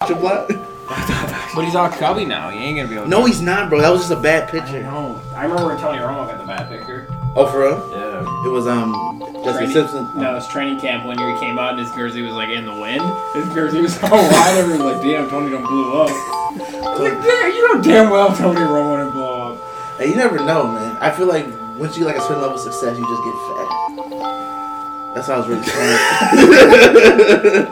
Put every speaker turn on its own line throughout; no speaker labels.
picture block?
But he's all chubby now. He ain't gonna be able. to
No, he's not, bro. That was just a bad
I
picture.
know. I remember when Tony Romo got the bad picture.
Oh, for real?
Yeah.
It was um Jessica Simpson.
No, it was training camp when he came out and his jersey was like in the wind. His jersey was all wide open. Like, damn, Tony don't blow up. I was like, damn, you know damn well Tony Romo didn't blow up.
Hey, you never know, man. I feel like once you get like a certain level of success, you just get fat. That sounds really sad.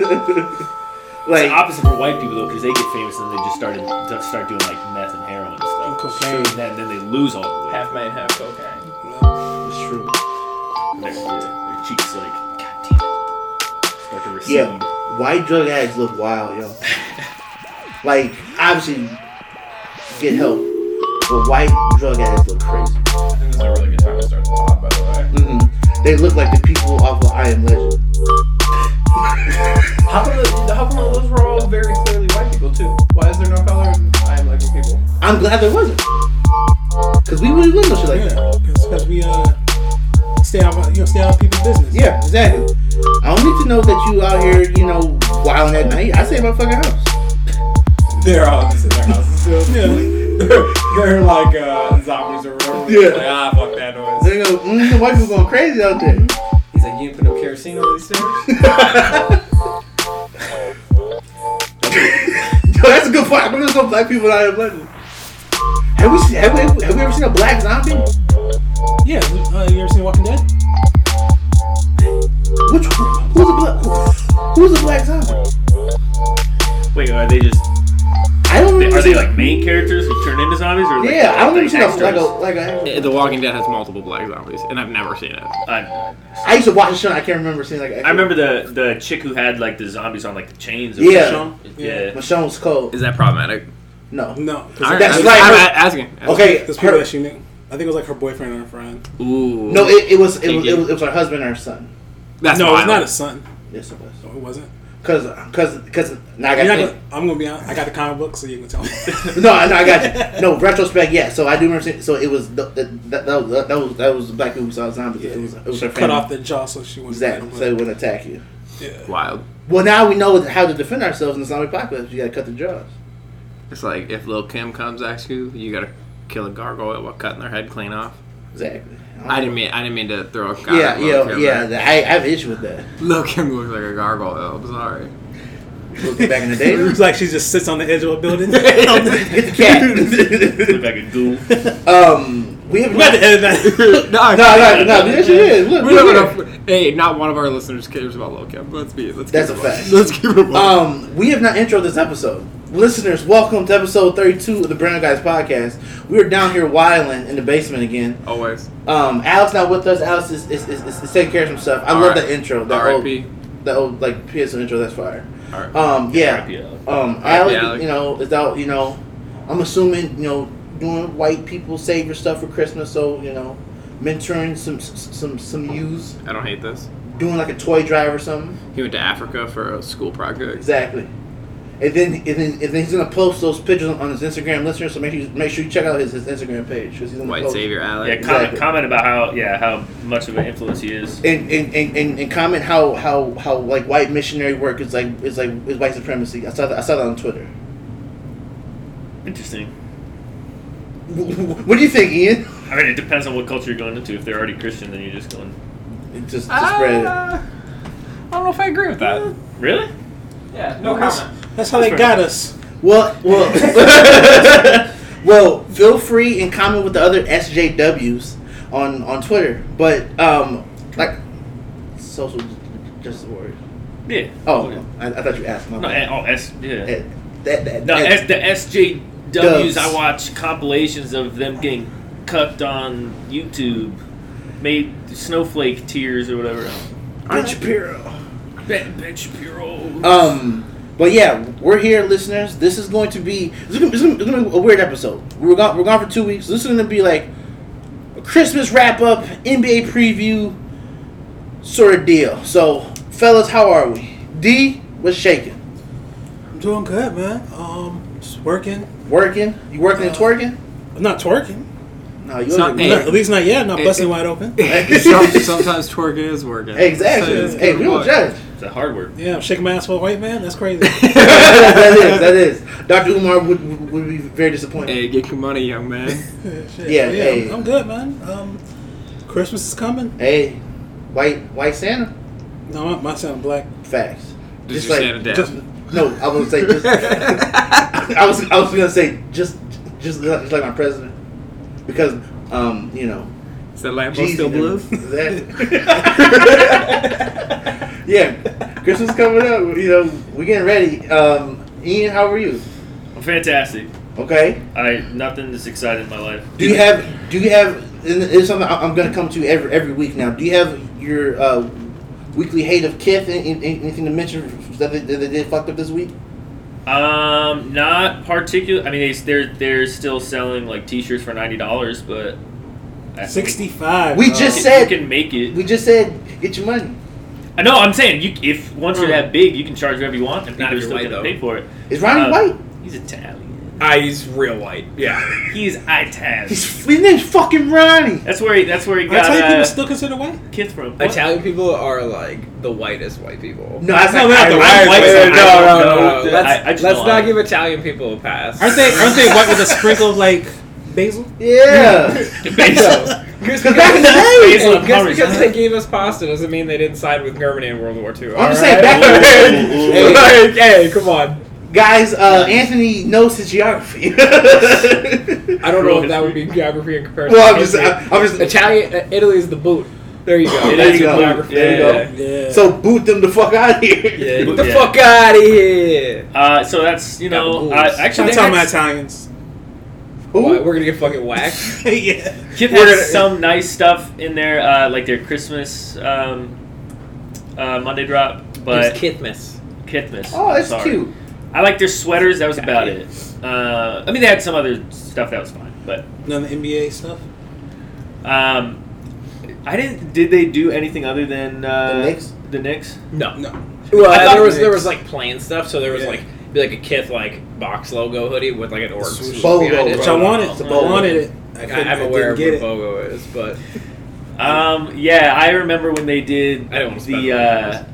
Like
like,
opposite for white people though, because they get famous and then they just started just start doing like meth and heroin and stuff.
Cocaine.
And then, then they lose all the weight.
Half man, half cocaine.
it's true.
And Their, their, their cheeks like, god damn it, start to recede.
Yeah, white drug addicts look wild, yo. like, obviously, get help, but white drug addicts look
I
crazy.
think this is a really good time to start the pod, by the way.
Mm-hmm. They look like the people off of I Am Legend.
How come, the, how come those were all very clearly white people too? Why is there no color in I am like people?
I'm glad there wasn't. Cause we really wouldn't know shit like that.
Yeah, because we uh stay out, of- you know, stay out of people's business.
Yeah, exactly. I don't need to know that you out here, you know, wilding at night. I stay in my fucking house.
they're all just in their houses still. Yeah, they're like uh, zombies or whatever.
Yeah.
like ah, fuck that noise.
They go, mm, the white people going crazy out there.
He's like, you didn't put no kerosene on these stairs?
Yo, that's a good point. I'm gonna go black people out of London. Have we, seen, have, we, have we ever seen a black zombie?
Yeah, uh, you ever seen Walking Dead?
Which who's a black who, who's a black zombie?
Wait, are they just
I don't remember
are they
seeing-
like main characters who turn into zombies or like,
yeah, I don't remember
like,
seeing a, like a
extras?
like a.
Eh, The Walking Dead has multiple black zombies, and I've never seen it.
I,
I used to watch the show. And I can't remember seeing like.
I remember the the chick who had like the zombies on like the chains. Of
Yeah.
yeah.
Michonne was cold.
Is that problematic?
No.
No. 'cause
I-
That's
I'm,
like
I'm
her-
a- asking. asking.
Okay.
There's people
her-
that she knew. I think it was like her boyfriend or her friend.
Ooh.
no, it, it was it was, it was it was her husband and her son.
that's
no,
wild.
it's not a son.
Yes, it was.
No, it wasn't.
Cause cause cause now I
You're
got to
not gonna, I'm gonna be honest. I got the comic book, so you can tell me.
no no I got you. no retrospect yeah so I do remember seeing, so it was the, the, that, that was that was that was the black people who saw zombies it was it was her
she
family
cut off the jaw, so she wouldn't.
exactly so it wouldn't attack you.
yeah.
wild.
Well, now we know how to defend ourselves in the zombie apocalypse. You gotta cut the jaws.
It's like if Lil Kim comes at you, you gotta kill a gargoyle while cutting their head clean off.
Exactly.
I didn't mean I didn't mean to throw a guy.
Yeah,
at Lil
yeah,
Kim,
yeah.
but
I, I have an issue with that.
Lil Kim looks like a gargoyle. I'm sorry.
Looking back in the day,
It's like she just sits on the edge of a building.
get
Look
the
like a ghoul.
cat. um, we have
We had to edit that.
no,
No, no, no. This is look.
We
look
don't
here.
know. Hey, not one of our listeners cares about Lil Kim. Let's be. Let's.
That's
keep
a
it real.
fact.
Let's keep it. real.
Um, we have not intro this episode. Listeners, welcome to episode 32 of the Brown Guys Podcast. We are down here wilding in the basement again.
Always.
Um, Alex not with us. Alex is, is, is, is, is taking care of himself. I
All
love
right.
that intro. That old,
R.I.P.
that old like PSO intro. That's fire.
All right.
Um, yeah.
RIP.
Um,
Alec.
Alec, you know, is out, you know, I'm assuming, you know, doing white people savior stuff for Christmas, so, you know, mentoring some some some youths,
I don't hate this.
doing like a toy drive or something.
He went to Africa for a school project.
Exactly. And then, and then, and then he's gonna post those pictures on his Instagram, listeners. So make sure you, make sure you check out his, his Instagram page 'cause he's gonna
White
post.
savior
Yeah,
Alex.
comment,
Exactly.
comment about how yeah how much of an influence he is.
And and, and, and and comment how how how like white missionary work is like is like is white supremacy. I saw that I saw that on Twitter.
Interesting.
What do you think, Ian?
I mean, it depends on what culture you're going into. If they're already Christian, then you're just going
It just, just
Ah,
spread it.
I don't know if I agree with that.
really.
Yeah, no
that's,
comment.
that's how they
That's right.
got us.
Well, well, well. Feel free and comment with the other SJWs on on Twitter. But um, like social justice warriors.
Yeah.
Oh, I, I thought you asked. My
no.
bad.
eh, Oh, S. Yeah.
Eh, that, that,
No,
that-
S, the SJWs.
Dubs.
I watch compilations of them getting cut on YouTube, made snowflake tears or whatever.
Ben Shapiro.
Ben, ben Shapiro.
Um, but yeah, we're here, listeners. This is going to be this is gonna, this is gonna- this is gonna be a weird episode. We're gone. We're gone for two weeks. This is gonna be like a Christmas wrap up, NBA preview, sort of deal. So, fellas, how are we? D was shaking,
I'm doing good, man. Um, just working.
working. You working and twerking?
I'm not twerking.
Uh, No, you
It's not-
wasn't-
Hey.
Not- at least not yet. I'm not
Hey,
busting
hey.
wide open.
Some- Sometimes twerking is working.
exactly.
So it's
hey,
good
we don't
work.
judge.
It's a hard word.
Yeah, I'm shaking my ass for a white man. That's crazy.
that is, that is. Dr. Umar would, would, would be very disappointed.
Hey, get your money, young man.
Shit.
Yeah,
I'm-
hey.
I'm, good, man. Um, Christmas is coming.
Hey, white white Santa?
No, my, my son black.
Facts.
Just,
like-
your Santa down.
Just
No, I was gonna say just. I was I was gonna say just just, just like my president, because um you know
Is that Lambo
Jeezy
still
and-
blue?
that- yeah, Christmas coming up. You know we getting ready. Um, Ian, how are you?
I'm fantastic.
Okay.
I nothing that's exciting in my life.
Do you have do you have and it's something I- I'm gonna come to every every week now. Do you have your uh, weekly hate of Kith? Any- any- Anything to mention that they, that they did fucked up this week?
Um, not particular. I mean, they, they're they're still selling like T-shirts for ninety dollars, but I-
sixty-five. uh,
We
dog.
just
you
said-
can make it.
We just said get your money.
I know. I'm saying you if once you're that big, you can charge whatever you want, and
Hmm. Not
people are
your
still
way,
gonna
though.
pay for it.
Is Ronnie
Uh,
white?
He's Italian.
Ah, he's real white. Yeah.
He's Italian.
He's his name's fucking Ronnie.
That's where he. That's where he
I
got
tell you,
uh,
people still consider white.
Kith from. What?
Italian people are like the whitest white people.
No, that's
No,
not
not
Irish.
the Irish.
I'm white.
Wait,
so
wait,
I
no,
don't
no,
know.
no, no.
I-
Let's,
I just
let's
know
not
I-
give Italian people a pass.
Aren't they? Aren't they white with a sprinkle of like basil?
Yeah.
Basil.
Just
Cause back in the
because,
day,
Basil and
just because
Parmesan.
they gave us pasta doesn't mean they didn't side with Germany in World War II.
I'm just
alright?
saying back in the
Ooh,
day.
ooh,
Hey,
Like, hey, come on.
Guys, uh, Anthony knows his geography.
I don't know
Real
if that would
history.
be geography in comparison.
well, I'm
to
just,
history.
I, am just.
Italian. Uh, Italy is the boot. There you go.
Yeah,
there you
That's
go.
geography.
There you go.
Yeah.
So boot them the fuck out of here.
Yeah, Get
Boot,
the
yeah.
fuck out of here.
Uh, so that's you know
Ooh.
I, actually
I'm
they
talking about
had-
Italians.
Who?
Why, we're gonna get fucking whacked.
yeah.
Kip
We're
has
gonna-
some nice stuff in there, uh, like their Christmas um, uh, Monday drop,
It's
but
Kitmas.
Kitmas.
Oh, that's
sorry.
cute.
I like their sweaters. That was about it. Uh, I mean, they had some other stuff that was fine, but
None of the NBA stuff.
um, I didn't. Did they do anything other than uh,
The Knicks?
The Knicks?
No.
No.
Well,
I thought
there was
it
there was
was-
like plain stuff. So there was
Yeah.
like be like a Kith like box logo hoodie with like an orb.
Swoosh.
swoosh
Bogo,
behind it.
Which I wanted.
It's a
I
bowl.
wanted it. I
Like,
couldn't-
I, am
I
aware of
didn't
what
get it.
Bogo is, but
Um, yeah, I remember when they did
I don't wanna spend
the.
money on
Uh,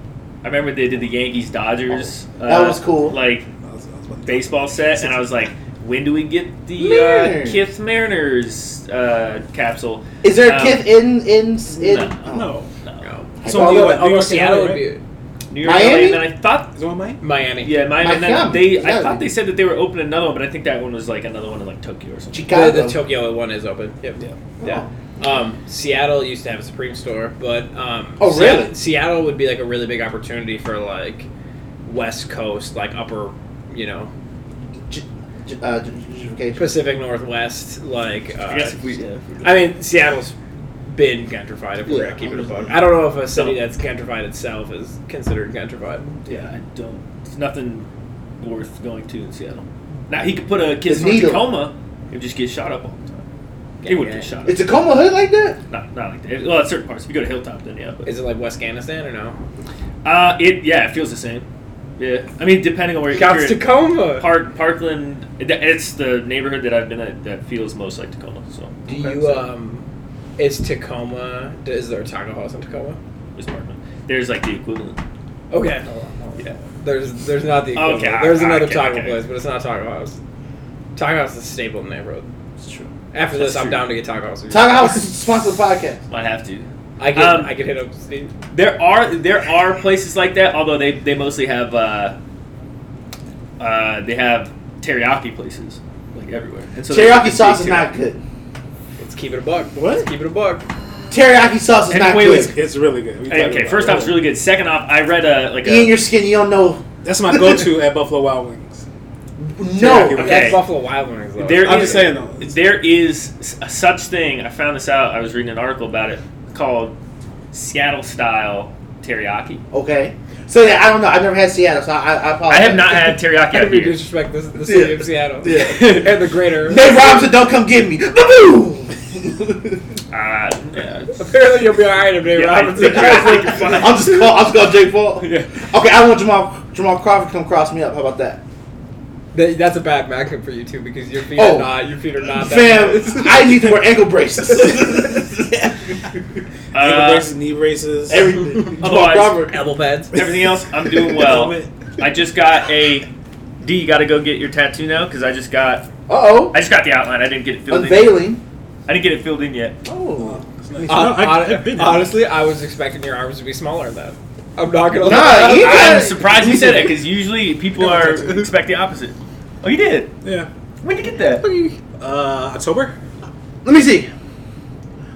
I remember they did the Yankees Dodgers. Uh,
That was cool.
Like
I was- I was about to-
baseball set, and I was like, when do we get the
Mariners.
uh, Kith Mariners uh, capsule?
Is there a
Um,
kith in in in? uh,
no.
No.
no.
It's
I
on
thought that-
New York. New
Although
York
Seattle
and
would
LA,
be
New York,
Miami?
LA, and then I thought,
Is it on Miami?
Miami.
yeah, Miami. And then
Miami,
they, I
exactly.
thought they said that they were opening another one, but I think that one was like another one in like Tokyo or something.
Chicago.
The, the Tokyo one is open. Yep.
Yeah.
Yeah.
Um, Seattle used to have a Supreme store, but um,
Oh,
Seattle,
really?
Seattle would be like a really big opportunity for like West Coast, like upper, you know,
J- uh, j- gentrification.
Pacific Northwest. Like, uh,
I guess if we, yeah, if we
I mean, Seattle's been gentrified. If we're
Yeah.
gonna keep it a buck, I don't know if a city that's gentrified itself is considered gentrified.
yeah, I don't. It's nothing worth going to in Seattle. Now he could put a
The
kid from
needle.
Tacoma and just get shot up all the time. he
Yeah,
would
yeah.
get shot up.
It's a coma hood like that.
Not, not like that. Well, at certain parts. If you go to Hilltop, then yeah. But,
Is it like West Afghanistan or no?
uh, it yeah, it feels the same. Yeah, I mean, depending on where you're.
It's Tacoma.
Park Parkland. that- It's the neighborhood that I've been at that feels most like Tacoma. So
Do you um? Is Tacoma? Is there a Taco House in Tacoma?
it's Parkland. There's like the equivalent.
Okay.
Yeah.
There's there's not the equivalent.
Okay,
there's
okay,
another
okay,
taco
okay.
place, but it's not Taco House. Taco House is a staple in the neighborhood.
It's true.
After
That's
this, I'm
true.
down to get Taco House.
Taco House sponsors the podcast.
Might have to.
I can
Um,
I can hit up Steve.
There are there are places like that, although they they mostly have uh, uh, they have teriyaki places like everywhere. And so
teriyaki
they-
sauce
they-
is not good.
Let's keep it a buck.
What?
Let's keep it a buck.
Teriyaki sauce is
And
not
wait,
good.
It's, it's really good. We
Hey,
talked
okay,
about
first
it.
off, it's really good. Second off, I read a like
You in
a
your skin, you don't know.
That's my go-to at Buffalo Wild Wings.
No.
Teriyaki.
That's
Okay.
Buffalo Wild Wings. Though.
There
I'm
is-
just saying though. it's-
there is s- a such thing. I found this out. I was reading an article about it called Seattle style teriyaki.
Okay. So yeah, I don't know. I've never had Seattle, so I, I
I
apologize.
have not had teriyaki
I
out
we
here.
disrespect this, the city of Seattle and the greater.
Nate Robinson, don't come get me. Boom.
Uh, yeah.
Apparently, you'll be all right if Nate
Yeah, I
Robinson.
think- I think you're fine.
I'll just call. I'll just call Jake Paul. Okay, I want Jamal Jamal Crawford to come cross me up. How about that?
That, that's a bad matchup for you too because your feet
Oh.
are not your feet are not
Fam,
that nice.
I need to wear ankle braces.
Ankle
Uh,
braces, knee braces,
Everything.
Otherwise-
Robert.
elbow pads.
everything else, I'm doing well.
Helmet.
I just got a D. You got to go get your tattoo now because I just got
Uh oh.
I just got the outline. I didn't get it filled in.
Unveiling.
I didn't get it filled in yet.
Oh.
Uh, hon- honestly, I was expecting your arms to be smaller though. I'm not gonna
Nah,
lie.
Uh, you
I'm
got-
surprised you said that because usually people are expect the opposite. Oh, you did.
Yeah.
When did you get that?
Uh, October.
Let me see.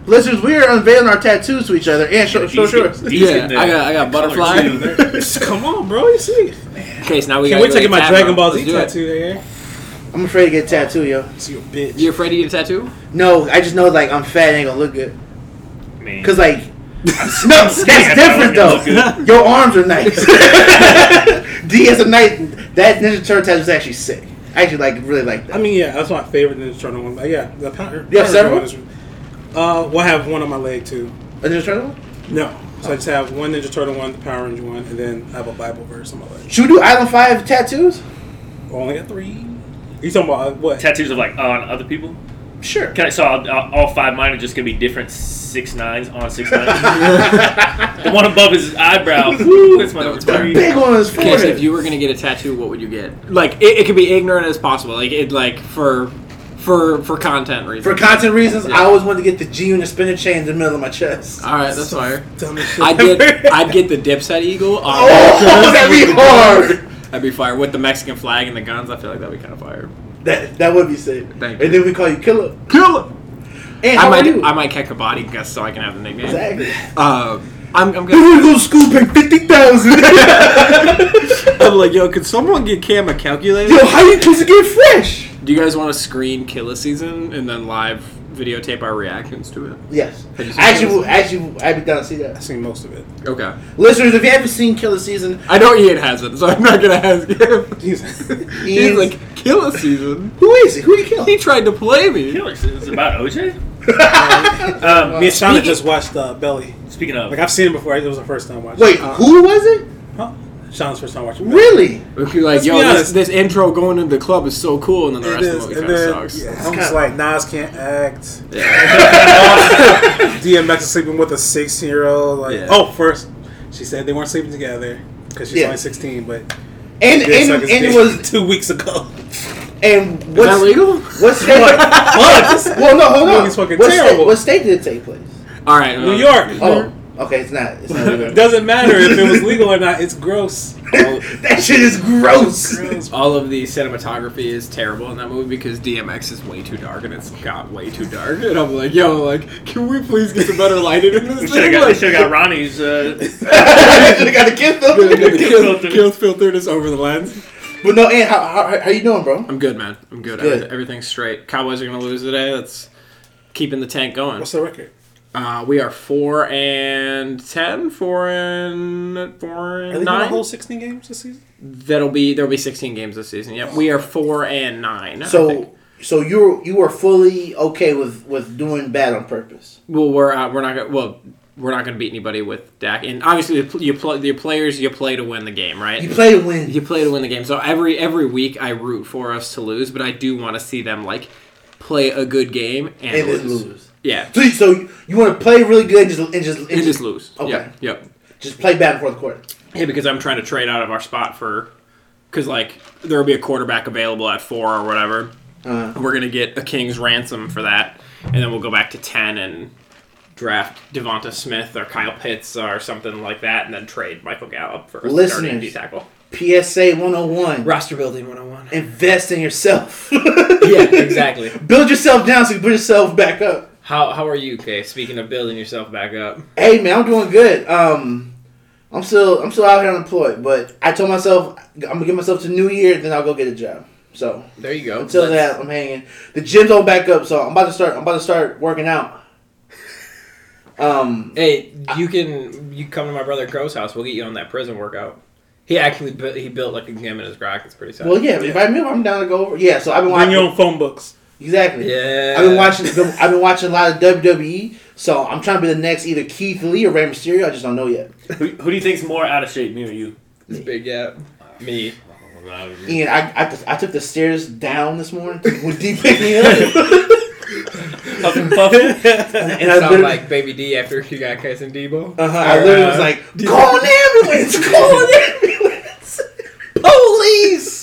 Listeners, we are unveiling our tattoos to each other and show show
These
sure.
get- these get the
I got I got
color
butterfly.
too.
Come on, bro. You see.
Okay, so now we
Can't
gotta
wait
go
to get
the
my
tap
Dragon
room.
Ball
Let's
Z
do it.
tattoo there.
I'm afraid to get a tattoo, yo.
See you, bitch.
You afraid to get a tattoo?
No, I just know like I'm fat ain't gonna look good.
I mean,
Cause like
I'm-
no,
I'm
that's
skinny, I
different
don't
though.
look good.
Your arms are nice. D has a nice. That Ninja Turtle tattoo is actually sick. I actually like really like that.
I mean, yeah, that's my favorite Ninja Turtle one. But yeah, the Power.
You have several?
Uh, well, I have one on my leg too.
a Ninja Turtle.
No, so I just have one Ninja Turtle one, the Power Ranger one, and then I have a Bible verse on my leg.
Should we do Island Five tattoos?
I Only got three. You talking about uh, what?
tattoos of like on other people.
Sure.
Can I, so I'll, I'll, all five mine are just gonna be different six nines on six nines. the one above his eyebrow. Woo, that's my number three.
Big one is
Okay, so if
forehead.
you were gonna get a tattoo, what would you get? Like it, it could be ignorant as possible. Like it like for for for content
For
reasons.
content reasons, I always wanted to get the G and the spinner chain in the middle of my chest.
All right, that's fire.
Dumb as shit.
I'd get I'd get the Dipset eagle.
Oh, that'd be hard.
That'd be fire with the Mexican flag and the guns. I feel like that'd be kind of fire.
That that would be sick.
Thank
and then we call you Killer.
Kill him.
And
I
how are
might
you?
I might kick a body guess so I can have the nickname.
exactly.
Um, I'm I'm
You
gonna.
wanna go to school, pay fifty thousand.
I'm like, yo, could someone get Cam a calculator?
Yo, how you kids get fresh?
Do you guys want to screen Kill a Season and then live videotape our reactions to it?
Yes.
Have you seen
Actually, actually, I'd be down to see that.
I've seen most of it.
Okay.
Listeners, if you haven't seen Killer Season,
I know Ian hasn't, so I'm not gonna ask him.
Jesus.
He's like, Kill a Season.
who is it? Who you kill?
He tried to play me.
Killers. Is it about OJ? um,
Me and Shauna just watched uh, Belly.
speaking of,
Like I've seen it before. It was the first time watching.
Uh-huh.
Wait, who was it?
huh? Shauna's first time watching. Belly.
Really?
We'd be like,
Let's
yo,
be
this,
honest.
this intro going into the club is so cool, and then the
It
rest
is,
of the movie
and
kind of
then
sucks.
yeah, I'm just like Nas can't act.
Yeah.
DMX is sleeping with a 16 year old. Like,
Yeah.
oh, first she said they weren't sleeping together because she's
Yeah.
only 16, but
And
she did
and,
suck
and
his
it
dick
was
two weeks ago.
and
Is that
what's
legal?
what's what? well, no, hold on.
Movie's fucking
what, state,
terrible.
what state did it take place?
All right.
New
uh,
York.
Oh, okay, it's not. It's not
It
even-
Doesn't matter if it was legal or not. It's gross.
that shit is gross.
All of the cinematography is terrible in that movie because DMX is way too dark and it's got way too dark. And I'm like, yo, like, can we please get some better lighting in this
should have
thing?
got,
Like,
should have got Ronnie's. Uh,
I gotta get
the, the
them.
kill, kill filter is over the lens.
But no, and how, how how you doing, bro?
I'm good, man. I'm good.
Good.
Everyth- Everything's straight. Cowboys are gonna lose today. That's keeping the tank going.
What's the record?
Uh, we are four and ten, four and
Are
four
they
and
doing a
nine.
whole 16 games this season?
That'll be there'll be sixteen games this season. Yep, we are four and nine. I think.
So so you're you were fully okay with with doing bad on purpose.
well, we're uh, we're not gonna well we're not gonna beat anybody with Dak. And obviously, you pl- you play your players you play to win the game, right?
You play to win.
you play to win the game. So every every week I root for us to lose, but I do want to see them like play a good game and,
and
lose.
then lose.
Yeah,
So, you- so you, you want to play really good and just and just, and
and
just,
just lose.
Okay.
Yeah, yep.
just play bad in fourth quarter.
Yeah, because I'm trying to trade out of our spot for, because like there will be a quarterback available at four or whatever.
Uh,
We're gonna get a king's ransom for that, and then we'll go back to ten and draft Devonta Smith or Kyle Pitts or something like that, and then trade Michael Gallup for a
Listeners.
starting D tackle.
PSA 101.
Roster building 101.
Invest in yourself.
yeah, exactly.
Build yourself down so you put yourself back up.
How how are you, Kay? Speaking of building yourself back up,
Hey man, I'm doing good. Um, I'm still I'm still out here unemployed, but I told myself I'm gonna give myself to New Year, then I'll go get a job. So
there you go.
until
Let's-
that, I'm hanging. The gym's on back up, so I'm about to start. I'm about to start working out. Um,
Hey, you can you come to my brother Crow's house. We'll get you on that prison workout. He actually bu- he built like a gym in his garage. It's pretty sad.
well, yeah, invite me. up, I'm down to go over. Yeah, so I've been
Bring
watching.
your own phone books.
Exactly.
yeah.
I've been watching. I've been watching a lot of WWE, so I'm trying to be the next either Keith Lee or Rey Mysterio. I just don't know yet.
who, who do you think's more out of shape, me or you?
It's big yeah. Me.
No, you-
Ian, I, I, I took the stairs down this morning when D picked me up.
Puffin Puffin.
and I
Sound
literally,
like Baby D after he got Case and Debo.
uh-huh, I literally
Uh,
was like, call an ambulance! Call an ambulance! Police!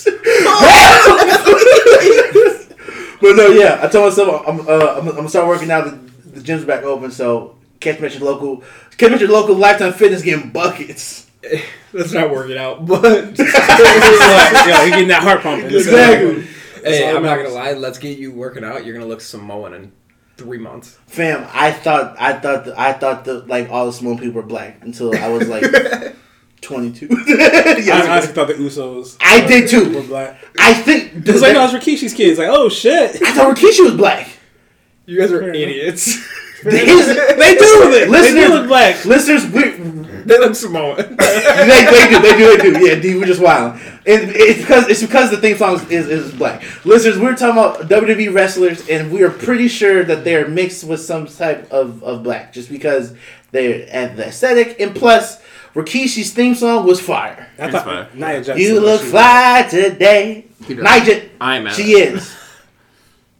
Police! but no, yeah, I told myself I'm, uh, I'm, I'm gonna start working out. The, the gym's back open, so catch me at your local, catch me at your local Lifetime Fitness getting buckets.
That's not working out, but
yeah, you're getting that heart pumping.
Exactly.
hey,
all
I'm not
matters.
gonna lie. Let's get you working out. You're gonna look Samoan in three months.
Fam, I thought I thought the, I thought the, like all the Samoan people were black until I was like 22.
I
Yes.
honestly thought the Usos.
I
were-
did too.
Were black.
I think
It's like no, it's Rikishi's kids. Like, oh shit.
I thought Rikishi was black.
You guys
Fair
are
enough.
idiots.
His-
They do it. they
Listeners-
do look black.
listeners, we,
they look Samoan.
they, they do, they do, they do. Yeah, D, we're just wild. It, it's because it's because the theme song is, is black. Listeners, we're talking about WWE wrestlers, and we are pretty sure that they are mixed with some type of, of black, just because they have the aesthetic, and plus Rikishi's theme song was fire.
I
fire.
thought Nia Jackson.
You
was
look
she-
fly today,
does.
Nigel.
I'm at
She
it.
is.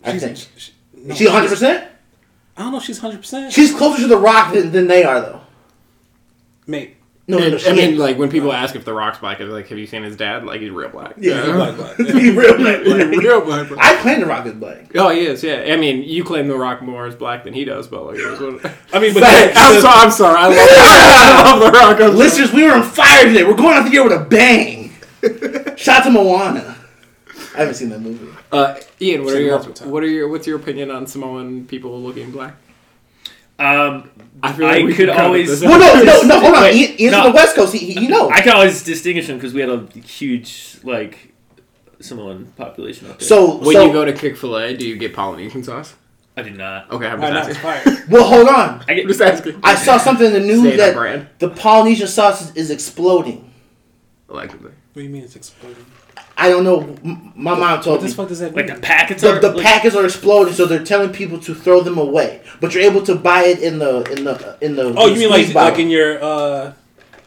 I think
She's, she, no,
she's 100. percent
I don't know. if She's 100. percent
She's closer to the Rock than, than they are, though.
Mate,
No, no, no, she
I mean,
ain't.
like when people ask if The Rock's black, I'm like, "Have you seen his dad? Like he's real black."
yeah,
yeah,
black, black.
Be real, like, like-
real black. black.
I claim the Rock is black.
Oh, he is. Yeah, I mean, you claim The Rock more is black than he does, but like, it was what-
I mean, but
I'm sorry. I'm sorry. I love, I love The Rock. I'm sorry.
Listeners, we were on fire today. We're going out the year with a bang. Shout out to Moana. I haven't seen that movie.
Uh, Ian, what are
Say
your
multiple times.
what are your what's your opinion on Samoan people looking black?
Um,
feel
I
we
could
can cover
always-
this.
Well, no, no, no, hold on.
Wait,
Ian, Ian's
no.
from the West Coast. He, he, he knows.
I can always distinguish them because we had a huge like Samoan population up there.
so,
When
so
you go to Chick Fil A, do you get Polynesian sauce?
I did not.
Okay, I'm
Why
just
not? It's
asking.
fire.
well, hold on.
I
I'm
get
just asking.
I saw something in the news
Stay that
that
brand.
the Polynesian sausage is exploding.
Allegedly.
What do you mean it's exploding?
I don't know. M- My mom told
What
me.
the fuck does that
like
mean?
the packets
The,
are
the
like,
packets are exploding, so they're telling people to throw them away. But you're able to buy it in the in the in the.
oh, you mean like
squeeze bottle.
like in your uh,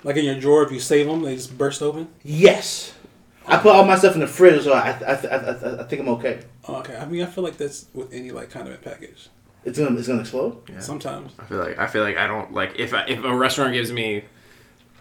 like in your drawer? If you save them, they just burst open.
yes. I put all my stuff in the fridge, so I I, I, I, I think I'm okay.
Oh, okay, I mean, I feel like that's with any like condiment package.
It's gonna it's gonna explode.
Yeah.
Sometimes
I feel like I feel like I don't like if I, if a restaurant gives me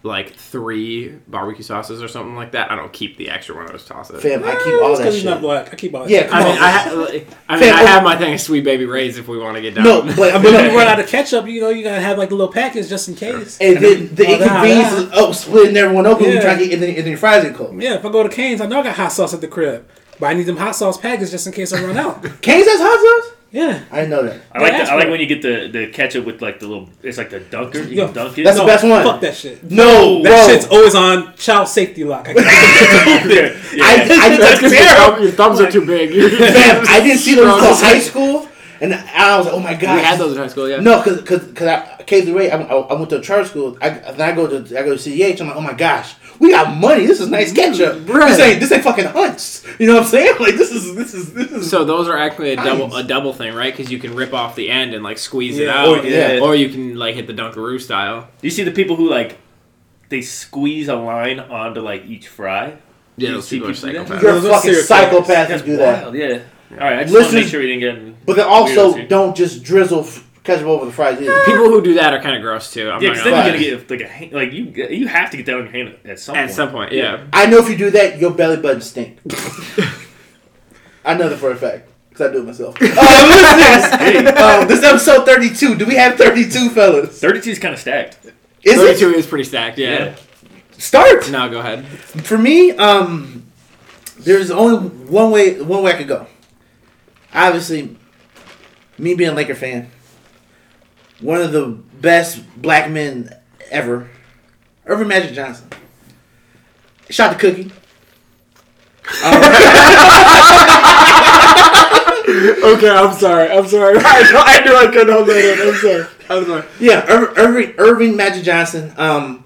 like three barbecue sauces or something like that, I don't keep the extra one. I just toss it.
Fam, I
Eh,
keep all
it's
that
'cause
shit.
He's not black. I keep all that.
Yeah,
shit.
come
I mean, I,
on.
ha- I mean, I
Fam,
have my thing of sweet baby rays if we want to get down.
No, but
I
I'm
mean, if
gonna
you run out of ketchup, you know, you gotta have like a little package just in case.
and then the
Oh, nah,
inconvenience
nah.
is oh splitting everyone open. You
Yeah.
try to get and then, and then your fries get cold.
Yeah, if I go to Cane's, I know I got hot sauce at the crib, but I need them hot sauce packets just in case I run out.
Canes has hot sauce.
Yeah,
I didn't know that.
I like
Yeah,
the,
that's
I like
right.
when you get the the ketchup with like the little it's like the dunker you
Yo,
can dunk it.
that's the best one.
Fuck that shit.
No,
That
bro.
shit's always on child safety lock. I can't-
Yeah, yeah.
I, I,
That's 'cause your,
fam,
thumb- your thumbs are too big.
fam, I didn't see those until
Strong.
high school, and I was like, oh my god.
We had those in high school. Yeah.
No, cause, cause, cause I came to rate. I, I went to a charter school. I then I go to I go to CDH. I'm like, oh my gosh, we got money. This is
Mm,
nice ketchup.
Bruh.
This ain't this ain't fucking hunts. You know what I'm saying? Like this is this is this is.
So those are actually a double
Nice.
a double thing, right? Because you can rip off the end and like squeeze it
Yeah.
out,
Oh,
yeah.
or you can like hit the Dunkaroo style.
Do you see the people who like they squeeze a line onto like each fry?
Yeah,
You
those
see
people are
people do that?
psychopaths.
You're a
Those are
fucking
serial
psychopath if you do that.
Wild, yeah. All right, I just want to make
Listeners-
sure we didn't get. in-
But then also
weirdos here.
don't just drizzle f- ketchup over the fries either.
People who do that are kind of gross too. I'm
Yeah,
not
because
gonna
then
lie.
you're gonna get like a hand- like you you have to get that on your hand at some
at
point.
some point, yeah.
I know if you do that, your belly button stink. I know that for a fact because I do it myself. Uh, listeners, um, this is episode 32. Do we have 32, fellas?
Thirty-two is kind of stacked.
Is
Thirty-two
it
is pretty stacked. Yeah.
start?
No, go ahead.
For me, um, there's only one way one way I could go. Obviously, me being a Laker fan, one of the best black men ever, Irvin Magic Johnson. Shot the cookie. Um,
Okay, I'm sorry. I'm sorry. I know I, knew I couldn't hold that in. I'm sorry. I'm sorry.
Yeah, Ir- Irving Irving Magic Johnson. Um,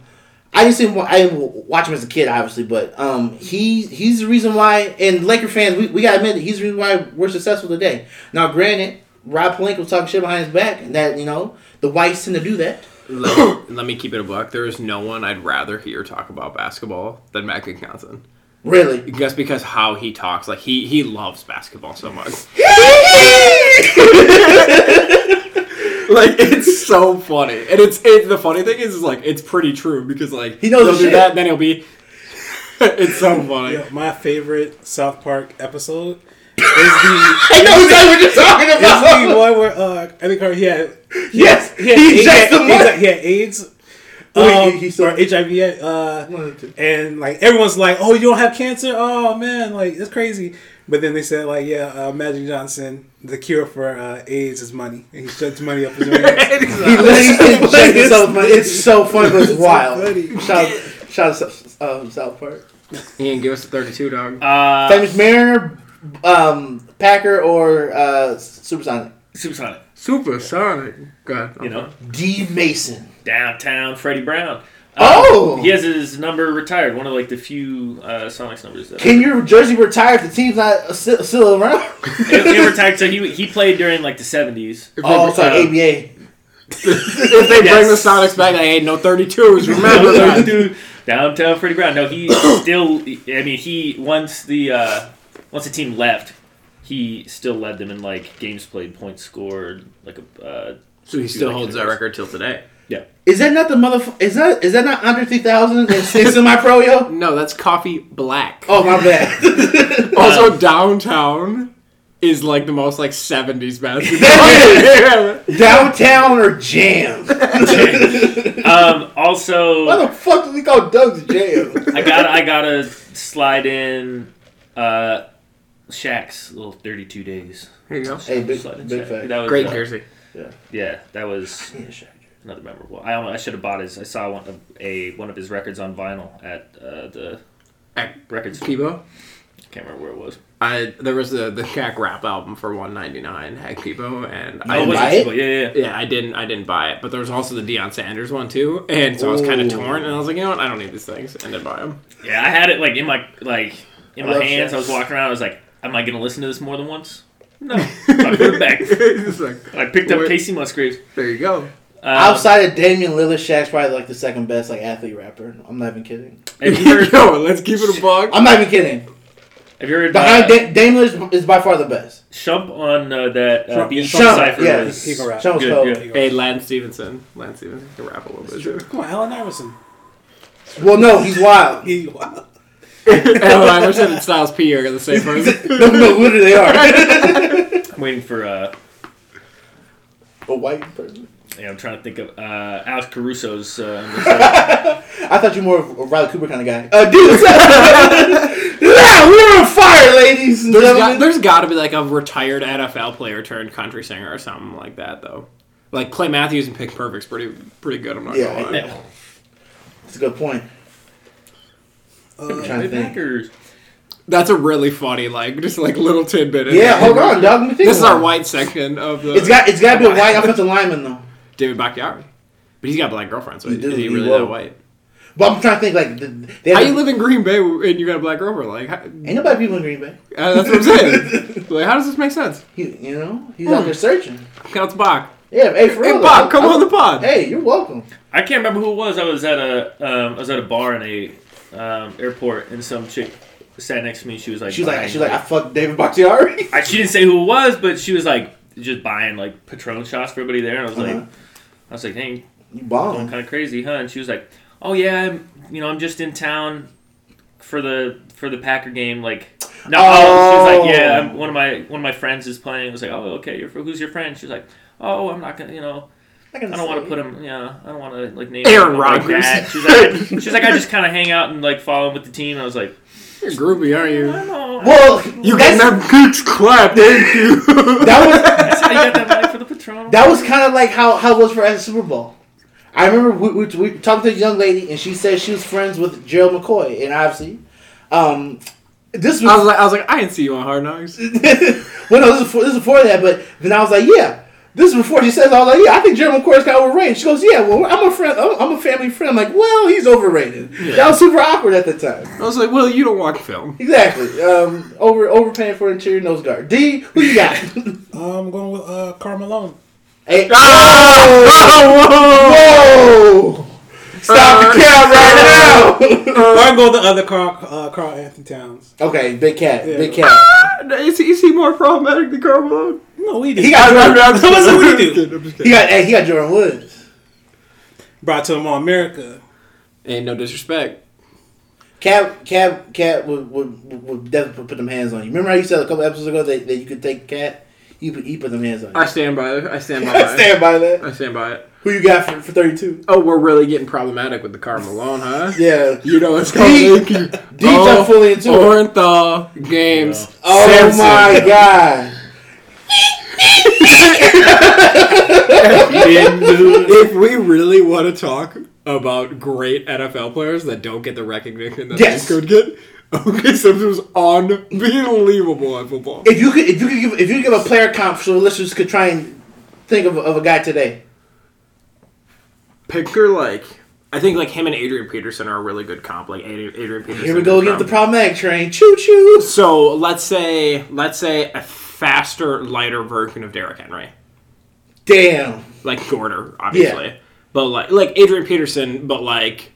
I didn't see him, I didn't watch him as a kid, obviously, but um, he he's the reason why. And Laker fans, we, we gotta admit that he's the reason why we're successful today. Now, granted, Rob Palenka was talking shit behind his back, and that you know the whites tend to do that.
Let, let me keep it a buck. There is no one I'd rather hear talk about basketball than Mac Johnson.
Really?
just because how he talks. Like he he loves basketball so much. like it's so funny, and it's it. The funny thing is, is like it's pretty true because like
He knows
he'll
the
do
shit.
that, then he'll be. it's so funny.
Yeah, my favorite South Park episode is the,
I know exactly what you're talking
is the
about.
one where uh, I think he had
yes,
he had,
he's
AIDS-
just the
he had,
money.
he had AIDS.
Wait,
um,
he- he's still-
or HIV. Uh, and like everyone's like, "Oh, you don't have cancer? Oh man, like it's crazy." But then they said like, "Yeah, uh, Magic Johnson, the cure for uh, AIDS is money." And he shoved money up his ass.
He literally injects himself with money. It's so funny, but it's
so funny.
wild. Shout, shout out to um, South Park.
Ian, give us a thirty-two, dog.
Uh,
Famous Mariner, um, Packer, or uh, Supersonic.
Supersonic.
Supersonic. Go ahead.
You know,
D. Mason.
downtown Freddie Brown. Uh,
Oh!
he has his number retired. One of like the few uh, Sonics numbers. That
Can your jersey retire if the team's not uh, still, still around?
It- it retired. So he he played during like the seventies.
Oh, it's like
Uh,
ABA.
If they bring the
Yes.
Sonics back, I ain't no thirty-twos. Remember that.
Dude, downtown Freddie Brown. No, he still. I mean, he once the uh, once the team left, he still led them in like games played, points scored, like a. Uh,
So he still holds that record till today.
Is that not the motherfucker? Is that is that not under 3000 and six in my pro, yo?
No, that's Coffee Black.
Oh, my bad. Oh,
Also, downtown is like the most like '70s basketball.
That Downtown or Jam?
um. Also,
Why the fuck do we call Doug's Jam?
I got to I gotta slide in, uh, Shaq's little thirty two days.
Here you go.
hey, big,
Slide in
big
Shaq.
fact.
That was,
Great
uh,
jersey.
Yeah, that was
Yeah, Shaq.
another memorable. I almo- I should have bought his. I saw one of a one of his records on vinyl at uh, the
At
records. I
Kibo.
can't remember where it was.
I there was the the Cack Rap album for one ninety nine at Kibo, and
Oh,
I
it was
buy
at
it?
Kibo, Yeah, yeah. yeah.
yeah I didn't I didn't buy it, but there was also the Deion Sanders one too, and so I was kind
Ooh.
of torn, and I was like, you know what, I don't need these things, and didn't buy them.
Yeah, I had it like in my like in
I
my
love
hands.
Shaq's.
I was walking around. I was like, am I gonna listen to this more than once? No, I put it back.
It's like,
I picked up
Where-
Casey Musgraves.
there you go.
Um,
Outside of Damian Lillard, Shaq's probably like the second best like athlete rapper. I'm not even kidding.
Have you heard?
Yo, let's keep it a bug.
I'm not even kidding.
Have you heard?
Behind
Uh,
da- Damian Lillard is, is by far the best.
Shump on uh, that uh,
Shump,
beat
Shump,
Cipher
yeah,
was
he can rap.
Shump's
good,
cold.
yeah.
Hey, Lance Stevenson. Lance Stevenson can rap a little bit. too.
Come on, Allen Iverson.
Well, no, he's wild.
He, wow.
Allen Iverson and Styles P are the same person.
no, no, what do they are?
I'm waiting for. Uh,
a white person.
yeah, I'm trying to think of uh, Alex Caruso's. Uh,
I thought you were more of a Riley Cooper kind of guy. Uh, dude, yeah, we're on fire, ladies and
There's got,
gentlemen.
there's got to be like a retired NFL player turned country singer or something like that, though. Like Clay Matthews and Pick Perfect's pretty pretty good. I'm not
Yeah,
gonna lie.
yeah. That's a good point. I'm
Uh,
trying to think.
Packers.
That's a really funny like just like little tidbit. in
Yeah,
there.
hold on, dog. Let me think.
This is
about
our
it.
white section of the.
It's got it's got to be a white offensive lineman though.
David Bakhtiari, but he's got a black girlfriend, so
He
is
do,
he
he
really
will.
that white?
But I'm trying to think like the, they
How
have,
you live in Green Bay and you got a black girlfriend? Like how,
ain't nobody people in Green Bay.
uh, that's what I'm saying. like how does this make sense?
He, you know, he's out there searching.
Count to Bach.
Yeah, hey, for
Hmm. Hey
real.
Bach,
though.
come on the pod.
Hey, you're welcome.
I can't remember who it was. I was at a um, I was at a bar in a um, airport, and some chick sat next to me. She was like,
She's like,
buying,
she's like, I fucked David Bakhtiari.
I, she didn't say who it was, but she was like just buying like Patron shots for everybody there, and I was
Uh-huh.
like, I was like, dang,
You
going
bomb.
kind of crazy, huh? And she was like, oh yeah, I'm, you know, I'm just in town for the for the Packer game, like. No, oh. she was like, yeah, I'm, one of my one of my friends is playing. I was like, oh, okay, your, who's your friend? She was like, oh, I'm not gonna, you know, I don't want to put him. Yeah, I don't want to like name
Aaron
him like
Rodgers.
that. She's like, I- she's like, I just kind of hang out and like follow him with the team. I was like,
You're groovy, aren't
I
you?
don't know.
Well,
You
that's-
getting that gooch clap, thank you.
that was
That's how you got that money for the Patron.
That was kind of like how, how it was for us at the Super Bowl. I remember we, we, we talked to this young lady, and she said she was friends with Gerald McCoy, and obviously, um, this
I was
was
like, I was like, I didn't see you on Hard Knocks.
well, no, this is, before, this is before that. But then I was like, yeah, this is before she says. I was like, yeah, I think Gerald McCoy is kind of overrated. She goes, yeah, well, I'm a friend, I'm, I'm a family friend. I'm like, well, he's overrated. That was super awkward at the time.
I was like, well, you don't watch film.
Exactly. Um, over overpaying for interior nose guard. D, who you got?
I'm going with
oh!
uh, Carl Malone.
hey,
Ah!
oh,
Oh, whoa!
whoa!
Uh,
Stop the count right now.
Or I can go with the other Carl, uh, Carl Anthony Towns.
okay, big cat,
Yeah.
big cat.
Is he, is he more problematic than Carl Malone?
No, we did.
He got
What's
Jordan.
the what we do?
He got hey, he got Jordan Woods.
Brought to him on America.
And no disrespect.
Cat, cat, cat would would, would, would definitely put them hands on you. Remember how you said a couple episodes ago that, that you could take cat? He put he put them hands on you.
I stand by it. I stand by
I
it.
stand by that.
I stand by it.
Who you got for, for thirty two?
Oh, we're really getting problematic with the Carl Malone, huh?
Yeah,
You know it's
Deep.
called
Deep's not fully into it.
Orenthal games.
Oh
Samson.
my god.
If we really want to talk about great NFL players that don't get the recognition that
Yes.
they could get, okay, Simpson was unbelievable at football.
If you could, if you could give, if you could give a player comp, so listeners could try and think of, of a guy today.
Picker, like,
I think like him and Adrian Peterson are a really good comp. Like Adrian, Adrian Peterson.
Here we go
is
again with
from-
the problematic train. Choo choo.
So let's say let's say a faster, lighter version of Derrick Henry,
Damn.
like shorter, obviously, but like like Adrian Peterson, but like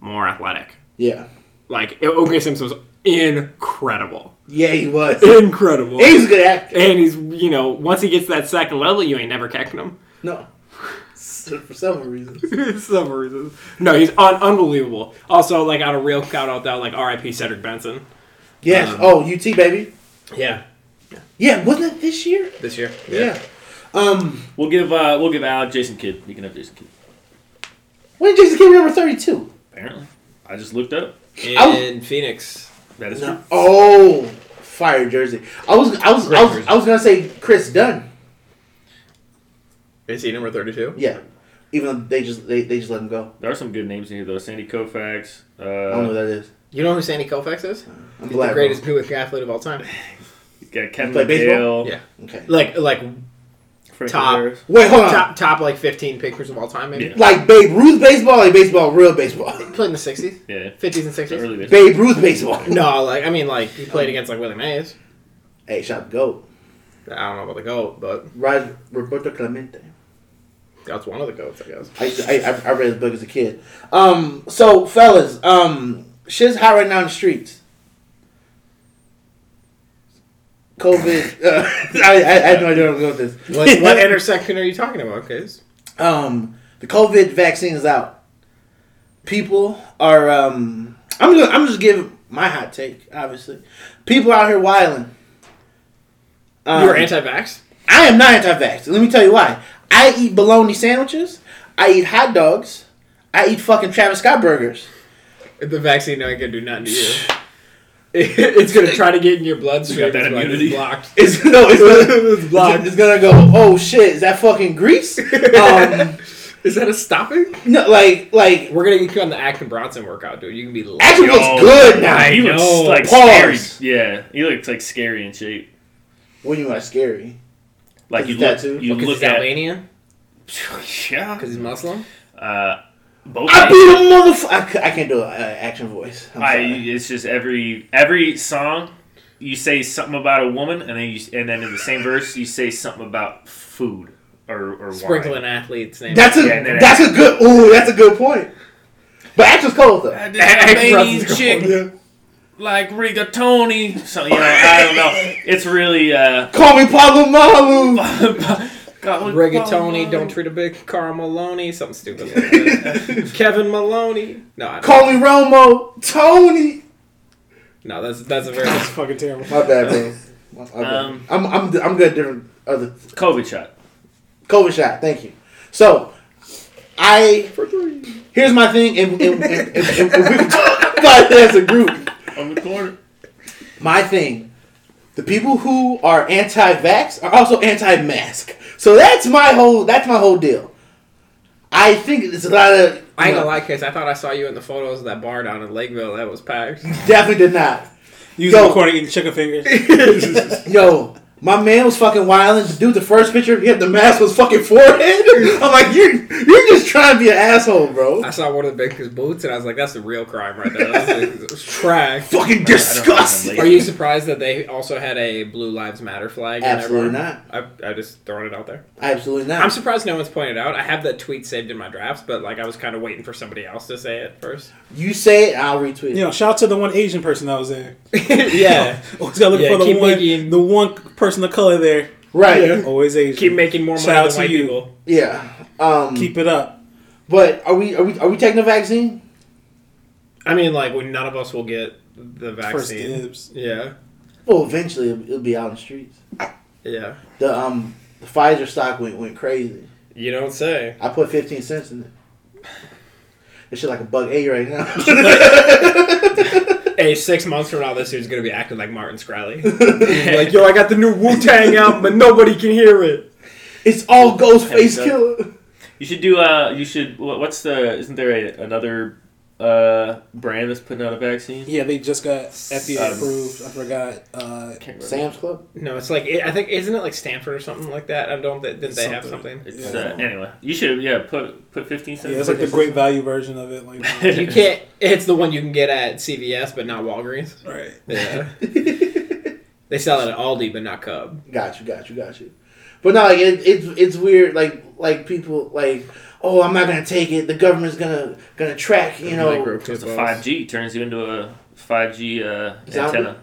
more athletic.
Yeah.
Like OK Simpson was incredible,
Yeah, he was.
incredible,
He's a good actor.
and he's you know once he gets to that second level, you ain't never catching him.
No. So, For several reasons.
Some reasons. No, he's un- unbelievable. Also, like on a real shout out though, like R.I.P. Cedric Benson.
Yes. oh, UT baby.
yeah,
Yeah, wasn't it this year?
this year.
Yeah. Um,
We'll give uh, we'll give out Jason Kidd. You can have Jason Kidd.
when did Jason Kidd number thirty-two?
Apparently, I just looked up.
In Phoenix.
That is true.
Oh, fire jersey. I was, I was, I was, I was gonna say Chris Dunn.
Is he number 32?
Yeah. Even though they just they, they just let him go.
There are some good names in here though. Sandy Koufax.
I don't know who
Uh,
that is.
You know who Sandy Koufax is?
I'm
He's the
glad.
greatest Newick athlete of all time.
you got Kevin
Play baseball?
McHale.
Yeah.
bro. Okay.
Like, like
Frank
Top.
Harris.
Wait, hold on.
top, top like 15 pickers of all time, maybe.
Yeah.
Like Babe Ruth baseball, like baseball, real baseball.
He played in the 60s,
Yeah.
50s, and 60s.
Early baseball.
Babe Ruth baseball.
No, like, I mean, like, he played against, like, Willie Mays.
Hey, shot goat.
I don't know about the GOAT, but
Rod Roberto Clemente.
that's one of the GOATs, I guess.
I, used to- I, I I read his book as a kid. Um, so fellas, um, shit's hot right now in the streets. COVID. Uh, I, I, I had no idea where I'm going with this.
What, what intersection are you talking about, guys?
um, the COVID vaccine is out. People are. Um, I'm gonna, I'm just giving my hot take. Obviously, people out here wiling. Um,
You're anti-vax?
I am not anti-vax. Let me tell you why. I eat bologna sandwiches. I eat hot dogs. I eat fucking Travis Scott burgers.
The vaccine ain't gonna do nothing to you. it's gonna try to get in your bloodstream.
You got that
It's like,
immunity.
it's blocked.
It's no, it's gonna,
It's blocked.
it's gonna go. Oh shit! Is that fucking Greece? Um,
Is that a stopping?
no, like like
We're gonna get you on the Acton Bronson workout, dude. You can be lit.
actually
Yo,
looks good now.
He looks
know.
like
Pause.
scary. Yeah, he looks like scary in shape.
What do you mean by scary?
Like
Is
you
that
look,
too?
you
Because
look
he's
at
Albanian?
yeah.
Because he's Muslim?
Uh, both.
I beat a motherfucker. I, c- I can't do an action voice. I'm
I,
sorry.
it's just every every song you say something about a woman and then you and then in the same verse you say something about food or or
Sprinkling
wine.
athlete's name.
That's a
Yeah, no, no.
that's a good. Ooh, that's a good point. But action's cold though.
Albanian
Brother's
chick
Yeah.
like rigatoni. So you know, I don't know. It's really uh,
Call me Pablo Malu.
Rigatoni, don't treat a big Carl Maloney, something stupid. like that. Kevin Maloney. No, I don't.
Call me Romo. Tony.
no, that's that's a very
That's fucking terrible.
My bad, man. My bad.
Um,
I'm I'm I'm good. at Different other
COVID shot.
COVID shot. Thank you. So I here's my thing, and, and, and, and- and we can talk about it as a group.
On the corner.
My thing. The people who are anti-vax are also anti-mask. So that's my whole that's my whole deal. I think there's a lot of you
I ain't gonna
know,
lie, case I thought I saw you in the photos of that bar down in Lakeville that was packed.
definitely did not.
Using
Yo.
the corner eating chicken fingers.
Yo, My man was fucking wilding. The dude, the first picture, he had the mask was fucking forehead. I'm like, you're you're just trying to be an asshole, bro.
I saw one of the baker's boots and I was like, that's the real crime right there. That's it's trash.
fucking disgusting.
Are you surprised that they also had a Blue Lives Matter flag? in
Absolutely
everyone?
not.
I, I just throwing it out there.
Absolutely not.
I'm surprised no one's pointed out. I have that tweet saved in my drafts, but like I was kind of waiting for somebody else to say it first.
you say it, I'll retweet. it.
You know, shout out to the one Asian person that was there.
yeah,
Always gotta look
Yeah,
for the
keep
one,
making-
the one person of color there.
Right.
Yeah, always Asian.
keep making more money
Shout out
than
to
white
you.
people.
Yeah. Um.
keep it up.
But are we are we are we taking a vaccine?
I mean, like when none of us will get the
First
vaccine.
dibs.
Yeah,
Well, eventually it'll, it'll be out in the streets.
yeah.
The um the Pfizer stock went went crazy.
You don't say.
I put fifteen cents in it. This shit like a bug eight right now.
Hey, six months from now, this dude's gonna be acting like Martin Scrally. like, yo, I got the new Wu Tang album, but nobody can hear it.
it's all Ghostface
Hey,
Killer.
You should do. Uh, you should. wha- What's the? Isn't there a, another uh brand that's putting out a vaccine?
Yeah, they just got FDA
Um,
approved. I forgot. Uh,
Can't remember.
Sam's Club.
No, it's like I think isn't it like Stanford or something like that? I don't. Didn't they have
Something.
something?
It's, uh, anyway, you should yeah put put fifteen cents.
yeah, it's like the great value version of it. Like,
You can't. It's the one you can get at CVS, but not Walgreens.
right.
Yeah. they sell it at Aldi, but not Cub.
Got you, got you, got you. But no, like it, it's it's weird. Like like people like, oh, I'm not gonna take it. The government's gonna gonna track. You know,
Microchip
It's a
us.
five G turns you into a five G uh,
Zombie.
antenna.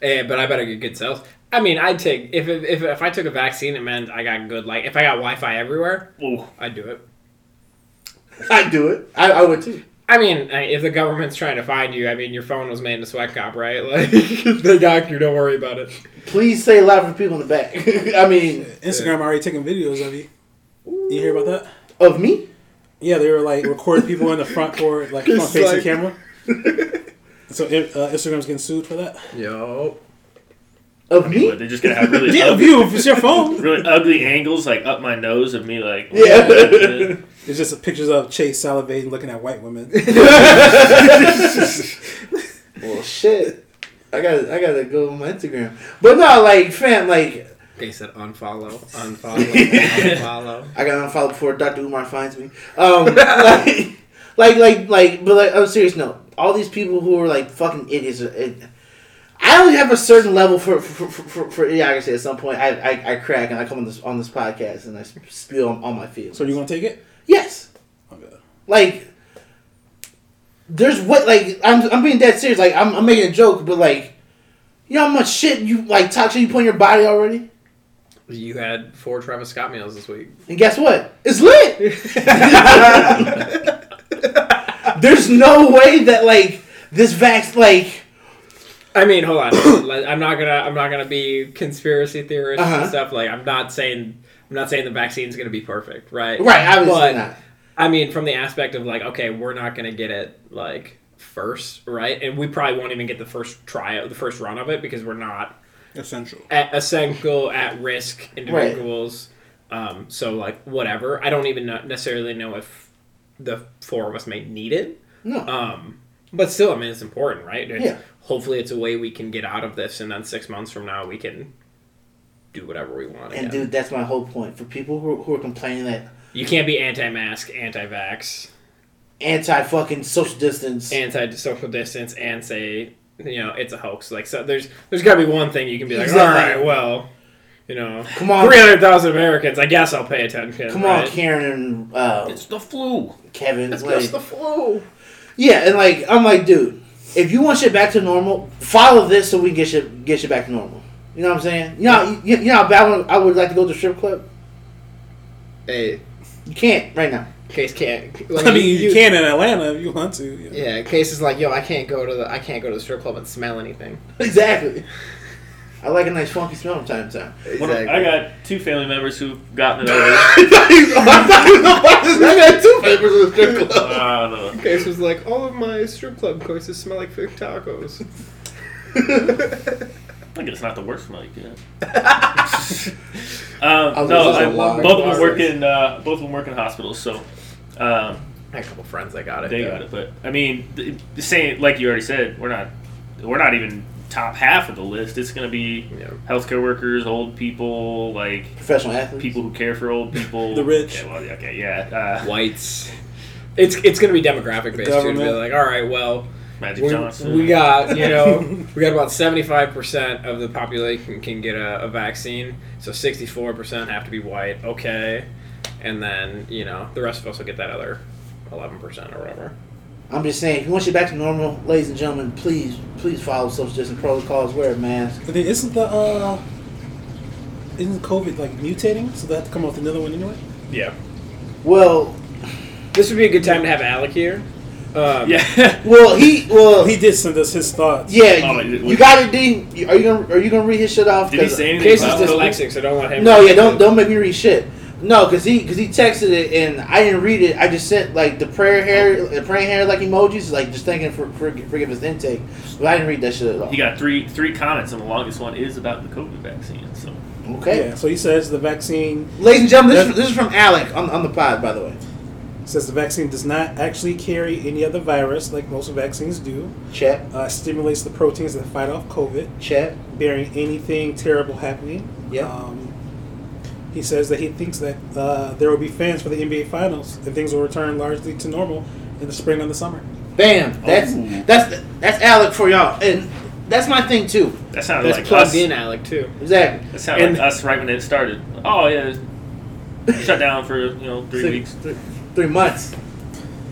Eh, but I better get good sales. I mean, I'd take if, it- if if I took a vaccine, it meant I got good. Like if I got Wi-Fi everywhere,
Whoa.
I'd do it.
I do it. I, I would too.
I mean, I- if the government's trying to find you, I mean, your phone was made in a sweat cop, right? Like they got you. Don't worry about it.
Please say live for people in the back. I mean,
Instagram already taking videos of you. You hear about that?
of me.
Yeah, they were like recording people in the front for like front
It's
facing
like-
camera. So uh, Instagram's getting sued for that.
Yo,
Of
What,
me.
They're just gonna have really
Yeah,
ugly,
view if it's your phone.
really ugly angles like up my nose of me like
Yeah.
It's just pictures of Chase salivating, looking at white women.
Well, shit. I gotta, I gotta go on my Instagram. But no, like, fam, like,
they said unfollow, unfollow, unfollow.
I gotta unfollow before Dr. Umar finds me. Um, like, like, like, like, but like, on a serious note, all these people who are like fucking idiots. uh, It, I only have a certain level for for, for, for, for idiocracy. At some point, I, I, I crack and I come on this on this podcast and I sp- spill on, on my feelings.
so you gonna take it?
Yes. Like, there's what like I'm I'm being dead serious. Like I'm I'm making a joke, but like, you know how much shit you like toxic you put in your body already.
You had four Travis Scott meals this week.
And guess what? It's lit. there's no way that like this vax like
I mean, hold on. Let- I'm not gonna. I'm not gonna be conspiracy theorist
Uh-huh.
and stuff. Like, I'm not saying. I'm not saying the vaccine's gonna be perfect, right?
right. Obviously
But,
not.
I mean, from the aspect of like, okay, we're not gonna get it like first, right? And we probably won't even get the first try, the first run of it, because we're not
Essential.
at essential at risk individuals. Um, so like, whatever. I don't even know, necessarily know if the four of us may need it.
No.
Um, but still, I mean, it's important, right? It's-
Yeah.
Hopefully, it's a way we can get out of this, and then six months from now, we can do whatever we want.
and
Again.
dude, that's my whole point. For people who, who are complaining that
you can't be anti-mask, anti-vax,
anti fucking social distance.
anti-social distance, and say you know it's a hoax. Like, so there's there's got to be one thing you can be like,
Exactly.
all right, well, you know,
Come on.
three hundred thousand Americans. I guess I'll pay attention.
Come on,
right?
Karen and uh,
It's the flu.
Kevin.
It's
like-
just the flu.
Yeah, and like I'm like, dude, if you want shit back to normal, follow this so we can get shit get shit back to normal. You know what I'm saying? You know, you, you know how bad I would- I would like to go to the strip club.
Hey,
You can't right now.
case can't.
I mean, you, can in Atlanta if you want to. Yeah.
Yeah, case is like, yo, I can't go to the I can't go to the strip club and smell anything.
Exactly. I like a nice funky smell from time to time.
One of- I got two family members who've gotten it over.
I thought you were about to say I got two papers in the strip club.
I don't know.
Case was like, all of my strip club courses smell like fake tacos.
I think it's not the worst mic. Yeah. um,
was
no,
just
I,
a lot.
both of them work in uh, both of them work in hospitals, so um,
I had a couple friends that got it.
they got it. But I mean, the, the same like you already said, we're not we're not even top half of the list. It's going to be
Yeah.
healthcare workers, old people, like
Professional athletes.
people who care for old people,
The rich.
Okay, well, okay yeah. Uh,
Whites. It's it's gonna be demographic based. Too, to be
government.
like, all right, well,
Magic
we,
Johnson.
we got you know we got about seventy five percent of the population can get a, a vaccine, so sixty four percent have to be white. Okay, and then you know the rest of us will get that other eleven percent or whatever.
I'm just saying, if you want you back to normal, ladies and gentlemen, please, please follow social distancing protocols. Wear a mask.
But then isn't the uh, isn't COVID like mutating? So they have to come up with another one anyway.
Yeah,
Well,
this would be a good time to have Alec here. Um,
yeah.
well, he, well,
Oh, He did send us his thoughts.
yeah.
Oh,
you,
wait,
you got it, D. You- Are you gonna, are you gonna read his shit off?
Did he
'Cause-
say anything?
Casey's
about-
dyslexic, so don't let him.
No, yeah, don't don't make me read shit. No, cause he cause he texted it and I didn't read it. I just sent like the prayer hair, the praying hair like emojis, like just thanking for for forgive his intake. But I didn't read that shit at all.
He got three three comments, and the longest one is about the COVID vaccine. So
Okay,
Yeah, so he says the vaccine
ladies and gentlemen, this, is- this is from Alec on on the pod, by the way.
says the vaccine does not actually carry any other virus like most vaccines do.
Check,
Uh, stimulates the proteins that fight off COVID,
check.
barring anything terrible happening.
Yeah.
Um, he says that he thinks that uh, there will be fans for the NBA Finals and things will return largely to normal in the spring and the summer.
Bam.
Oh.
That's
Ooh.
that's that's Alec for y'all, and that's my thing too.
that sounded
That's
like
plugged
us.
in, Alec too.
Exactly.
That sounded
And-
like us right when it started. Oh yeah, shut down for you know three
Six-
weeks.
th- three months.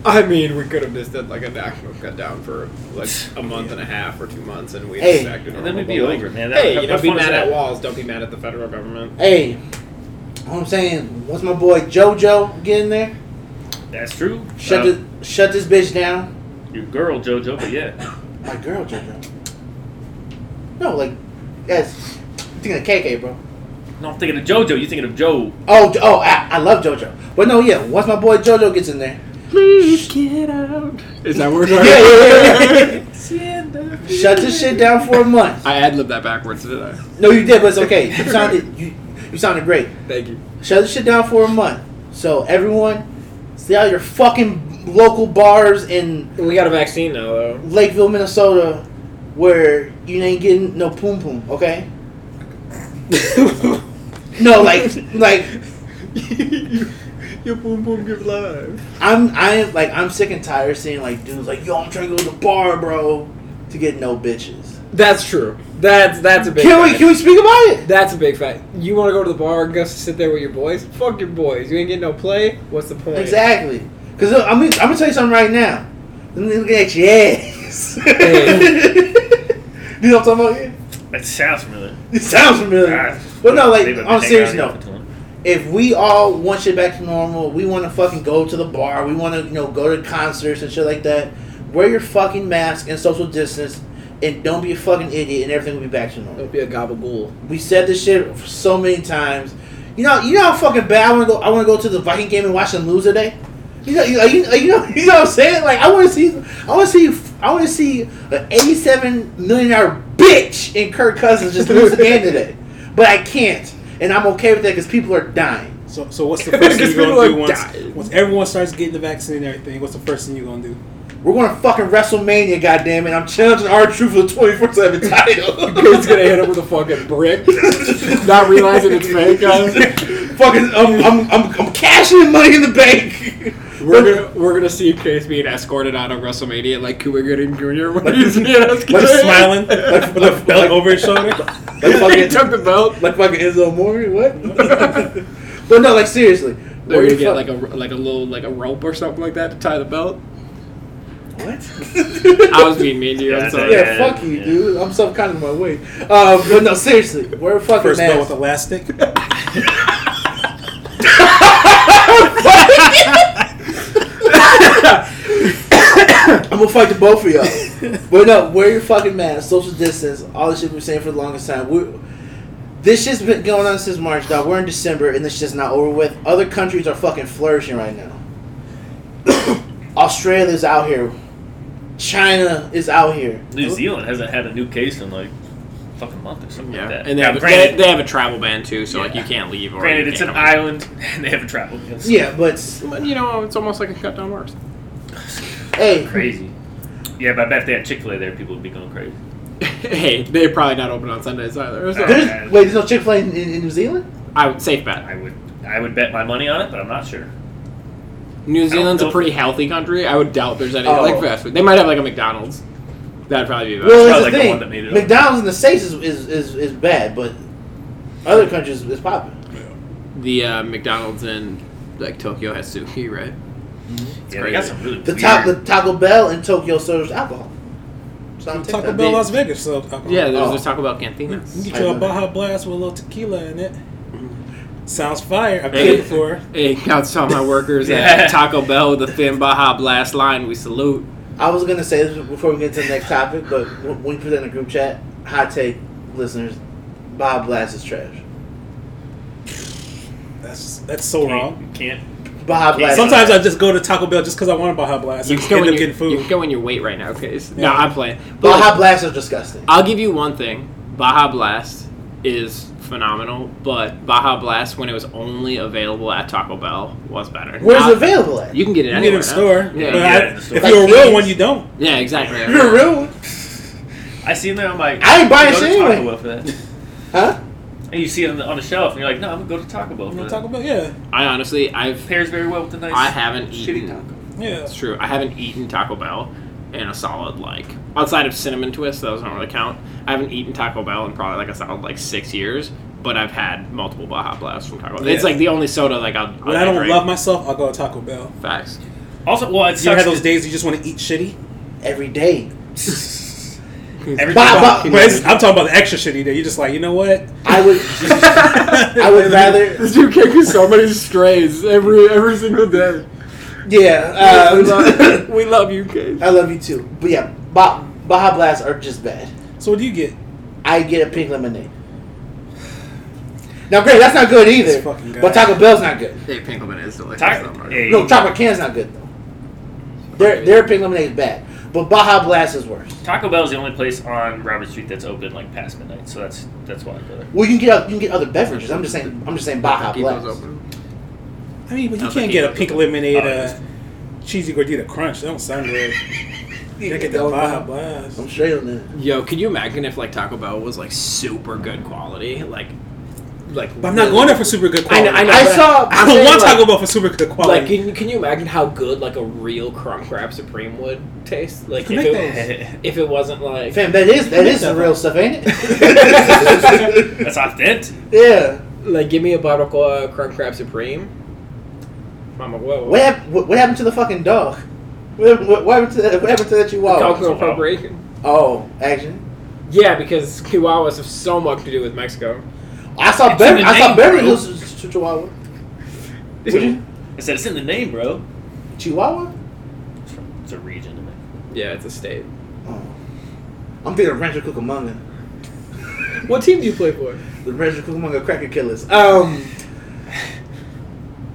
I mean, we could have just did like a national shutdown for like a month and a half or two months, and we
Hey,
just acted
And then
normal,
we'd be
but, like,
over, man. That,
Hey,
how-
you
how
know, be
fun is
mad
that?
at walls. Don't be mad at the federal government.
Hey, what I'm saying, once my boy JoJo get in there,
That's true.
shut
Uh,
the shut this bitch down.
your girl JoJo, but yeah,
My girl, JoJo. No, like, that's thinking of KK, bro.
no, I'm thinking of JoJo. You thinking of Joe?
Oh, J- oh, I, I love JoJo, but no, yeah. Once my boy JoJo gets in there,
Is that word
yeah, yeah, yeah, yeah. shut this shit down for a month.
I ad libbed that backwards, did I?
No, you did, but it's okay. You sounded you, you sounded great.
Thank you.
Shut this shit down for a month. So everyone, stay out of your fucking local bars in
We got a vaccine now, though.
Lakeville, Minnesota, where you ain't getting no poom poom. Okay. No, like, like
Your boom boom give live.
I'm I am like I'm sick and tired of seeing like dudes like yo I'm trying to go to the bar, bro, to get no bitches.
That's true. That's that's a big.
Can we
fact.
can we speak about it?
That's a big fact. You want to go to the bar and go sit there with your boys? Fuck your boys. You ain't getting no play. What's the point?
Exactly. Cause look, I'm gonna, I'm gonna tell you something right now. Them niggas looking at your ass.
Hey.
you know what I'm talking about? Yeah?
That sounds familiar.
It sounds familiar.
Ah,
but no, like
they've been
on a
hanging
serious
out here
note,
for too long.
if we all want shit back to normal, we want to fucking go to the bar, we want to you know go to concerts and shit like that. Wear your fucking mask and social distance, and don't be a fucking idiot, and everything will be back to normal.
Don't be a gabagool.
We said this shit so many times. You know, you know how fucking bad I want to go. I want to go to the Viking game and watch them lose today. You know, you, you, you know, you know what I'm saying? Like, I want to see, I want to see, I want to see an 87 million dollar bitch in Kirk Cousins just lose again today. But I can't, and I'm okay with that because people are dying.
So, so what's the first thing
Because
you're
people
gonna do
are
once,
dying.
once everyone starts getting the vaccine and everything? What's the first thing you're gonna do?
We're going to fucking WrestleMania, goddamn it! I'm challenging our truth for the 24 seven
It's gonna
title.
hit him with a fucking brick. Not realizing it's fake. guys.
fucking, I'm, I'm, I'm, I'm cashing in money in the bank.
We're gonna we're gonna see Case being escorted out of WrestMania like Cuba Gooding Jr. when he's being escorted.
Just smiling, like, with a belt over his shoulder.
Like
he
fucking-
took the belt.
Like fucking Enzo Mori, what? but no, like seriously.
They're
Where
gonna
you
get
fuck-
like a like a little like a rope or something like that to tie the belt.
what?
I was being mean to you.
Yeah,
I'm sorry.
yeah,
Yeah,
fuck you,
yeah.
dude. I'm so kind of my way. Um, but no, seriously, we're fucking
First belt
masks.
with elastic.
I'm gonna fight the both of y'all. but no, wear your fucking mask, social distance, all the shit we've been saying for the longest time. We're, this shit's been going on since March, dog. We're in December, and this shit's not over with. Other countries are fucking flourishing right now. Australia's out here. China is out here.
New Zealand hasn't had a new case in like fucking month or something
Yeah,
like that.
and they
Now,
have, a, they,
granted,
they have a travel ban too, so like you can't leave. Or
granted,
you
it's an
can't
island, and they have a travel ban. so
Yeah, but
come in. But, You know, it's almost like a shutdown works.
hey,
crazy. Yeah, but I bet if they had Chick Fil A there, people would be going crazy.
hey, they're probably not open on Sundays either. so-
Okay.
There's, wait, there's no Chick Fil A in, in, in New Zealand?
I would safe bet.
I would I would bet my money on it, but I'm not sure.
New Zealand's a
know.
pretty healthy country. I would doubt there's any
Oh.
like fast food. They might have like a McDonald's. That'd probably be about.
Well,
it.
that's
probably
the
the
thing.
one that made it up.
McDonald's in the States is, is, is, is bad, but other countries is popping.
The uh, McDonald's in like Tokyo has sushi, right?
yeah, they got
crazy.
some really
The
weird-
top, the Taco Bell in Tokyo serves alcohol. So I'm
Taco
TikTok.
Bell Las Vegas sells alcohol.
Yeah, there's
Oh.
this Taco Bell cantinas.
You get you a Baja Blast with a little tequila in it. Sounds fire. I
Hey.
paid for it.
Hey, shouts to all my workers
Yeah.
at Taco Bell with the thin Baja Blast line. We salute.
I was gonna say this before we get to the next topic, but when when you put that in the group chat, hot take, listeners, Bob Blast is trash.
That's that's so
Can't,
wrong.
can't
Bob Blast.
Sometimes I just go to Taco Bell just because I want a Baja Blast.
You
You end
can go
up
in your,
getting
you can
food.
go in your weight right now, okay? No,
Yeah.
I'm playing. But
Baja Blast is disgusting.
I'll give you one thing. Baja Blast is phenomenal, but Baja Blast when it was only available at Taco Bell was better.
Where's
Now-
it available at?
You can get it
You get
anywhere
in the store.
now. Yeah,
but
you
I-
get it in the store.
if you're a
Like
real
keys.
one, you don't.
yeah, exactly.
You're rude,
I seen that on my.
I ain't buying
go to
shit
Taco
anyway.
Bell for that.
huh?
And you see it on the, on the shelf, and you're like, no, I'm gonna go to Taco Bell.
You
For
know
that.
Taco Bell? Yeah.
I honestly, I've
Pairs very well with the nice.
I haven't
shitty
eaten.
taco.
Yeah.
It's true. I haven't eaten Taco Bell in a solid like outside of cinnamon twist. Those don't really count. I haven't eaten Taco Bell in probably like a solid like six years. But I've had multiple Baja Blasts from Taco Bell. It's
Yeah.
like the only soda like I'll.
When I don't love myself, I'll go to Taco Bell.
facts.
Also, well, it's
You ever had those days you just want to eat shitty?
Every day.
Every
Bob, Bob-
But it's, I'm talking about the extra shitty day. You're just like, you know what?
I would. I would rather.
This dude catches so many strays every every single day.
Yeah.
we,
Um,
love, we love you, Cage.
I love you too, but yeah, Ba Baja Blasts are just bad.
So what do you get?
I get a pink lemonade. Now, great, that's not good either.
This fucking guy.
But Taco Bell's not good.
Hey, Pinkleman is delicious.
Taco-
though, bro.
hey.
No, chocolate can's not good though. Their their pink lemonade is bad, but Baja Blast is worse.
Taco Bell is the only place on Robert Street that's open like past midnight, so that's that's why I go there.
Well, you can get you can get other beverages. I'm just saying I'm just saying Baja
Keep those
Blast.
open.
I mean, but you
Sounds
can't
like
get
you-
a pink lemonade,
Oh,
uh, cheesy gordita crunch. That don't sound good. You gotta get the Baja Blast.
I'm straight on that.
Yo, could you imagine if like Taco Bell was like super good quality, like, like?
But I'm not going there for super good quality.
I know.
I
but I-
saw.
I don't
saying,
want
like-
Taco Bell for super good quality.
Like, can, can you imagine how good like a real crumb crab supreme would taste? Like,
can
if
make
it, if it wasn't like
Fam, that is that is some real stuff, ain't it?
That's authentic.
yeah.
like give me a barbacoa crumb crab supreme. Mama, whoa,
What,
whoa.
hap- what, what happened to the fucking dog? What, what, what happened to that, what happened to that chihuahua?
Cultural appropriation.
Oh, action.
Yeah, because Chihuahuas have so much to do with Mexico.
I saw
It's in
Beverly.
the
I saw
name,
Beverly
bro.
Hills is a chihuahua. Would you?
I said it's in the name, bro.
Chihuahua?
It's, from, it's a region. in it.
Yeah, it's a state.
Oh. I'm thinking of Rancho Cucamonga.
What team do you play for?
The Rancho Cucamonga Cracker Killers. Um,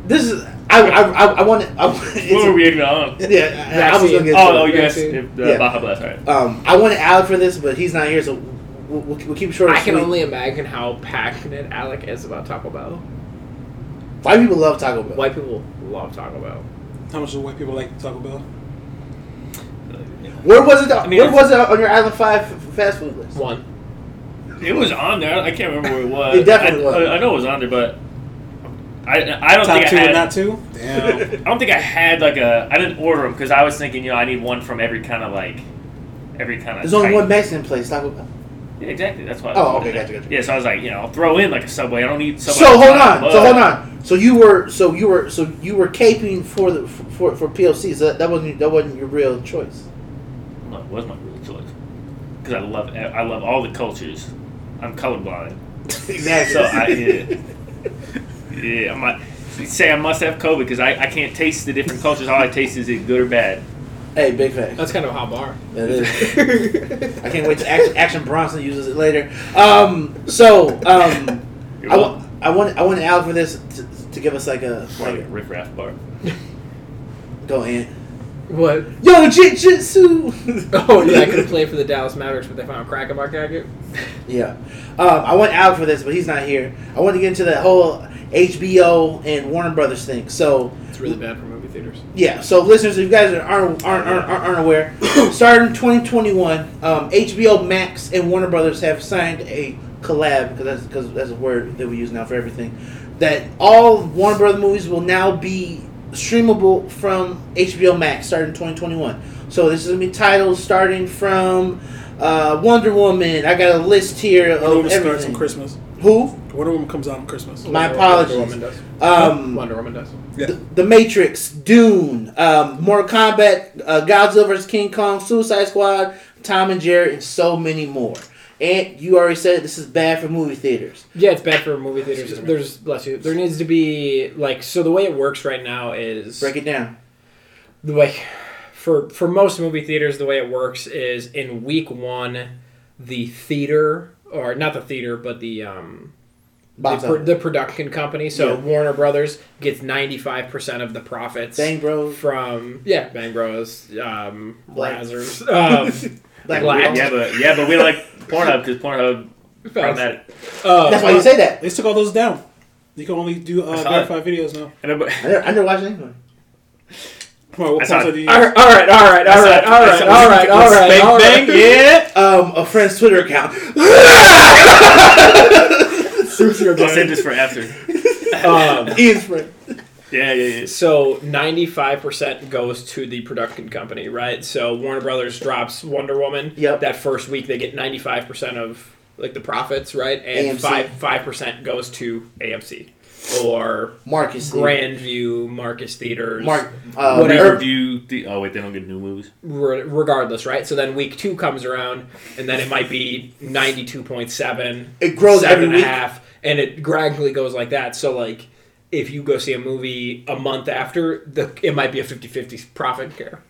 this is I I I, I want to. I,
What were
it's-
we even on?
yeah, I, I was gonna
Vaccine.
get.
Oh,
to
oh,
it.
you guys,
Yeah.
uh, Baja Blast. All right.
Um, I wanted Alec for this, but he's not here, so we'll, we'll, we'll keep it short. and
I can
sweet.
only imagine how passionate Alec is about Taco Bell.
White people love Taco Bell.
White people love Taco Bell.
How much do white people like Taco Bell?
Where was it?
mean,
where
it's-
was it on your Island Five f- fast food list?
One.
It was on there. I can't remember where it was.
It definitely
I,
was.
I, I know it was on there, but I I don't
Top
think
two
I had.
and not two? Damn.
I don't think I had like a. I didn't order them because I was thinking, you know, I need one from every kind of like, every kind of.
There's only one Mexican place, Taco Bell.
Yeah, exactly. That's why. I
Oh,
was
okay,
in there.
gotcha, gotcha.
Yeah, so I was like, you know, I'll throw in like a Subway. I don't need Subway.
So
on
hold
top,
on. So
but-
hold on. So you were so you were so you were caping for the for for PLC. So that, that wasn't that wasn't your real choice.
No, it was my real choice because I love I love all the cultures. I'm colorblind,
Exactly.
so I yeah, yeah. I'm not, say I must have COVID because I, I can't taste the different cultures. All I taste is it good or bad.
Hey, big fact.
That's kind of a hot bar.
That is. I can't wait to action, action Bronson uses it later. Um. So um.
You're
I,
welcome.
wa- I want I want Al for this to, to give us like a
It's more
like
like a
a,
riff raff bar.
go in.
what?
Yo, Jit Jitsu.
Oh, yeah, I could have played for the Dallas Mavericks, but they found a crack in my jacket.
Yeah. Um, I want Al for this, but he's not here. I want to get into that whole HBO and Warner Brothers thing. So
It's really bad for movie theaters.
Yeah, so listeners, if you guys aren't aren't, aren't, aren't, aren't aware, starting 2021, um, HBO Max and Warner Brothers have signed a collab because that's because that's a word that we use now for everything. That all Warner Brothers movies will now be streamable from HBO Max starting 2021. So this is gonna be titles starting from uh, Wonder Woman. I got a list here
Wonder
of
Woman starts on
everything.
Christmas.
Who?
Wonder Woman comes out on Christmas.
My
Wonder
apologies.
Woman does.
Um,
Wonder Woman does.
The, the Matrix, Dune, um, Mortal Kombat, uh, Godzilla vs. King Kong, Suicide Squad, Tom and Jerry, and so many more. And you already said this is bad for movie theaters.
Yeah, it's bad for movie theaters. There's bless you. There needs to be like so the way it works right now is
Break it down.
the way for for most movie theaters the way it works is in week one the theater or not the theater but the um the,
Box
pro-
office.
the production company so
Yeah.
warner brothers gets 95% of the profits
Bang Bros,
from yeah bang bros um
Black-
Razzers, um,
Black
Black-
Widow.
Yeah, but yeah, but we like Pornhub because Pornhub problematic.
uh,
That's why you say that.
They took all those down. You can only do
I
uh,
saw
verified videos now.
I remember,
I never, I never watched anyone.
Come on, what
I saw
console
it.
do you
all
use?
right, all right, all right, all right, all right, all right, all right, all right.
Yeah. Um, a friend's Twitter account.
I'll save this for after.
Um,
Ian's friend.
Yeah, yeah, yeah.
So 95% goes to the production company, right? So Warner Brothers drops Wonder Woman.
Yep.
That first week they get 95% of like the profits, right? And
AMC.
5 5% goes to AMC or
Marcus.
Grandview, Marcus Theaters.
Mark. Uh,
Whatever.
whatever.
Review the. Oh wait, they don't get new movies.
re- regardless, right? So then week 2 comes around and then it might be 92.7
It grows
seven
every
and a
week.
half, and it gradually goes like that. So like, if you go see a movie a month after, the it might be a 50-50 profit share.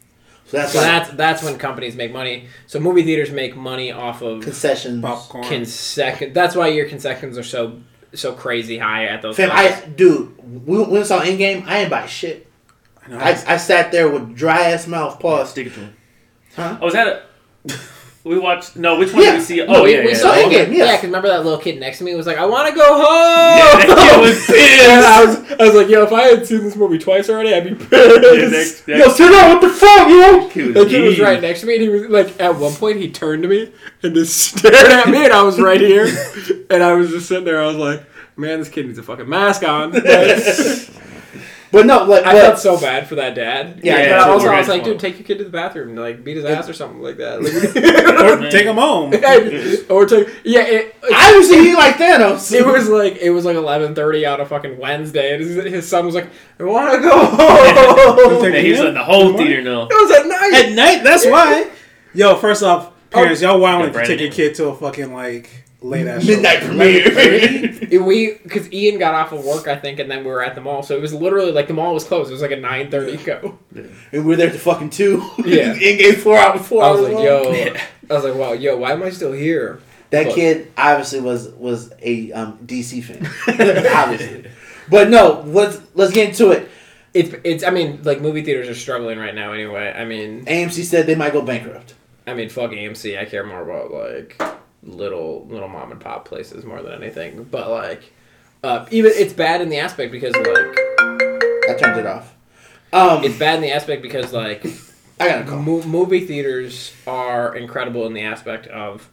So that's
So
why
that's that's when companies make money. So movie theaters make money off of
concessions.
Popcorn.
concession. That's why your concessions are so so crazy high at those.
Fam,
places.
I dude, we, we saw Endgame. I ain't buy shit.
I know,
I, I sat there with dry ass mouth. Pause.
Stick it to 'em.
Huh?
Oh, was that a? We watched. No, which one
Yeah.
did we see? Oh
No, we,
yeah,
we
yeah.
saw
yeah.
it.
Endgame, yes.
Yeah, 'cause remember that little kid next to me was like, "I want to go
Yeah,
home."
that kid was
And
pissed.
I was, I was like, yo, if I had seen this movie twice already, I'd be pissed.
Yeah, that- that-
yo, sit down, what the fuck, yo?
He was
That kid was
mean.
right next to me, and he was like, at one point, he turned to me and just stared at me, and I was right here, and I was just sitting there. I was like, man, this kid needs a fucking mask on. I
But no, like but,
felt so bad for that dad.
Yeah,
but
yeah,
also,
it's
I was like,
horrible.
dude, take your kid to the bathroom and like beat his ass or something like that. Like,
or take them home.
or take, yeah, it,
I was eating like Thanos.
It was like it was like eleven thirty on a fucking Wednesday, and his, his son was like, "I want to go home."
Yeah, he's letting the whole theater know.
it was at night.
At night, that's why. Yo, first off, parents, y'all wild if you
Brandon.
take your kid to a fucking like late ass show.
midnight premiere.
It- we because Ian got off of work, I think, and then we were at the mall. So it was literally like the mall was closed. It was like a nine thirty go.
and we're there to fucking two.
Yeah.
Endgame four hours. Four
I was
hours
like,
long.
yo, I was like, wow, yo, why am I still here?
That
Fuck.
kid obviously was was a um, DC fan, obviously. But no, let's let's get into it.
It's it's. I mean, like movie theaters are struggling right now. Anyway, I mean,
AMC said they might go bankrupt.
I mean, fuck AMC. I care more about like little little mom and pop places more than anything. But like, uh, even it's bad in the aspect because like.
I turned it off. Um,
it's bad in the aspect because like
I got a call.
mo- movie theaters are incredible in the aspect of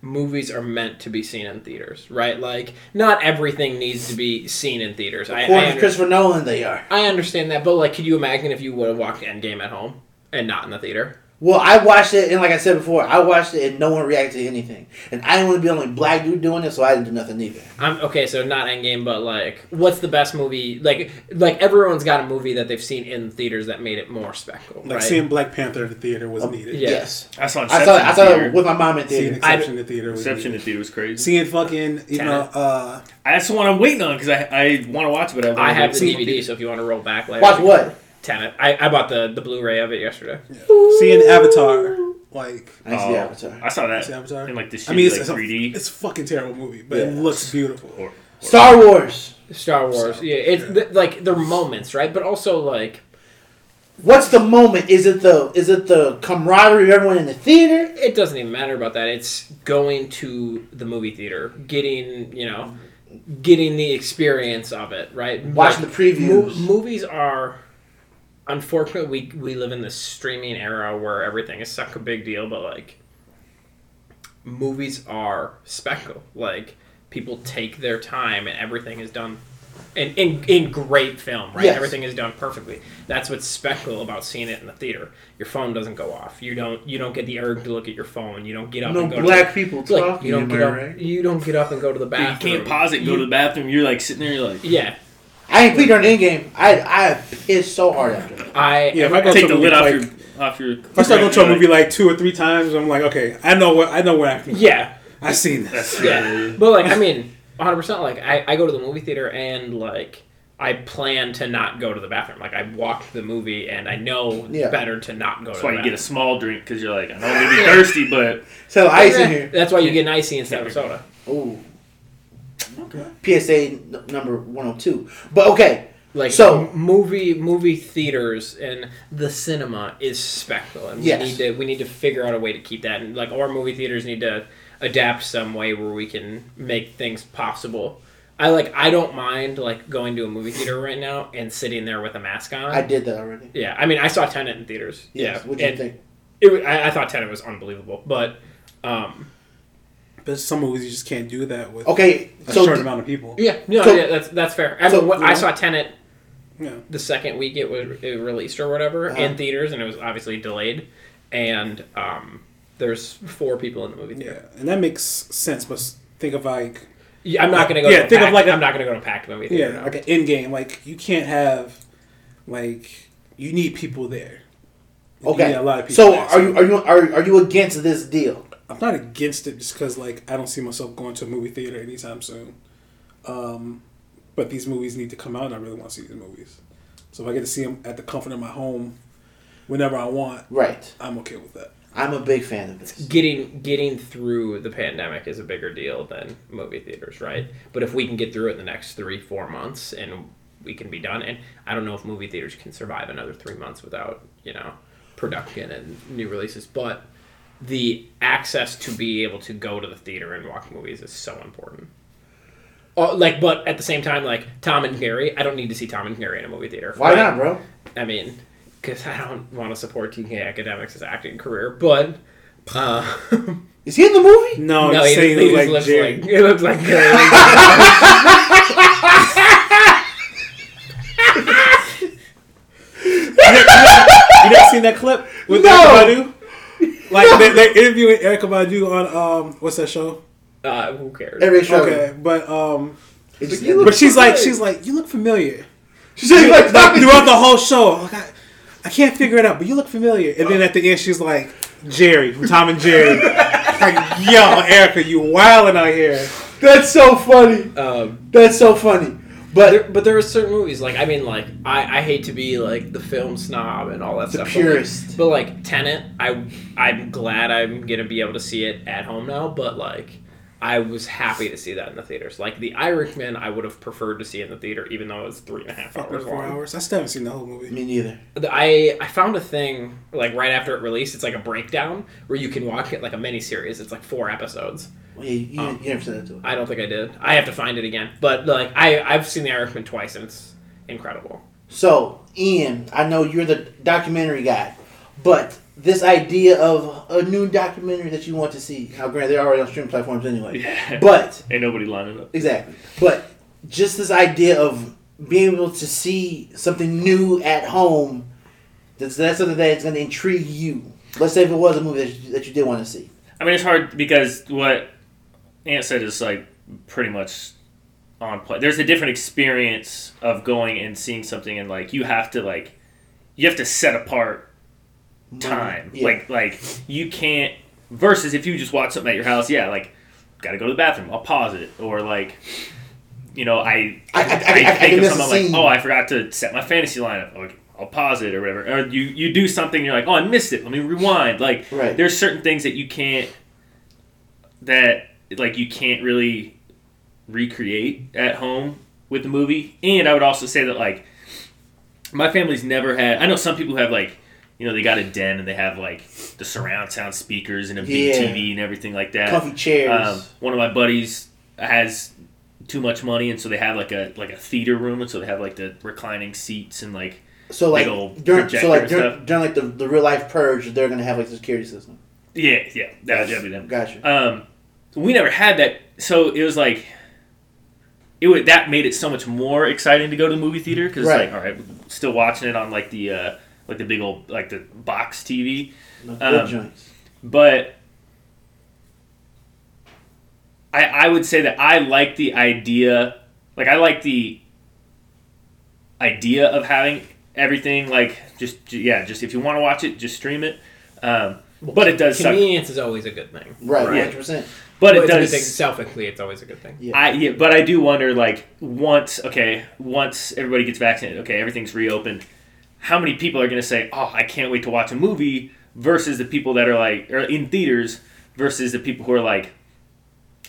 movies are meant to be seen in theaters right like not everything needs to be seen in theaters I, I,
According to
under-
Christopher Nolan, they are.
I understand that but like could you imagine if you would have watched endgame at home and not in the theater
Well, I watched it, and like I said before, I watched it, and no one reacted to anything. And I didn't want to be the only black dude doing it, so I didn't do nothing either.
i'm okay so not endgame but like what's the best movie like like everyone's got a movie that they've seen in theaters that made it more spectacle
Like
right
seeing Black Panther at the theater was needed.
yeah.
Yes,
I saw.
I saw. it- I saw
Inception in
it
the
with my mom in
Seeing
theater.
Inception at the theater was
Inception in
needed.
the theater was crazy.
Seeing fucking you know
Tenet.
uh
That's the one I'm waiting on because I I want to watch it, but I,
i have the
seen
dvd so if you want to roll back later
Watch what?
Tenet. I, I bought the, the Blu-ray of it yesterday.
seeing Avatar like
I didn't see Avatar.
Oh, I saw
see
that
Avatar.
in like this.
I mean, it's,
like
it's, a,
3D.
it's a fucking terrible movie, but it
Yeah.
looks beautiful.
Or-
Oh.
Star Wars.
Star Wars. Yeah, it's th- like they're moments, right? But also like
What's the moment? Is it the is it the camaraderie of everyone in the theater?
it doesn't even matter about that. It's going to the movie theater, getting you know, getting the experience of it, right?
Watching the previews.
movies are unfortunately we we live in this streaming era where everything is such a big deal, but like movies are special. Like people take their time and everything is done in in, in great film, right?
Yes.
Everything is done perfectly. That's what's special about seeing it in the theater. Your phone doesn't go off. You don't you don't get the urge to look at your phone. You don't get up
No
and go
black
to
people
the, like,
talking.
you don't
am
get
I
up
right?
you don't get up and go to the
You
bathroom.
can't pause it and go to the bathroom. You're like sitting there. You're like,
Yeah.
I ain't peed on the end game. I I pissed so hard after that.
I
Yeah, if I go to
take
a
the
movie,
lid off
like,
your off your.
If I start going to a movie like two or three times, I'm like, okay, I know what I know where I can.
yeah.
I've seen this.
Yeah. But like, I mean, 100%. Like, I, I go to the movie theater and like, I plan to not go to the bathroom. Like, I watched the movie and I know
Yeah.
better to not go
That's
to
why you
the bathroom.
get a small drink because you're like, I know I'm gonna be thirsty, but
So ice in
Yeah,
here.
That's why you get an icy instead of a soda.
Ooh. PSA n- number 102. But okay.
Like
So-
m- movie movie theaters and the cinema is spectacle, and
Yes.
we need to we need to figure out a way to keep that. And like our movie theaters need to adapt some way where we can make things possible. I like I don't mind like going to a movie theater right now and sitting there with a mask on.
I did that already.
Yeah, I mean, I saw Tenet in theaters.
Yes.
yeah,
What do you
and
think?
It, wa- I, I thought Tenet was unbelievable, but um,
But some movies you just can't do that with
Okay.
a
So
short
d-
amount of people.
yeah, no,
So-
yeah, that's that's fair. I,
so,
mean, what,
you know-
I saw Tenet
Yeah.
the second week it was it released or whatever
Uh-huh.
in theaters, and it was obviously delayed. And um, there's four people in the movie
Yeah,
theater.
and that makes sense. But s- think of like
Yeah, I'm not gonna go.
Yeah,
to a
think of
packed-
like a-
I'm not gonna go to a packed movie
yeah,
theater. no.
like an end game. Like you can't have like you need people there. Like, you
okay.
need a lot of people.
so
there.
are you are you are, are you against this deal?
I'm not against it just because like I don't see myself going to a movie theater anytime soon. Um, but these movies need to come out, and I really want to see these movies. So if I get to see them at the comfort of my home, whenever I want,
Right.
I'm okay with that.
I'm a big fan of this.
Getting getting through the pandemic is a bigger deal than movie theaters, right? But if we can get through it in the next three four months and we can be done, and I don't know if movie theaters can survive another three months without you know production and new releases, but the access to be able to go to the theater and watch movies is so important. Oh, like, but at the same time, like Tom and Gary, I don't need to see Tom and Gary in a movie theater.
Why
right?
not, bro?
I mean, because I don't want to support TK Academics' as acting career, but uh,
Is he in the movie?
No, I'm
no, he,
just saying
he
like,
just looks
Jerry.
like he looks like Gary.
You never seen that clip with
No.
Erica Badu? Like they, they're interviewing Erica Badu on um what's that show?
uh, who cares?
Every show.
Okay, but um,
It's just-
but she's like she's like you look familiar.
she said you like
Like,
talking
throughout the whole show, like, I, I can't figure it out, but you look familiar. And then at the end, she's like Jerry from Tom and Jerry. like yo, Erica, you wilding out here.
That's so funny.
Um,
That's so funny.
but
But
there, but there are certain movies like I mean like I, I hate to be like the film snob and all that
the
stuff. but, like,
purist.
But like Tenant, I I'm glad I'm gonna be able to see it at home now. But like, I was happy to see that in the theaters. Like The Irishman, I would have preferred to see in the theater, even though it was three and a half
Fucking
hours
four
long.
hours. I still haven't seen the whole movie.
Me neither.
The- I I found a thing like right after it released. It's like a breakdown where you can watch it like a mini series. It's like four episodes.
Well, you, you,
Oh.
Um,
you never said that to her.
I don't think I did. I have to find it again. But like I I've seen The Irishman twice and it's incredible.
So, Ian, I know you're the documentary guy, but this idea of a new documentary that you want to see. Now, granted, they're already on streaming platforms anyway.
yeah.
But
ain't nobody lining up.
exactly. But just this idea of being able to see something new at home. That's, that's something that's going to intrigue you. Let's say if it was a movie that you, that you did want to see.
I mean, it's hard because what Ant said is like pretty much on play. There's a different experience of going and seeing something, and like you have to like you have to set apart time.
Yeah.
Like like you can't. Versus if you just watch something at your house, yeah, like gotta go to the bathroom. I'll pause it, or like you know, I
I- I- I- I can
think of
miss a
something
scene.
like, oh, I forgot to set my fantasy lineup. Okay, I'll pause it or whatever. Or you you do something, you're like, oh, I missed it. Let me rewind. Like
Right.
there's certain things that you can't that like you can't really recreate at home with the movie and i would also say that like my family's never had i know some people have like you know they got a den and they have like the surround sound speakers and a big
Yeah.
tv and everything like that
Comfy chairs.
um, one of my buddies has too much money, and so they have like a like a theater room, and so they have like the reclining seats and like
So like
Big old
during so like
projector
during,
stuff.
during like the, the real life purge, they're gonna have like the security system.
Yeah, yeah, that would definitely them.
Gotcha.
Um, we never had that, so it was like, it would that made it so much more exciting to go to the movie theater because
Right.
like, all right, still watching it on like the uh, like the big old like the box TV,
No, good
um,
joints.
but I I would say that I like the idea, like I like the idea of having everything like just j- yeah, just if you want to watch it, just stream it. Um, but it does suck.
Convenience is always a good thing.
Right,
yeah.
100. percent
But it
it's a good
does
thing. Selfishly, it's always a good thing.
Yeah.
I yeah, but I do wonder like once okay, once everybody gets vaccinated, okay, everything's reopened. How many people are going to say, "Oh, I can't wait to watch a movie," versus the people that are like or in theaters versus the people who are like,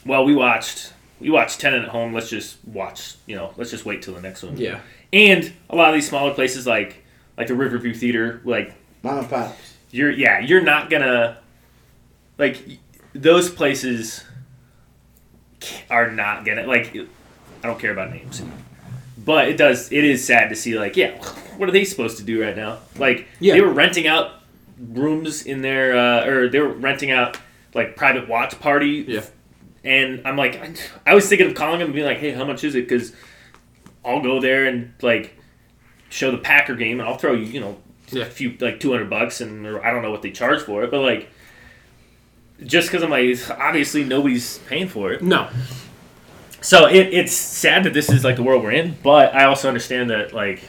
"Well, we watched we watched Tenant at home. Let's just watch, you know, let's just wait till the next one."
Yeah.
And a lot of these smaller places like like the Riverview Theater, like
Mom and pops.
you're yeah you're not gonna like y- those places ca- are not gonna like i don't care about names but it does it is sad to see like yeah what are they supposed to do right now like
Yeah.
they were renting out rooms in their uh, or they were renting out like private watch party
Yeah.
and i'm like I, I was thinking of calling them and being like hey how much is it because i'll go there and like show the packer game and i'll throw you you know
Yeah.
a few like 200 bucks and or i don't know what they charge for it but like just because i'm like obviously nobody's paying for it
No.
so it, it's sad that this is like the world we're in, but I also understand that like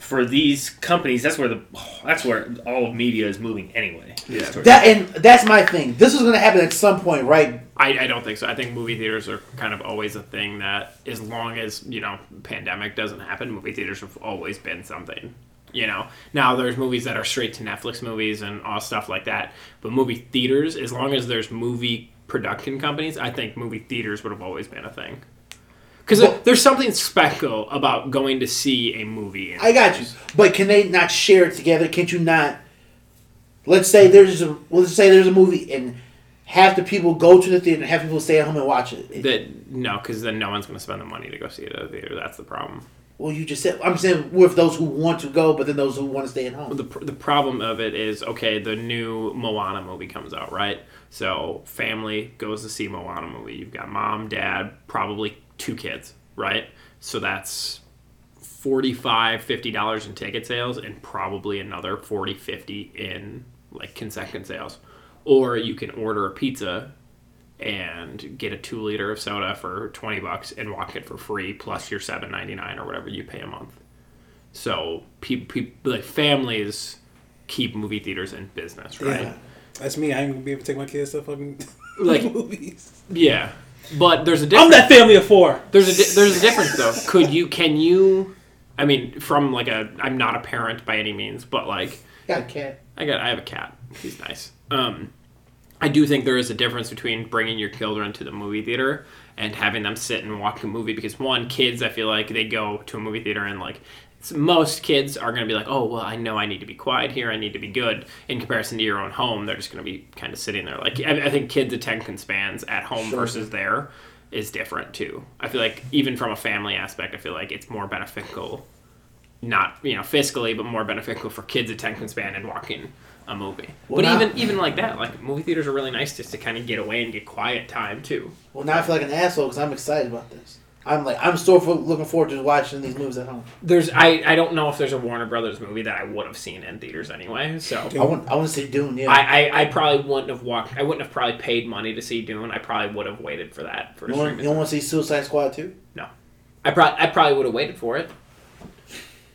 for these companies, that's where the that's where all of media is moving anyway.
Yeah.
That and that's my thing. This is gonna happen at some point, right?
I, I don't think so. I think movie theaters are kind of always a thing that, as long as you know, pandemic doesn't happen, movie theaters have always been something. You know, now there's movies that are straight to Netflix movies and all stuff like that. But movie theaters, as long as there's movie production companies, I think movie theaters would have always been a thing. Because
Well-
there's something special about going to see a movie. In
I got you. But can they not share it together? Can't you not? Let's say there's a let's say there's a movie and half the people go to the theater and half people stay at home and watch it.
that no, because then no one's going to spend the money to go see it at a theater. That's the problem.
Well, you just said I'm saying with those who want to go, but then those who want to stay at home.
the, pr- the problem of it is okay the new moana movie comes out right so family goes to see moana movie you've got mom dad probably two kids right so that's 45 50 dollars in ticket sales and probably another 40 50 in like concession sales or you can order a pizza and get a two liter of soda for 20 bucks and walk it for free plus your 7.99 or whatever you pay a month so people, like families keep movie theaters in business, right?
Yeah. That's me. I ain't gonna be able to take my kids to fucking
Like-
movies.
Yeah. But there's a difference.
I'm that family of four.
There's a di- there's a difference though. Could you can you I mean from like a I'm not a parent by any means, but like
Got a cat.
I got I have a cat. He's nice. Um I do think there is a difference between bringing your children to the movie theater and having them sit and watch a movie because one kids I feel like they go to a movie theater and like s- most kids are going to be like, "Oh, well, I know I need to be quiet here. I need to be good." In comparison to your own home, they're just going to be kind of sitting there. Like I, I think kids' attention spans at home versus there is different too. I feel like even from a family aspect, I feel like it's more beneficial not you know fiscally, but more beneficial for kids' attention span and watching a movie.
Well,
but
now-
even even like that, like movie theaters are really nice just to kind of get away and get quiet time too.
Well, now I feel like an asshole because I'm excited about this. I'm like I'm so for, looking forward to watching these movies at home.
There's I I don't know if there's a Warner Brothers movie that I would have seen in theaters anyway. So
I want I want to see Dune. Yeah,
I, I I probably wouldn't have walked. I wouldn't have probably paid money to see Dune. I probably would have waited for that for
you
a
want you
streaming.
want to see Suicide Squad too?
I probably I probably would have waited for it.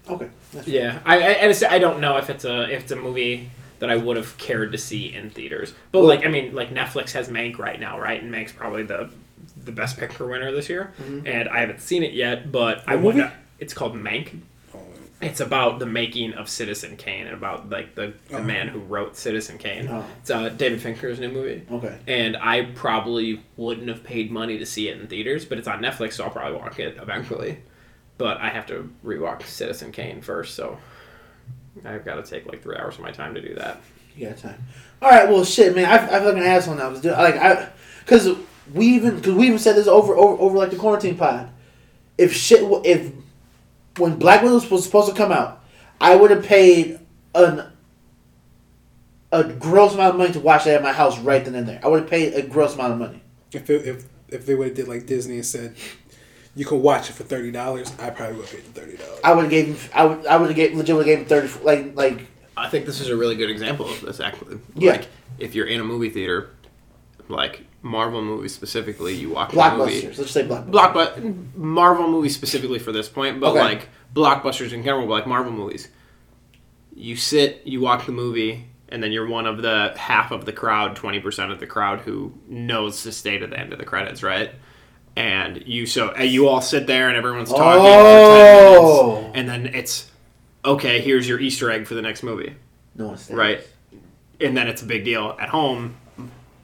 Okay, that's
Yeah, I I, I, just, I don't know if it's a if it's a movie that I would have cared to see in theaters. But like I mean, like Netflix has Mank right now, right? And Mank's probably the the best picture winner this year, and I haven't seen it yet, but I
What
would.
movie?
It's called Mank. It's about the making of Citizen Kane and about like the, the
Oh.
man who wrote Citizen Kane.
Oh.
It's uh, David Fincher's new movie.
okay.
And I probably wouldn't have paid money to see it in theaters, but it's on Netflix, so I'll probably watch it eventually. But I have to rewatch Citizen Kane first, so I've got to take like three hours of my time to do that.
You got time. All right. Well, shit, man. I, I feel like an asshole now. 'Cause, dude, Like I, because we even because we even said this over over over like the quarantine pod. If shit, wa- if when Black Widow was supposed, supposed to come out, I would have paid an a gross amount of money to watch that at my house right then and there. I would have paid a gross amount of money.
If it, if if they would have did like Disney and said, you can watch it for thirty dollars, I probably would have paid the thirty dollars.
I would have gave him. I would. I would have gave legit would have gave him thirty. Like like
I think this is a really good example of this, actually.
Yeah.
Like, if you're in a movie theater, like Marvel movies specifically, you watch the movie.
blockbusters. Let's say blockbusters.
Blockbuster. Marvel movies specifically for this point, but
Okay.
like blockbusters in general, but like Marvel movies. You sit, you watch the movie, and then you're one of the half of the crowd, 20% of the crowd who knows to stay to the end of the credits, right? And you so and you all sit there and everyone's talking for 10
Oh.
minutes, and then it's okay, here's your Easter egg for the next movie.
no one's there.
Right. And then it's a big deal at home.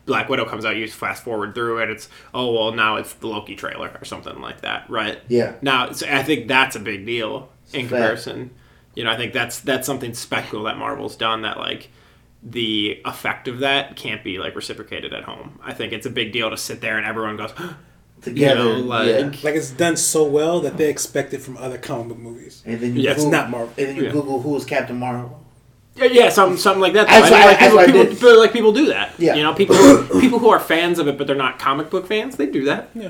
Black Widow comes out. You fast forward through it. It's oh well, now it's the Loki trailer or something like that, right?
Yeah.
Now, so I think that's a big deal in
Fact.
comparison. You know, I think that's that's something special that Marvel's done that like the effect of that can't be like reciprocated at home. I think it's a big deal to sit there and everyone goes, you
Together.
know, like
yeah.
Like it's done so well that they expect it from other comic book movies.
And then you
Yeah,
It's
Google,
not Marvel.
And then you
Yeah.
Google who is Captain Marvel.
Yeah, yeah, something, something like that. though.
That's
I mean,
what I-
like,
that's what I
people,
did.
people, like people do that.
Yeah.
you know, people, who- people who are fans of it, but they're not comic book fans. They do that.
Yeah.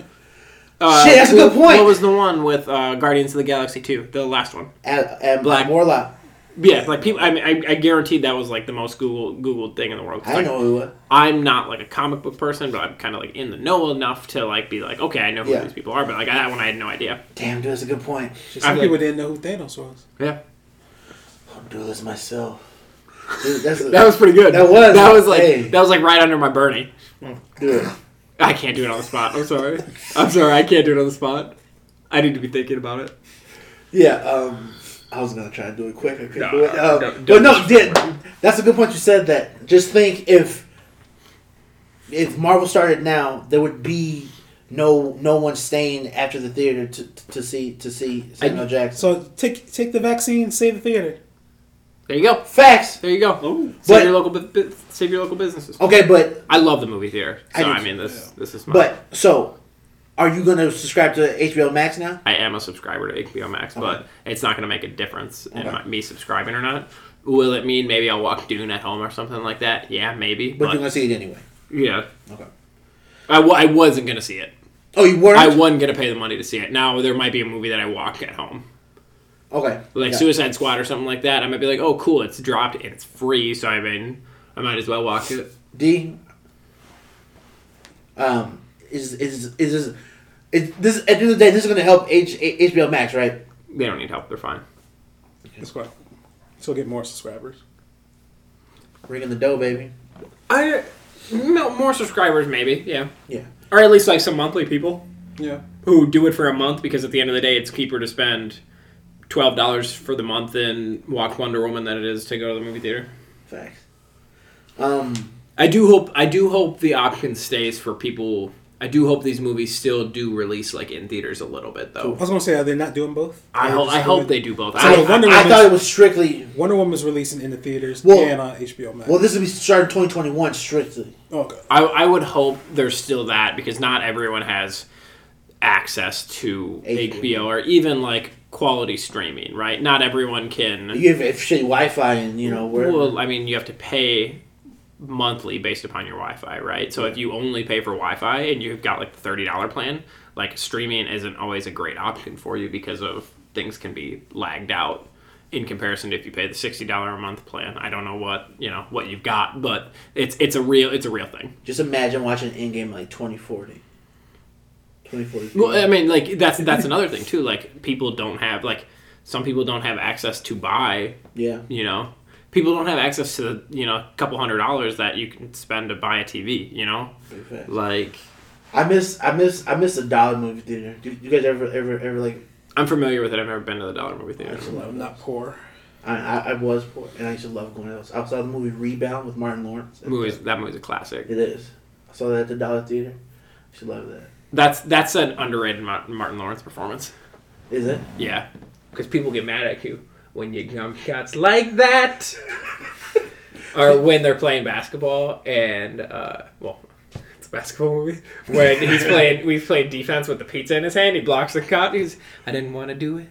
Uh,
Shit, that's a
who-
good point.
What was the one with uh, Guardians of the Galaxy two, the last one?
And, and
Black-
Morlock.
Yeah, like people. I mean, I, I guaranteed that was like the most Google Googled thing in the world. It's
I
like,
know who. it was.
I'm not like a comic book person, but I'm kind of like in the know enough to like be like, okay, I know who
Yeah.
these people are, but like that one I had no idea.
Damn, dude, that's a good point.
Some
I'm like-
people didn't know who Thanos was.
Yeah,
I'll do this myself. Dude, that's a,
that was pretty good.
That was-
that was like
hey.
that was like right under my Bernie.
dude.
I can't do it on the spot. I'm sorry. I'm sorry. I can't do it on the spot. I need to be thinking about it.
Yeah, um, I was gonna try to do it quick. I couldn't
No,
do it. Um,
no,
but no, did that's a good point you said that. Just think if if Marvel started now, there would be no no one staying after the theater to to see to see Samuel Jackson.
So take take the vaccine, save the theater.
There you go.
Facts.
There you go. save
But-
your local bu- bu- save your local businesses.
Okay, but
Oh. I love the movie theater.
I
So
do
I,
too.
mean this this is my
but so are you gonna subscribe to HBO Max now?
I am a subscriber to HBO Max, but it's not going to make a difference in
Okay.
my, me subscribing or not. Will it mean maybe I'll watch Dune at home or something like that? Yeah, maybe.
But
But,
you're gonna see it anyway.
yeah.
Okay.
I, w- I wasn't going to see it.
Oh, you weren't.
I wasn't going to pay the money to see it. Now there might be a movie that I watch at home.
okay.
like
Yeah.
Suicide Squad or something like that, I might be like, oh, cool, it's dropped and it's free, so I mean, I might as well watch it.
D. Um, is is is this, is this at the end of the day? This is going to help H, H- HBO Max, right?
They don't need help; they're fine.
That's why. So we'll get more subscribers.
Ringing the dough, baby.
I no more subscribers, maybe, yeah,
Yeah.
or at least like some monthly people
Yeah.
who do it for a month because at the end of the day, it's cheaper to spend twelve dollars for the month and watch Wonder Woman than it is to go to the movie theater.
Facts. Um,
I do hope I do hope the option stays for people. I do hope these movies still do release like in theaters a little bit
I
though.
was gonna say, are they not doing both?
I
They're
hope
just
I hope
doing-
they do both.
So
I,
I,
Wonder
I
Woman's-
thought it was strictly.
Wonder Woman's releasing in the theaters
Well-
and on HBO Max.
Well, this will be started 2021 strictly.
oh, okay.
I, I would hope there's still that because not everyone has access to
HBO.
HBO, or even like quality streaming, right? Not everyone can.
You have, if shitty Wi-Fi and you know where.
Well, I mean, you have to pay monthly based upon your Wi-Fi, right? So if you only pay for Wi-Fi and you've got like the thirty dollar plan, like streaming isn't always a great option for you because of things can be lagged out in comparison to if you pay the sixty dollar a month plan. I don't know what you know what you've got, but it's it's a real it's a real thing.
just imagine watching Endgame like 2040. 2040.
Well, um, I mean, like that's that's another thing too. Like people don't have like some people don't have access to buy.
yeah.
You know, people don't have access to you know a couple hundred dollars that you can spend to buy a TV. You know,
pretty fast.
like
I miss I miss I miss a dollar movie theater. Do you guys ever ever ever like?
I'm familiar with it. I've never been to the dollar movie
I
theater.
used to love
I'm not poor.
I, I, I was poor, and I used to love going out. I saw the movie Rebound with Martin Lawrence.
Movies that movie's a classic.
It is. I saw that at the Dollar Theater. I should love that.
That's that's an underrated Ma- Martin Lawrence performance.
Is it?
Yeah, because people get mad at you when you jump shots like that, or when they're playing basketball and uh, well, it's a basketball movie when he's playing. We've played defense with the pizza in his hand. He blocks the cut. He's I didn't want to do it.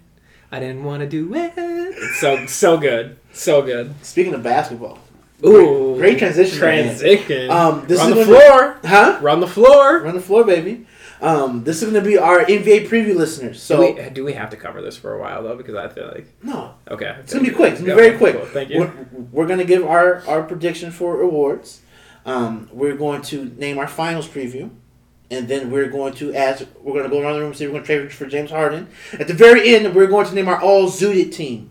I didn't want to do it. It's so so good, so good.
Speaking of basketball,
Ooh,
great transition, man.
Transition.
Um, this
Run
is
the
gonna-
floor.
huh?
Run the floor.
Run the floor, baby. Um, this is going to be our NBA preview listeners.
Do
So
we, do we have to cover this for a while though? Because I feel like
no,
okay,
it's going to be quick. It's going to be very quick.
Cool. Thank you.
We're, we're going to give our our prediction for awards. Um, we're going to name our finals preview, and then we're going to ask. We're going to go around the room and see if we're going to trade for James Harden. At the very end, we're going to name our all zooted team.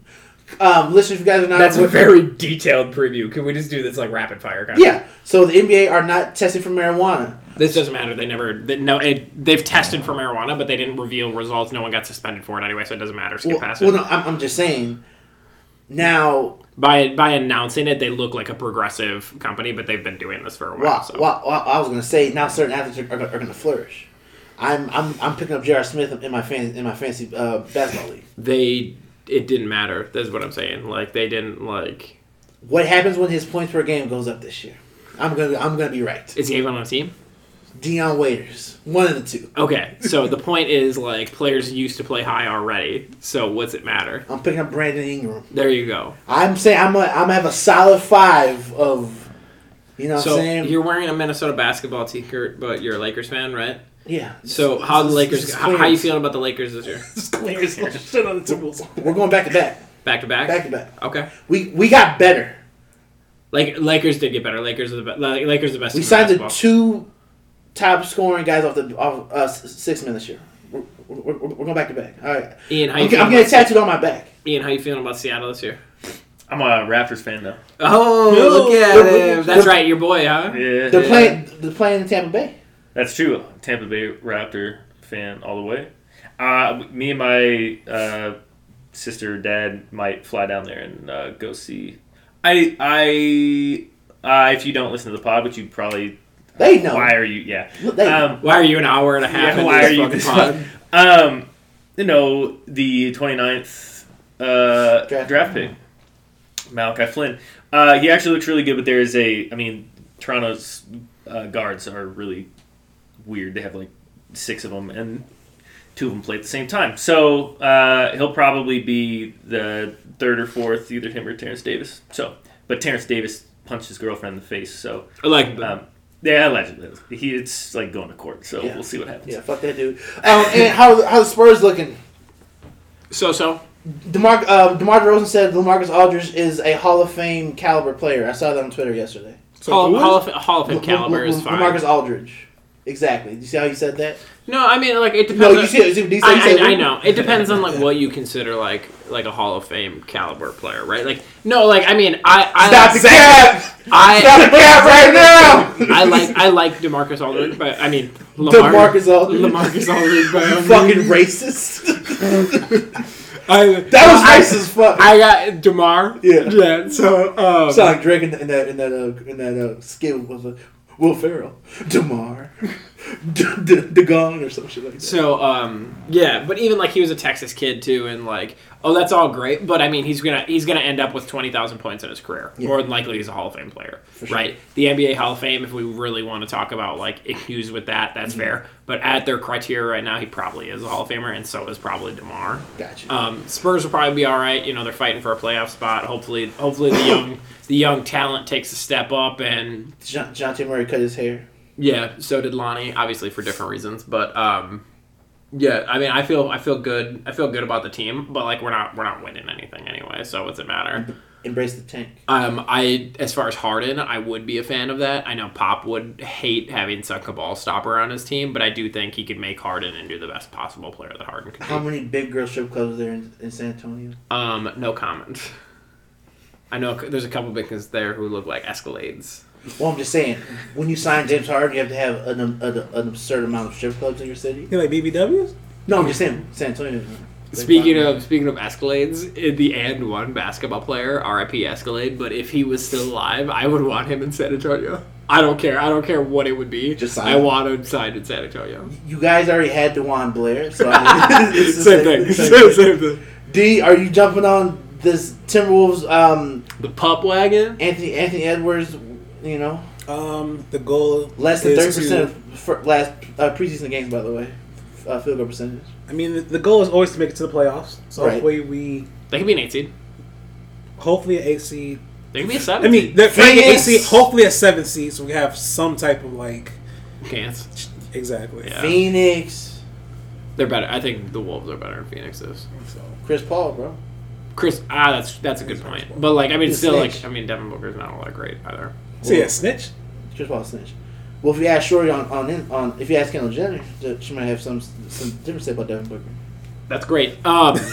Um, listeners, if you guys are not
That's a
aware-
very detailed preview. Can we just do this like rapid fire? Kind
yeah. So the NBA are not testing for marijuana.
This doesn't matter. They never. They, no, it, they've tested for marijuana, but they didn't reveal results. No one got suspended for it anyway, so it doesn't matter. Skip
Well,
past
well,
it.
no, I'm, I'm just saying. Now,
By by announcing it, they look like a progressive company, but they've been doing this for a while.
Wow,
so.
wow, wow, I was gonna say now certain athletes are, are, are gonna flourish. I'm I'm I'm picking up J.R. Smith in my fan in my fancy uh, basketball league.
They. It didn't matter. That's what I'm saying. Like they didn't like.
What happens when his points per game goes up this year? I'm gonna I'm gonna be right.
Is Gabe on a team?
Dion Waiters, one of the two.
Okay, so the point is like players used to play high already. So what's it matter?
I'm picking up Brandon Ingram.
There you go.
I'm saying I'm gonna, I'm gonna have a solid five of, you know, what
so
I'm saying
you're wearing a Minnesota basketball t-shirt, but you're a Lakers fan, right?
yeah.
So how the Lakers?
It's
How, how you
clear.
feeling about the Lakers this year?
Shit on the tables.
We're going back to back,
Back to back.
back to back.
Okay.
We we got better.
Like Lakers did get better. Lakers are the best. Lakers are the best.
We
team in
signed the
basketball.
two top scoring guys off the off uh, s- six men this year. We're, we're, we're we're going back to back. All right.
Ian, how you
I'm,
feeling
I'm
about-
getting tattooed on my back.
Ian, how you feeling about Seattle this year?
I'm a Raptors fan though.
Oh,
No.
look at
They're-
him. That's
they're-
right, your boy, huh?
Yeah,
They're playing. They're playing in Tampa Bay.
That's true. Tampa Bay Raptor fan all the way. Uh, me and my uh, sister, dad might fly down there and uh, go see. I I uh, if you don't listen to the pod, which you probably
They know.
why are you yeah.
Look, They know.
Um,
Why are you an hour and a half?
yeah,
into
why
this
are you
fucking
this
pod?
much? Um, you know, the 29th uh,
Draft.
draft, pick, Malachi Flynn. Uh, he actually looks really good, but there is a, I mean, Toronto's uh, guards are really weird. They have like six of them, and two of them play at the same time. So uh, he'll probably be the third or fourth, either him or Terrence Davis. So, but Terrence Davis punched his girlfriend in the face, so
Like,
um, yeah, allegedly. He, it's like going to court, so
Yeah.
we'll see what happens.
yeah, fuck that dude. Um, and how how the Spurs looking?
so so.
Demar uh, Demar Derozan said Lamarcus Aldridge is a Hall of Fame caliber player. I saw that on Twitter yesterday.
So
Hall,
who is-
Hall, of, Hall of Fame
L-
caliber
L-
is
L-
fine.
Lamarcus Aldridge. Exactly. You see how you said that?
No, I mean like it depends.
No, you
on-
see, you see, you see,
I,
you say-
I- I know it depends on like what you consider like like a Hall of Fame caliber player, right? Like no, like I mean I I
Stop the cap! Stop
I,
the cap right now!
I like I like Demarcus Aldridge, but I mean Lamar,
Demarcus Aldridge.
Lamarcus Aldridge, but
You
I mean,
fucking racist.
I,
That was
I-
nice as fuck.
I got Demar.
Yeah.
yeah. So um,
Sound like Drake in, in that in that uh, in that uh, skit with uh, Will Ferrell, Demar, D- D- Dagon or some shit like that.
So um yeah, but even like he was a Texas kid too, and like oh that's all great, but I mean he's gonna he's gonna end up with twenty thousand points in his career.
Yeah.
More than likely he's a Hall of Fame player,
sure.
right? The NBA Hall of Fame, if we really want to talk about like issues with that, that's
Mm-hmm.
fair. But at their criteria right now, he probably is a Hall of Famer, and so is probably Demar.
Gotcha.
Um, Spurs will probably be all right. You know they're fighting for a playoff spot. Hopefully, hopefully the young the young talent takes a step up and
John, John T. Murray cut his hair.
yeah, so did Lonnie, obviously for different reasons, but um, yeah, I mean, I feel I feel good. I feel good about the team, but like we're not we're not winning anything anyway, so what's it matter?
Embrace the tank.
Um, I as far as Harden, I would be a fan of that. I know Pop would hate having such a ball stopper on his team, but I do think he could make Harden into the best possible player that Harden could
How
be.
many big girl strip clubs are there in, in San Antonio?
Um, no comment. I know c- there's a couple bitches there who look like Escalades.
Well, I'm just saying, when you sign James Harden, you have to have an, an, an absurd amount of strip clubs in your city.
you like BBWs?
No, I'm just saying, San Antonio.
Speaking of speaking of Escalades, in the end one basketball player, RIP Escalade, but if he was still alive, I would want him in San Antonio. I don't care. I don't care what it would be.
Just sign
I
him.
want him signed in San Antonio.
you guys already had Dewan Blair, so I mean, it's the
Same thing. Same, same thing.
D, are you jumping on this Timberwolves? Um,
The pup wagon.
Anthony Anthony Edwards, you know,
Um, the goal
less than
is
thirty percent
to-
of fir- last uh, preseason games. By the way, uh, field goal percentage.
I mean, the, the goal is always to make it to the playoffs. So
Right.
hopefully we,
They could be an eight seed.
hopefully an eight seed.
They could be a seven.
I mean,
seed.
they're playing an eight
Phoenix.
seed. Hopefully a seven seed, so we have some type of like
chance.
exactly.
Yeah.
Phoenix.
They're better. I think the Wolves are better than Phoenix is.
So,
Chris Paul, bro.
Chris, ah, that's that's a good point. But like, I mean,
He's
still, like,
snitch.
I mean, Devin Booker's not all that great either.
so yeah, snitch.
Chris Paul snitch. Well, if you ask Shorty on on, in- on if you ask Kendall Jenner, th- she might have some some different say about Devin Booker.
That's great. Um,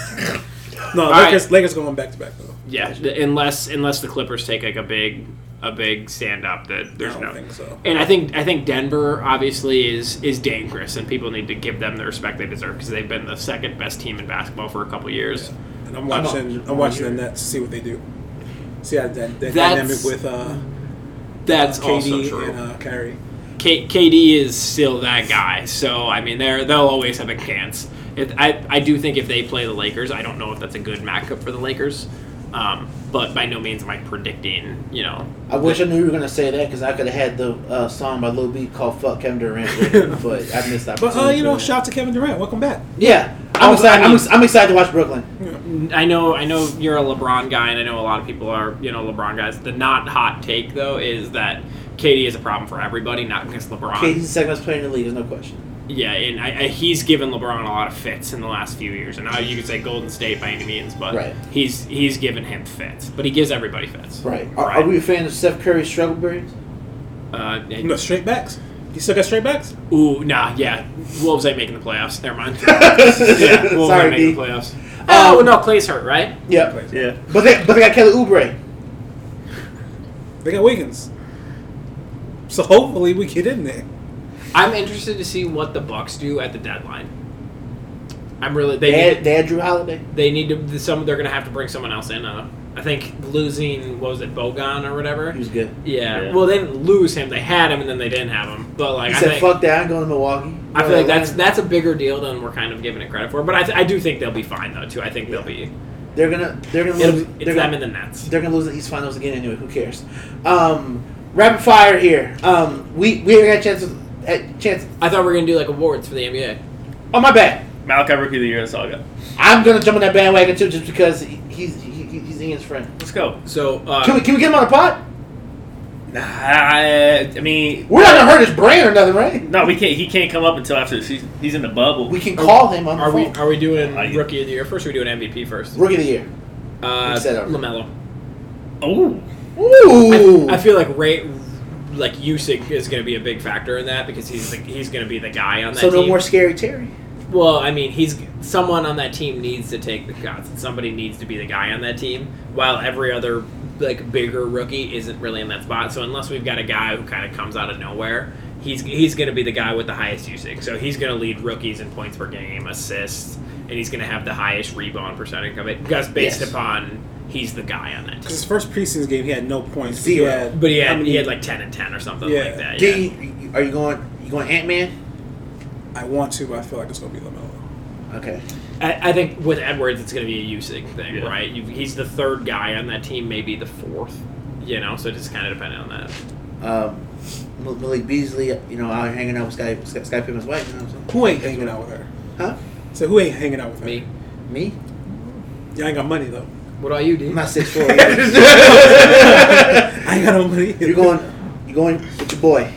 No,
right.
Lakers. Lakers going back to back though.
yeah, the- unless unless the Clippers take like a big a big stand up that there's
I
no.
don't think so.
And I think I think Denver obviously is is dangerous, and people need to give them the respect they deserve because they've been the second best team in basketball for a couple years.
And I'm watching. I'm watching the Nets. See what they do. See how that, that dynamic
That's
with uh,
That's also
KD
true.
and uh, Kyrie.
K- KD is still that guy, so I mean, they're they'll always have a chance. It, I I do think if they play the Lakers, I don't know if that's a good matchup for the Lakers, um, but by no means am I predicting. You know,
I wish I knew you were gonna say that because I could have had the uh, song by Lil B called "Fuck Kevin Durant," but I missed that.
But uh, you know, shout out to Kevin Durant. Welcome back.
yeah,
I
I'm excited. I'm,
mean-
ex- I'm excited to watch Brooklyn.
I know I know you're a LeBron guy, and I know a lot of people are you know LeBron guys. The not hot take though is that KD is a problem for everybody, not against LeBron.
KD's the second best player in the league. There's no question.
Yeah, and I, I, he's given LeBron a lot of fits in the last few years, and I, you could say Golden State by any means, but
Right.
he's he's given him fits, but he gives everybody fits.
Right? Are, are we a fan of Steph Curry's struggle berries?
Uh, and-
No straight backs. You still got straight backs.
Ooh, nah, yeah. Wolves ain't making the playoffs. Never mind. yeah, Wolves
Sorry,
ain't making
D.
the playoffs. Oh
Um,
no, Clay's hurt, right?
Yeah,
Yeah.
but they but they got Kelly Oubre.
They got Wiggins. So hopefully we get in there.
I'm interested to see what the Bucks do at the deadline. I'm really they
They
need,
had, they had Drew Holiday.
they need to some they're gonna have to bring someone else in. Uh, I think losing what was it Bogon or whatever.
He was good.
Yeah.
Yeah.
Well, they didn't lose him. They had him, and then they didn't have him. But like,
He
I
said,
think
"Fuck that! I'm going to Milwaukee."
I feel like that's that's a bigger deal than we're kind of giving it credit for. But I, th- I do think they'll be fine though too. I think they'll be.
they're gonna they're gonna
It'll,
lose.
it's
They're
them
gonna,
and the Nets.
they're gonna lose the East Finals again anyway. Who cares? Um, rapid fire here. Um, we we got a chance. To, a chance.
I thought we were gonna do like awards for the NBA.
Oh my bad.
Malachi Rookie of the Year. That's all I got.
I'm gonna jump on that bandwagon too, just because he, he's he, he- he's Ian's friend.
Let's go.
So uh,
Can we can we get him on the pod?
Nah, I, I mean,
We're not gonna hurt his brain or nothing, right?
no, we can't. He can't come up until after the season. He's in the bubble.
We can call him on the
Are we
phone.
are we doing
I-
rookie of the year first? Or are we doing MVP first?
Rookie of the year.
Uh,
We said already.
Lamelo.
oh,
Ooh.
I, I feel like rate like Usyk is going to be a big factor in that because he's like, he's going to be the guy on that.
so no
team.
more scary Terry.
Well, I mean, he's someone on that team needs to take the shots. Somebody needs to be the guy on that team, while every other like bigger rookie isn't really in that spot. So unless we've got a guy who kind of comes out of nowhere, he's he's going to be the guy with the highest usage. So he's going to lead rookies in points per game, assists, and he's going to have the highest rebound percentage of it, just based
Yes.
upon he's the guy on that
Because his
team.
first preseason game, he had no points.
Zero.
He had,
But he had
how many-
he had like ten and ten or something
Yeah.
like that. Uh, Yeah.
D, are you going? You going Ant Man?
I want to, but I feel like it's gonna be Lamelo.
Okay.
I, I think with Edwards, it's going to be a Usyk thing,
Yeah.
right? You, he's the third guy on that team, maybe the fourth. You know, so it just kind of depending on that.
Um, Mal- Malik Beasley, you know, out here hanging out with Sky Sky, Sky Pim's wife. You know what I'm saying?
Who ain't hanging out with her?
Huh?
So who ain't hanging out with her?
Me.
Me?
Y'all ain't got money though.
What about you,
I'm
dude?
not six four.
I ain't got no money. either.
You're going. You're going with your boy.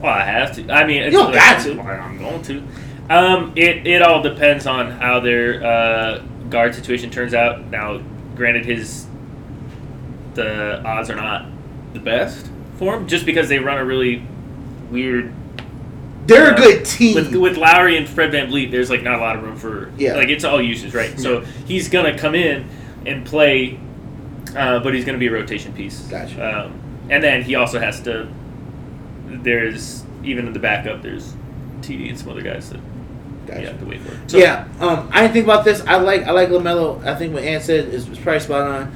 well, I have to. I mean, it's
You don't got to.
Well, I'm going to. Um, it it all depends on how their uh, guard situation turns out. Now, granted, his the odds are not the best for him, just because they run a really weird
They're a
Uh,
good team.
with with Lowry and Fred Van Vliet, there's like not a lot of room for
Yeah.
Like it's all uses, right? So he's gonna come in and play, uh, but he's gonna be a rotation piece.
Gotcha.
Um, and then he also has to. There's even in the backup. There's TD and some other guys that
Gotcha.
you have to wait for. So,
yeah, um, I didn't think about this. I like I like Lamelo. I think what Ann said is, is probably spot on.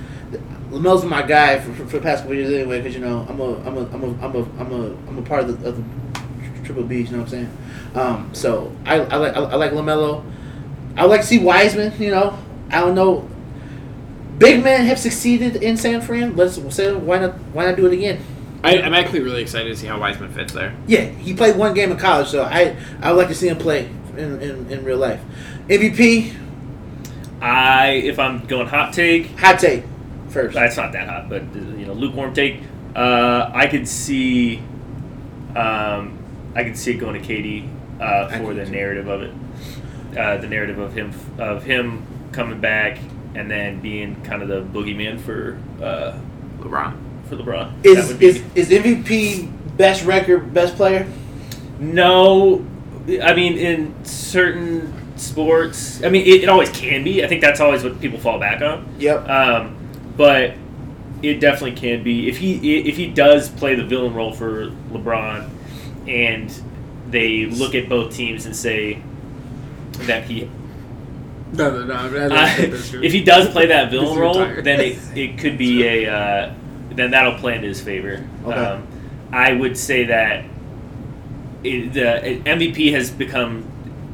Lamelo's my guy for, for, for the past couple years anyway, because you know I'm a I'm a I'm a I'm a I'm a, I'm a part of the, of the tri- triple B. You know what I'm saying? Um, so I, I like I, like Lamelo. I would like to see Wiseman. You know, I don't know. Big men have succeeded in San Fran. Let's say why not why not do it again?
I, I'm actually really excited to see how Wiseman fits there.
Yeah, he played one game in college, so I I would like to see him play in, in, in real life. MVP,
I, if I'm going hot take,
hot take first.
it's not that hot, but you know, lukewarm take. Uh, I could see, um, I could see it going to Katie uh, for the narrative of it, uh, the narrative of him of him coming back and then being kind of the boogeyman for uh,
LeBron.
for LeBron. That
Is,
would be-
is, is MVP best record, best player?
No, I mean in certain sports, I mean it, it always can be. I think that's always what people fall back on.
Yep.
Um, but it definitely can be if he if he does play the villain role for LeBron, and they look at both teams and say that he
No, no, no. I
Uh,
mean, I don't think that's true.
Uh, if he does play that villain
He's
role,
retired.
then it, it could be a uh, then that'll play into his favor.
Okay.
Um, I would say that it, the it- MVP has become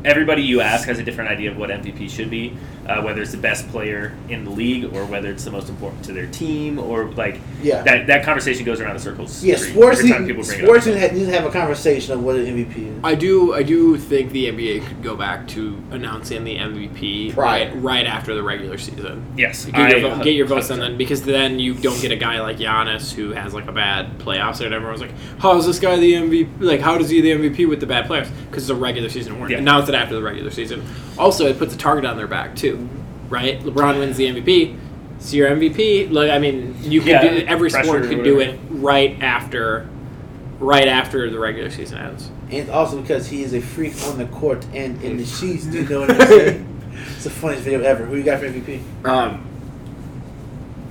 everybody you ask has a different idea of what MVP should be, uh, whether it's the best player in the league or whether it's the most important to their team or like
Yeah.
that that conversation goes around in circles.
yeah,
every-
sports
every
need,
time people bring it up.
sports need to have- need to have a conversation of what an MVP is.
I do I do think the NBA could go back to announcing the MVP
Prior.
right right after the regular season.
Yes,
Get your,
I-
vo- get your votes in then, because then you don't get a guy like Giannis who has like a bad playoffs, and everyone's like, "How is this guy the MVP? Like, how does he the MVP with the bad playoffs? Because it's a regular season award.
Yeah.
Announce it after the regular season. Also, it puts a target on their back too, right? LeBron wins the MVP. It's your MVP. Like, I mean, you can
Yeah,
do every sport
pressure or
can do
whatever.
it right after, right after the regular season ends.
And also because he is a freak on the court and in the sheets. Do you know what I'm saying? it's the funniest video ever. Who you got for MVP?
Um,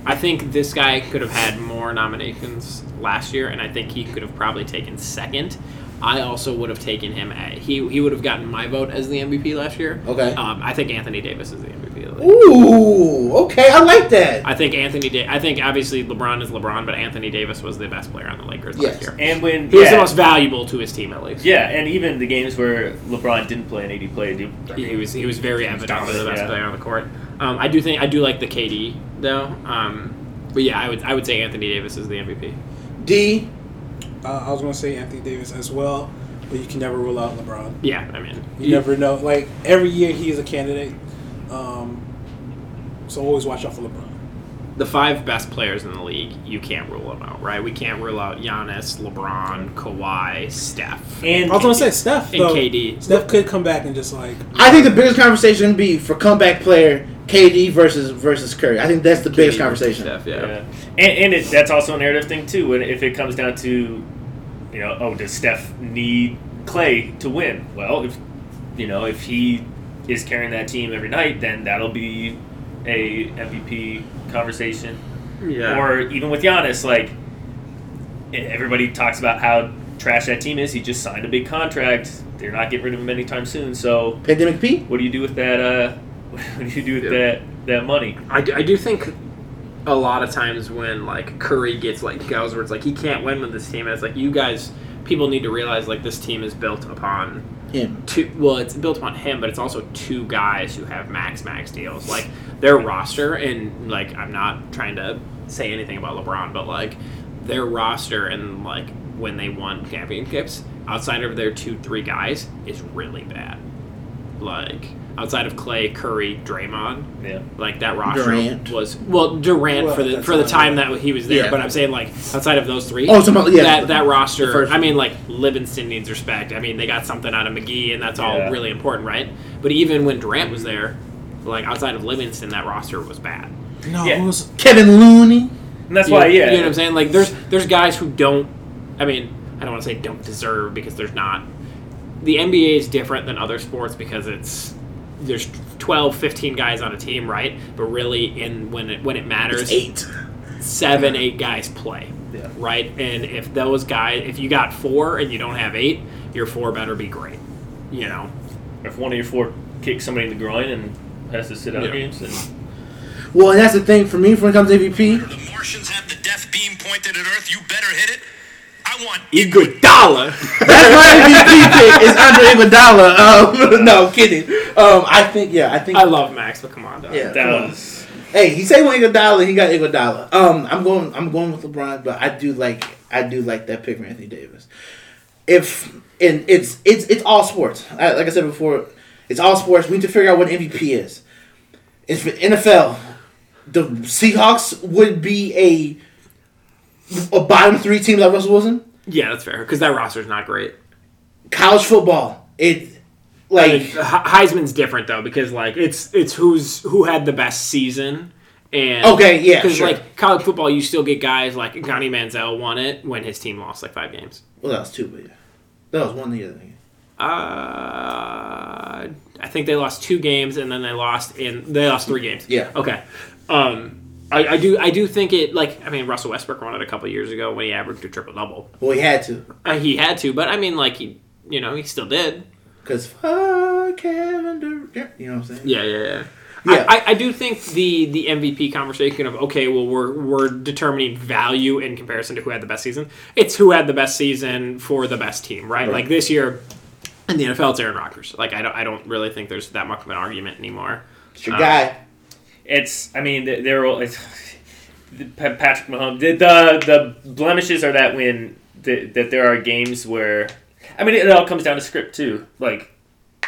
I think this guy could have had more nominations last year, and I think he could have probably taken second. I also would have taken him. At, he he would have gotten my vote as the MVP last year.
Okay.
Um, I think Anthony Davis is the MVP. Of the league.
Ooh, okay, I like that.
I think Anthony. Da- I think obviously LeBron is LeBron, but Anthony Davis was the best player on the Lakers
Yes.
last year.
And when
He was the
yeah.
most valuable to his team, at least.
yeah, and even the games where LeBron didn't play and AD played, you-
He was he was very evidently the best
yeah.
player on the court. Um, I do think I do like the KD though. Um, but yeah, I would I would say Anthony Davis is the MVP.
D.
Uh, I was gonna say Anthony Davis as well, but you can never rule out LeBron.
Yeah, I mean
You never know. Like every year, he is a candidate. Um, so always watch out for LeBron.
the five best players in the league, you can't rule them out, right? We can't rule out Giannis, LeBron, Kawhi, Steph,
and
I was gonna say Steph
and
though.
KD.
Steph could come back and just like
I think the biggest conversation would be for comeback player KD versus versus Curry. I think that's the biggest conversation.
Steph, yeah.
Yeah. And, and it, that's also a narrative thing too. When if it comes down to, you know, oh, does Steph need Clay to win? Well, if you know if he is carrying that team every night, then that'll be a MVP conversation. Or even with Giannis, like e- everybody talks about how trash that team is. He just signed a big contract. They're not getting rid of him anytime soon. So
Pandemic P.
what do you do with that? Uh, what do you do with
Yeah.
that that money?
I, do, I do think a lot of times when like Curry gets like goes where it's like he can't win with this team, it's like you guys people need to realize like this team is built upon
Him.
two well it's built upon him but it's also two guys who have max max deals like their roster and like i'm not trying to say anything about lebron but like their roster and like when they won championships outside of their two three guys is really bad like outside of clay curry draymond
Yeah.
like that roster
Durant.
was well Durant
Well,
for the
that's
for the
not
time that he was there.
Yeah.
But I'm saying like outside of those three,
Oh, so my- yeah.
that that
The
roster.
first-
I mean, like Livingston needs respect. I mean, they got something out of McGee, and that's all
Yeah.
really important, right? But even when Durant was there, like outside of Livingston, that roster was bad.
no,
Yeah.
it was
Kevin Looney.
And that's
You-
why, yeah,
you know what I'm saying. Like there's there's guys who don't. I mean, I don't want to say don't deserve because there's not. The NBA is different than other sports because it's there's 12, 15 guys on a team, right? But really, in when it when it matters,
It's eight.
seven, eight guys play. Right? And if those guys, if you got four and you don't have eight, your four better be great. You know?
if one of your four kicks somebody in the groin and has to sit out
Yeah.
games, and
Well, and that's the thing for me when it comes to MVP.
The Martians have the death beam pointed at Earth. You better hit it. I want
Iguodala!
That's my MVP pick is Andre Iguodala. Um, no, I'm kidding. Um, I think yeah, I think
I love Max, but come on, dog.
yeah.
that
come on.
was
Hey, he said he won Iguodala, he got Iguodala. Um, I'm going, I'm going with LeBron, but I do like, I do like that pick for Anthony Davis. If and it's it's it's all sports. I, like I said before, It's all sports. We need to figure out what MVP is. It's for NFL. The Seahawks would be a a bottom three team like Russell Wilson.
Yeah, that's fair because that roster's not great.
College football. It like
Like, He- Heisman's different though because like it's it's who's who had the best season and
Okay, yeah,
because
sure.
like college football you still get guys like Johnny Manziel won it when his team lost like five games.
well that was two, but yeah, that was one the other thing.
Uh, I think they lost two games and then they lost in they lost three games.
Yeah.
Okay. Um, I, I do I do think it like I mean Russell Westbrook won it a couple years ago when he averaged a triple double.
Well, he had to
Uh, he had to, but I mean like he you know he still did.
because fuck Kevin Durant. You know what I'm saying?
Yeah, yeah, yeah.
Yeah.
I, I, I do think the the MVP conversation of okay, well we're we're determining value in comparison to who had the best season. It's who had the best season for the best team, right? Like this year in the NFL, it's Aaron Rodgers. Like I don't I don't really think there's that much of an argument anymore.
It's your
Uh,
guy.
It's I mean th- they're all it's the Pa- Patrick Mahomes. The, the the blemishes are that when the, that there are games where I mean it all comes down to script too. Like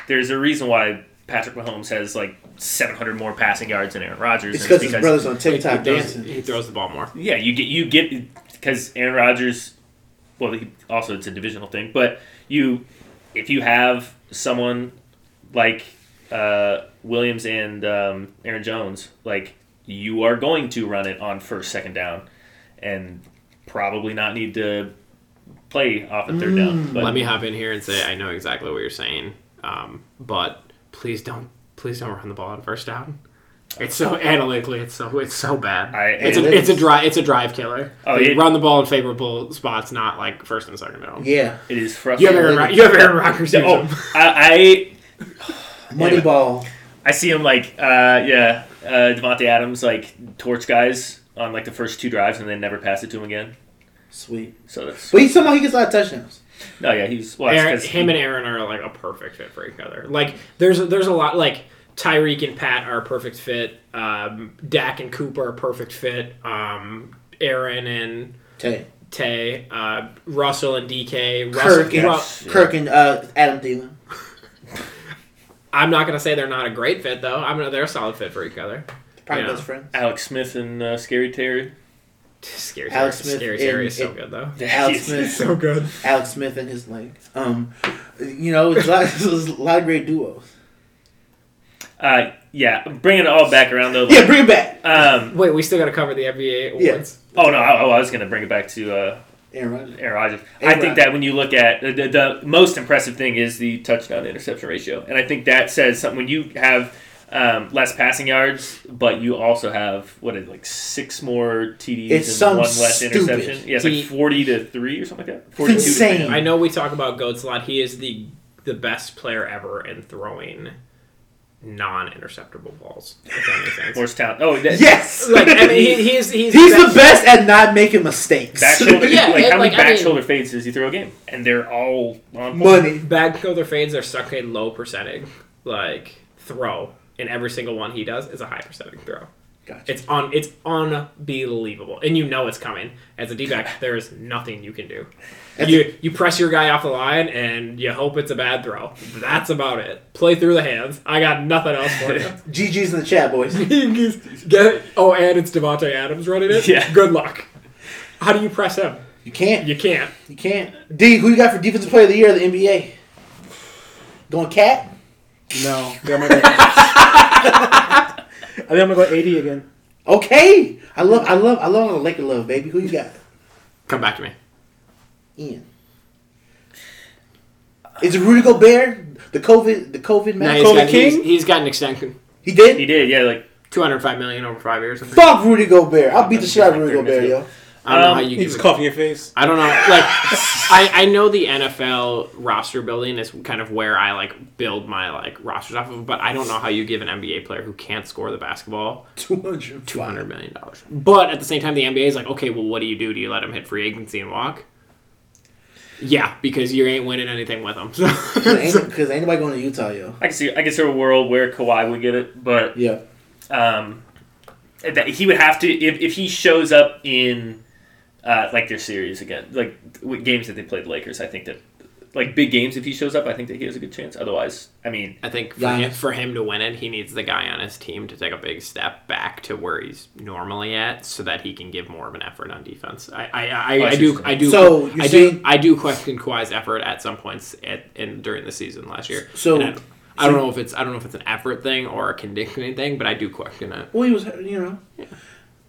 there's a reason why Patrick Mahomes has like 700 more passing yards than Aaron Rodgers.
It's
and
because his brother's on TikTok
he, throws,
dancing.
he throws the ball more.
Yeah, you get you get because Aaron Rodgers. Well, he, also it's a divisional thing, but you if you have someone like uh, Williams and um, Aaron Jones, like you are going to run it on first second down, and probably not need to play off a third down. But
Let me hop in here and say I know exactly what you're saying, um, but please don't please don't run the ball on first down. It's so analytically, it's so it's so bad.
I-
it's, a,
it
it's a
is.
drive it's a drive killer.
Oh,
They
it-
run the ball in favorable spots, not like first and second down.
Yeah,
it is
You have
frustrating.
Aaron, Rod- you have Aaron Rodgers. use him.
oh, I, Yeah.
Moneyball.
I I see him like uh, yeah, uh, Devontae Adams like torch guys on like the first two drives and then never pass it to him again.
Sweet.
So that's
But he somehow he gets a lot of touchdowns.
No, yeah, he's well,
Aaron,
that's 'cause
him and Aaron are like a perfect fit for each other. Like there's there's a lot like Tyreek and Pat are a perfect fit. Um, Dak and Cooper are a perfect fit. Um, Aaron and
Tay.
Tay, uh, Russell and DK. Russell,
Kirk,
Ru-
and, Kirk and uh, Adam Thielen.
I'm not gonna say they're not a great fit though. I'm gonna, they're a solid fit for each other.
Probably
Yeah.
best friends.
Alex Smith and uh, Scary Terry.
Scary
Alex
Terry-
Smith
Scary
and-
Terry is so
and-
good though.
Alex
He's-
Smith.
So good.
Alex Smith and his leg. Um, you know, it's a lot, it's a lot of great duos.
Uh, yeah, bringing it all back around though. like,
Yeah, bring it back.
Um,
Wait, we still gotta cover the NBA
Yeah.
awards.
oh no, I, oh, I was gonna bring it back to uh,
Aaron Rodgers.
Aaron Rodgers. I
Aaron
think that when you look at the, the, the most impressive thing is the touchdown to interception ratio, and I think that says something. When you have um, less passing yards, but you also have what is it, like six more TDs
It's
and
some
one less
stupid-
interception. Yeah, it's
He-
like forty to three or something like that.
It's
Forty two.
insane.
I know we talk about Goats a lot. He is the the best player ever in throwing non-interceptable balls. If that makes sense.
Morristown. Oh, that,
Yes.
like I mean, he, he is he's,
He's the
that's-
best at not making mistakes.
Back shoulder,
Yeah,
like
it-
how
like,
many
I
back
mean-
shoulder fades does he throw a game? And they're all on point.
Money.
Back shoulder fades are such a low percentage like throw, and every single one he does is a high percentage throw.
Gotcha.
It's on. It's unbelievable, and you know it's coming. As a D back, there is nothing you can do. You you press your guy off the line, and you hope it's a bad throw. That's about it. Play through the hands. I got nothing else for you.
GG's in the chat, boys.
Get it? Oh, and it's Devonte Adams running it.
Yeah.
Good luck. How do you press him?
You can't.
You can't.
You can't. D, who you got for Defensive Player of the Year of the NBA? Going Cat?
No, I think I'm gonna go- I think I'm gonna go 80 again.
Okay. I love, I love, I love the Laker love, baby. Who you got?
Come back to me.
Ian. Is it Rudy Gobert? The COVID, the COVID match.
he's
Kobe
got, he's-
King?
he's got an extension,
He did.
He did, yeah. Like
two hundred five million over five years. I
Fuck Rudy Gobert. I'll beat the shit out of Rudy Gobert, yo.
don't know
Um,
how you
He
give
just
it-
cough in your face.
I don't know. Like, I, I know the NFL roster building is kind of where I like build my like rosters off of, but I don't know how you give an NBA player who can't score the basketball
200.
two hundred million dollars. But at the same time, the NBA is like, okay, well, what do you do? Do you let him hit free agency and walk? Yeah, because you ain't winning anything with him. So.
Because ain't nobody going to Utah, yo.
I can see, I can see a world where Kawhi would get it, but
Yeah.
um, that he would have to if, if he shows up in uh, like their series again, like w- games that they played the Lakers. I think that like big games, if he shows up, I think that he has a good chance. Otherwise, I mean,
I think for
Giannis.
him, for him to win it, he needs the guy on his team to take a big step back to where he's normally at, so that he can give more of an effort on defense. I I, I,
Oh, I
I
see
do
what you're
I do
So, you're
I do
saying-
I do question Kawhi's effort at some points at in during the season last year.
So-
And I, I don't know if it's I don't know if it's an effort thing or a conditioning thing, but I do question it.
Well, he was, you know.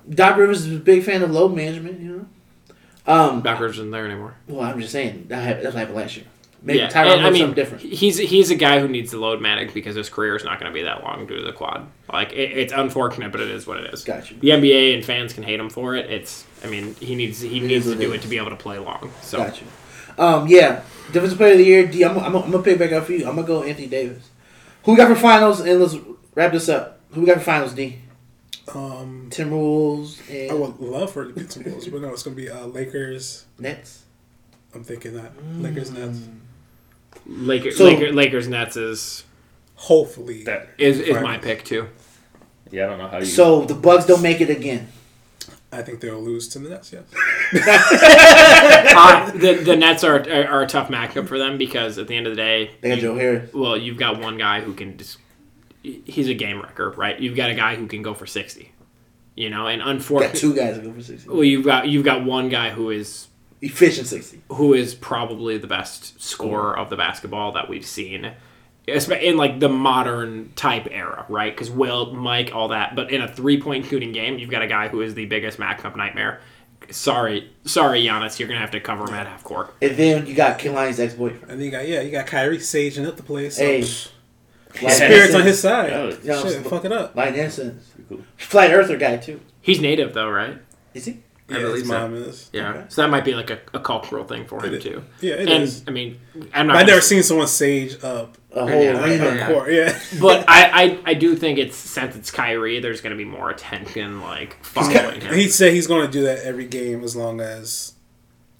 Doc Rivers is a big fan of load management, you know. Um,
Backwards isn't there anymore.
well, I'm just saying that happened, that's what happened last year. Maybe Tyron
and
Tyron I something different.
He's he's a guy who needs to load manic because his career is not going to be that long due to the quad. Like it, it's unfortunate, but it is what it is.
Gotcha.
The NBA and fans can hate him for it. It's I mean he needs he
is
needs to
what
do
it
it to be able to play long. So
Gotcha. Um, yeah, defensive player of the year. D. I'm, I'm, I'm gonna pick back up for you. I'm gonna go Anthony Davis. Who we got for finals? And let's wrap this up. Who we got for finals? D.
Um,
Timberwolves
I
and
would love for it to be some Bulls, but no, it's gonna be uh, Lakers.
Nets.
I'm thinking that Lakers Nets.
Lakers
So-
Laker, Lakers Nets is
Hopefully,
that
is, is my
Right.
pick too.
yeah, I don't know how you.
So the Bucks don't make it again.
I think they'll lose to the Nets. Yes.
Uh, the the Nets are, are are a tough matchup for them because at the end of the day
They got Joe Harris.
well, you've got one guy who can just he's a game wrecker, right? You've got a guy who can go for 60. You know, and
Got
unfortunately
two guys that go for sixty.
well, you've got you've got one guy who is
Efficient sixty.
who is probably the best scorer of the basketball that we've seen espe- in like the modern type era, right? Because Will, Mike, all that, but in a three-point shooting game, you've got a guy who is the biggest matchup nightmare. Sorry, sorry, Giannis, you're gonna have to cover him at half court.
And then you got Kalani's ex boyfriend.
And then you got yeah, you got Kyrie saging up the place. So,
Hey.
psh,
Like
spirits on his side.
Yeah.
Yeah,
Shit, fuck it up.
Like Nelson's.
Cool.
Flat Earther guy too.
He's native though, right?
Is he?
I
yeah,
believe
his
so.
mom is.
Yeah,
Okay.
so that might be like a, a cultural thing for him
It i-
too.
Yeah, it is.
and I mean, I'm not.
I've
gonna-
never seen someone sage up uh,
A whole
Yeah.
arena.
Yeah.
up court. Yeah.
but I, I, I do think it's since it's Kyrie, there's going to be more attention like following him.
He said he's going to do that every game as long as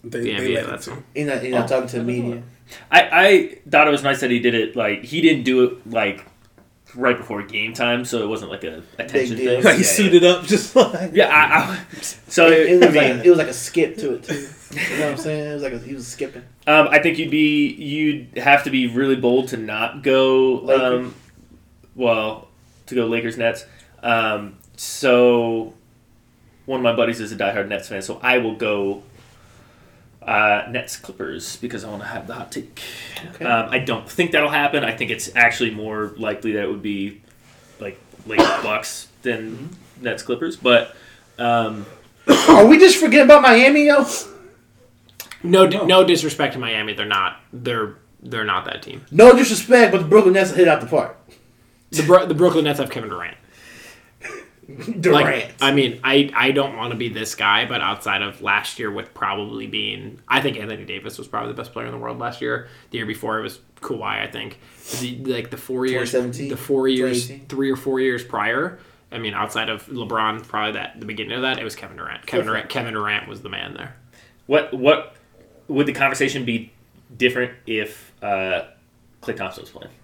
they,
The
they
NBA,
let him
that's
to.
all.
He's not,
Oh,
he's not talking to the media.
I, I thought it was nice that he did it. Like he didn't do it like right before game time, so it wasn't like a attention
deal.
thing.
Like,
He
yeah,
suited up just like
Yeah, I, I, so
It, it
I
was
mean,
like a, it was like a skip to it too. You know what I'm saying? It was like a, he was skipping.
Um, I think you'd be you'd have to be really bold to not go. Um, well, to go Lakers Nets. Um, so one of my buddies is a diehard Nets fan, so I will go uh, Nets Clippers because I want to have the hot take.
Okay.
Um, I don't think that'll happen. I think it's actually more likely that it would be like Lakers Bucks than Nets Clippers, but. Um,
Are we just forgetting about Miami yo?
No, no, no disrespect to Miami, they're not. They're they're not that team.
No disrespect, but the Brooklyn Nets hit out the park.
The Bro- the Brooklyn Nets have Kevin Durant.
Durant.
Like, I mean, I I don't want to be this guy, but outside of last year, with probably being, I think Anthony Davis was probably the best player in the world last year. The year before, it was Kawhi. I think the, like the four years,
2017,
the four years,
2018.
three or four years prior. I mean, outside of LeBron, probably that the beginning of that, it was Kevin Durant. Kevin Durant. Kevin Durant was the man there.
What what would the conversation be different if uh, Clay Thompson was playing?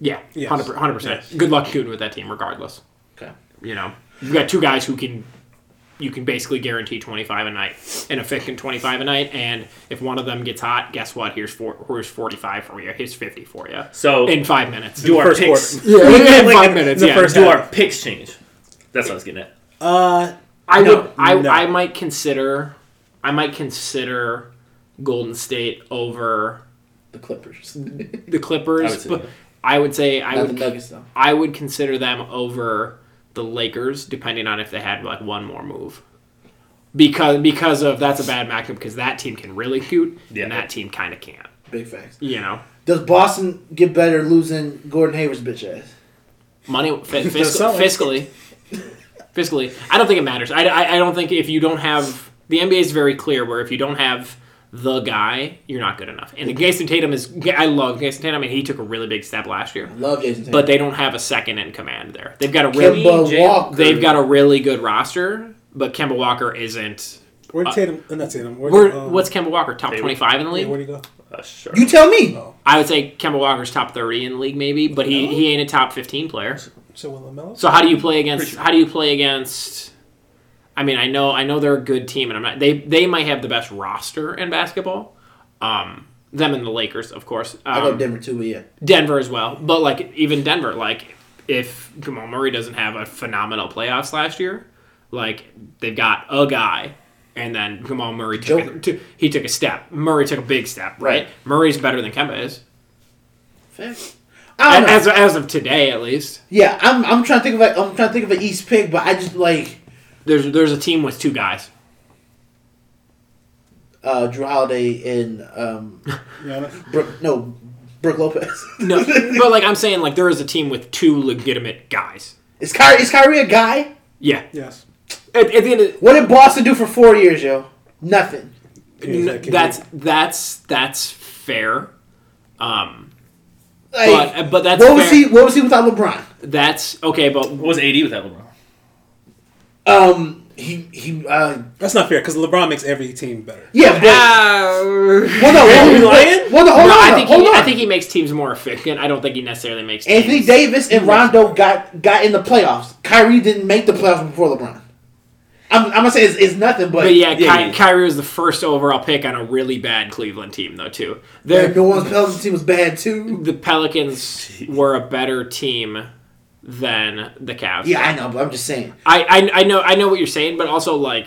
Yeah,
Yes.
hundred percent. Good luck shooting with that team, regardless.
Okay.
You know, you've got two guys who can, you can basically guarantee twenty five a night, an efficient twenty five a night, and if one of them gets hot, guess what? Here's four, here's forty five for you. Here's fifty for you.
So
in five minutes.
do our
first
picks?
yeah, in
like,
five minutes.
the
yeah.
first
Do our picks change? That's what I was getting at.
uh
I
No,
would. I,
no.
I might consider. I might consider Golden State over
The Clippers. Not
the Clippers,
I would say
but
that.
I would say I
the
would.
Nuggets though.
I would consider them over the Lakers, depending on if they had like one more move. Because because of that's a bad matchup because that team can really shoot
Yeah.
and that team kind of can't.
Big facts.
You know,
Does Boston get better losing Gordon Hayward's bitch ass?
money fi- fiscal,
sound like-
fiscally, fiscally. I don't think it matters. I, I, I don't think if you don't have the NBA is very clear where if you don't have the guy, you're not good enough. And Jason Tatum is. I love Jason Tatum. I mean, he took a really big step last year.
Love Jason Tatum.
but they don't have a second in command there. They've got a really
Kimba Walker.
they've got a really good roster, but Kemba Walker isn't.
where did Tatum uh, not Tatum where,
Where,
um,
what's Kemba Walker top twenty five in the
yeah, where'd
league?
he go?
Uh, sure.
you tell me.
Oh.
I would say Kemba Walker's top thirty in the league, maybe, but he, he ain't a top fifteen player.
So Will Lamelo?
So how do you play against? How do you play against? I mean, I know I know they're a good team, and I'm not. They they might have the best roster in basketball, um, Them and the Lakers, of course. Um,
I love Denver too, but yeah.
Denver as well. But like even Denver, like if Jamal Murray doesn't have a phenomenal playoffs last year, like they've got a guy, and then Jamal Murray took
Joker.
a, t- he took a step. Murray took a big step, right?
Right.
Murray's better than Kemba is,
Fair. I don't know.
as as of today at least.
yeah, I'm, I'm trying to think of a, I'm trying to think of an East pick, but I just like
There's there's a team with two guys.
uh, Drew Holiday and um, Brooke, no Brooke Lopez.
No, but like I'm saying, like there is a team with two legitimate guys.
is Kyrie is Kyrie a guy?
Yeah.
Yes.
At, at the end, of,
What did Boston do for four years, yo? Nothing.
Yeah,
n-
can
that's that's that's fair. Um,
Like,
but but that's
what was
fair.
he? What was he without LeBron?
That's okay, but
What was AD without LeBron?
Um, he he. Uh,
That's not fair because LeBron makes every team better.
yeah, but
Uh,
well, no,
we
well,
lying?
well, no, hold
no,
on,
I think
hold
he,
on.
I think he makes teams more efficient. I don't think he necessarily makes teams.
Anthony Davis and Rondo got got in the playoffs. Kyrie didn't make the playoffs before LeBron. I'm, I'm gonna say it's, it's nothing, but,
But yeah, Ky-
yeah,
Kyrie was the first overall pick on a really bad Cleveland team, though. Too, They're-
And New Orleans Pelicans team was bad too.
the Pelicans were a better team than the Cavs.
Yeah, I know, but I'm just saying.
I, I I know I know what you're saying, but also like,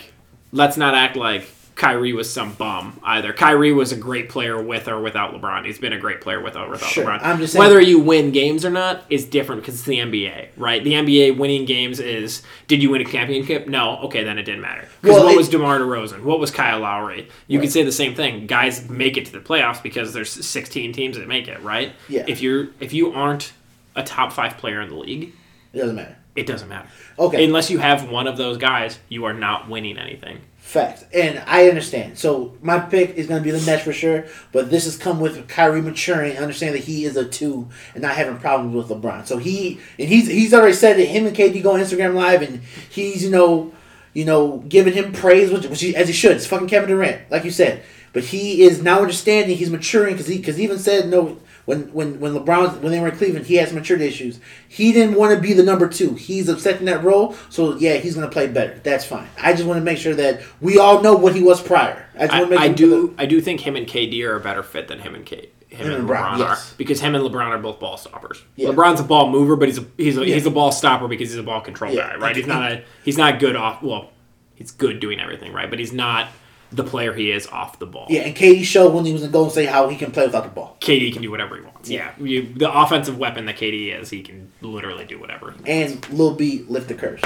let's not act like Kyrie was some bum either. Kyrie was a great player with or without LeBron. He's been a great player with or without
Sure,
LeBron.
I'm just saying-
Whether you win games or not is different because it's the NBA, right? The NBA winning games is did you win a championship? No, okay, then it didn't matter. 'Cause
Well,
what
it-
was DeMar DeRozan? What was Kyle Lowry? You could say the same thing. Guys make it to the playoffs because there's 16 teams that make it, right?
Yeah.
If you're if you aren't a top five player in the league,
It doesn't matter.
it doesn't matter.
Okay.
Unless you have one of those guys, you are not winning anything.
Fact. And I understand. So my pick is going to be the Nets for sure, but this has come with Kyrie maturing, understanding that he is a two and not having problems with LeBron. So he and he's he's already said that him and KD go on Instagram live and he's you know you know giving him praise which, which he, as he should. It's fucking Kevin Durant, like you said. But he is now understanding he's maturing because he because he even said no. When, when when LeBron when they were in Cleveland, he has maturity issues. He didn't want to be the number two. He's accepting that role, so yeah, he's gonna play better. That's fine. I just want to make sure that we all know what he was prior. I, just
I,
wanna make
I
sure-
do. I do think him and KD are a better fit than him and K, him
Him
and
and
LeBron,
LeBron, yes.
are because him and LeBron are both ball stoppers.
Yeah.
LeBron's a ball mover, but he's a he's a,
Yeah.
he's a ball stopper because he's a ball control
Yeah.
guy, right? He's not a he's not good off. Well, he's good doing everything, right? But he's not the player he is off the ball.
Yeah, and KD showed when he was in Golden State how he can play without the ball.
KD can do whatever he wants. Yeah, you, the offensive weapon that KD is, he can literally do whatever. he
And Lil B lift the curse.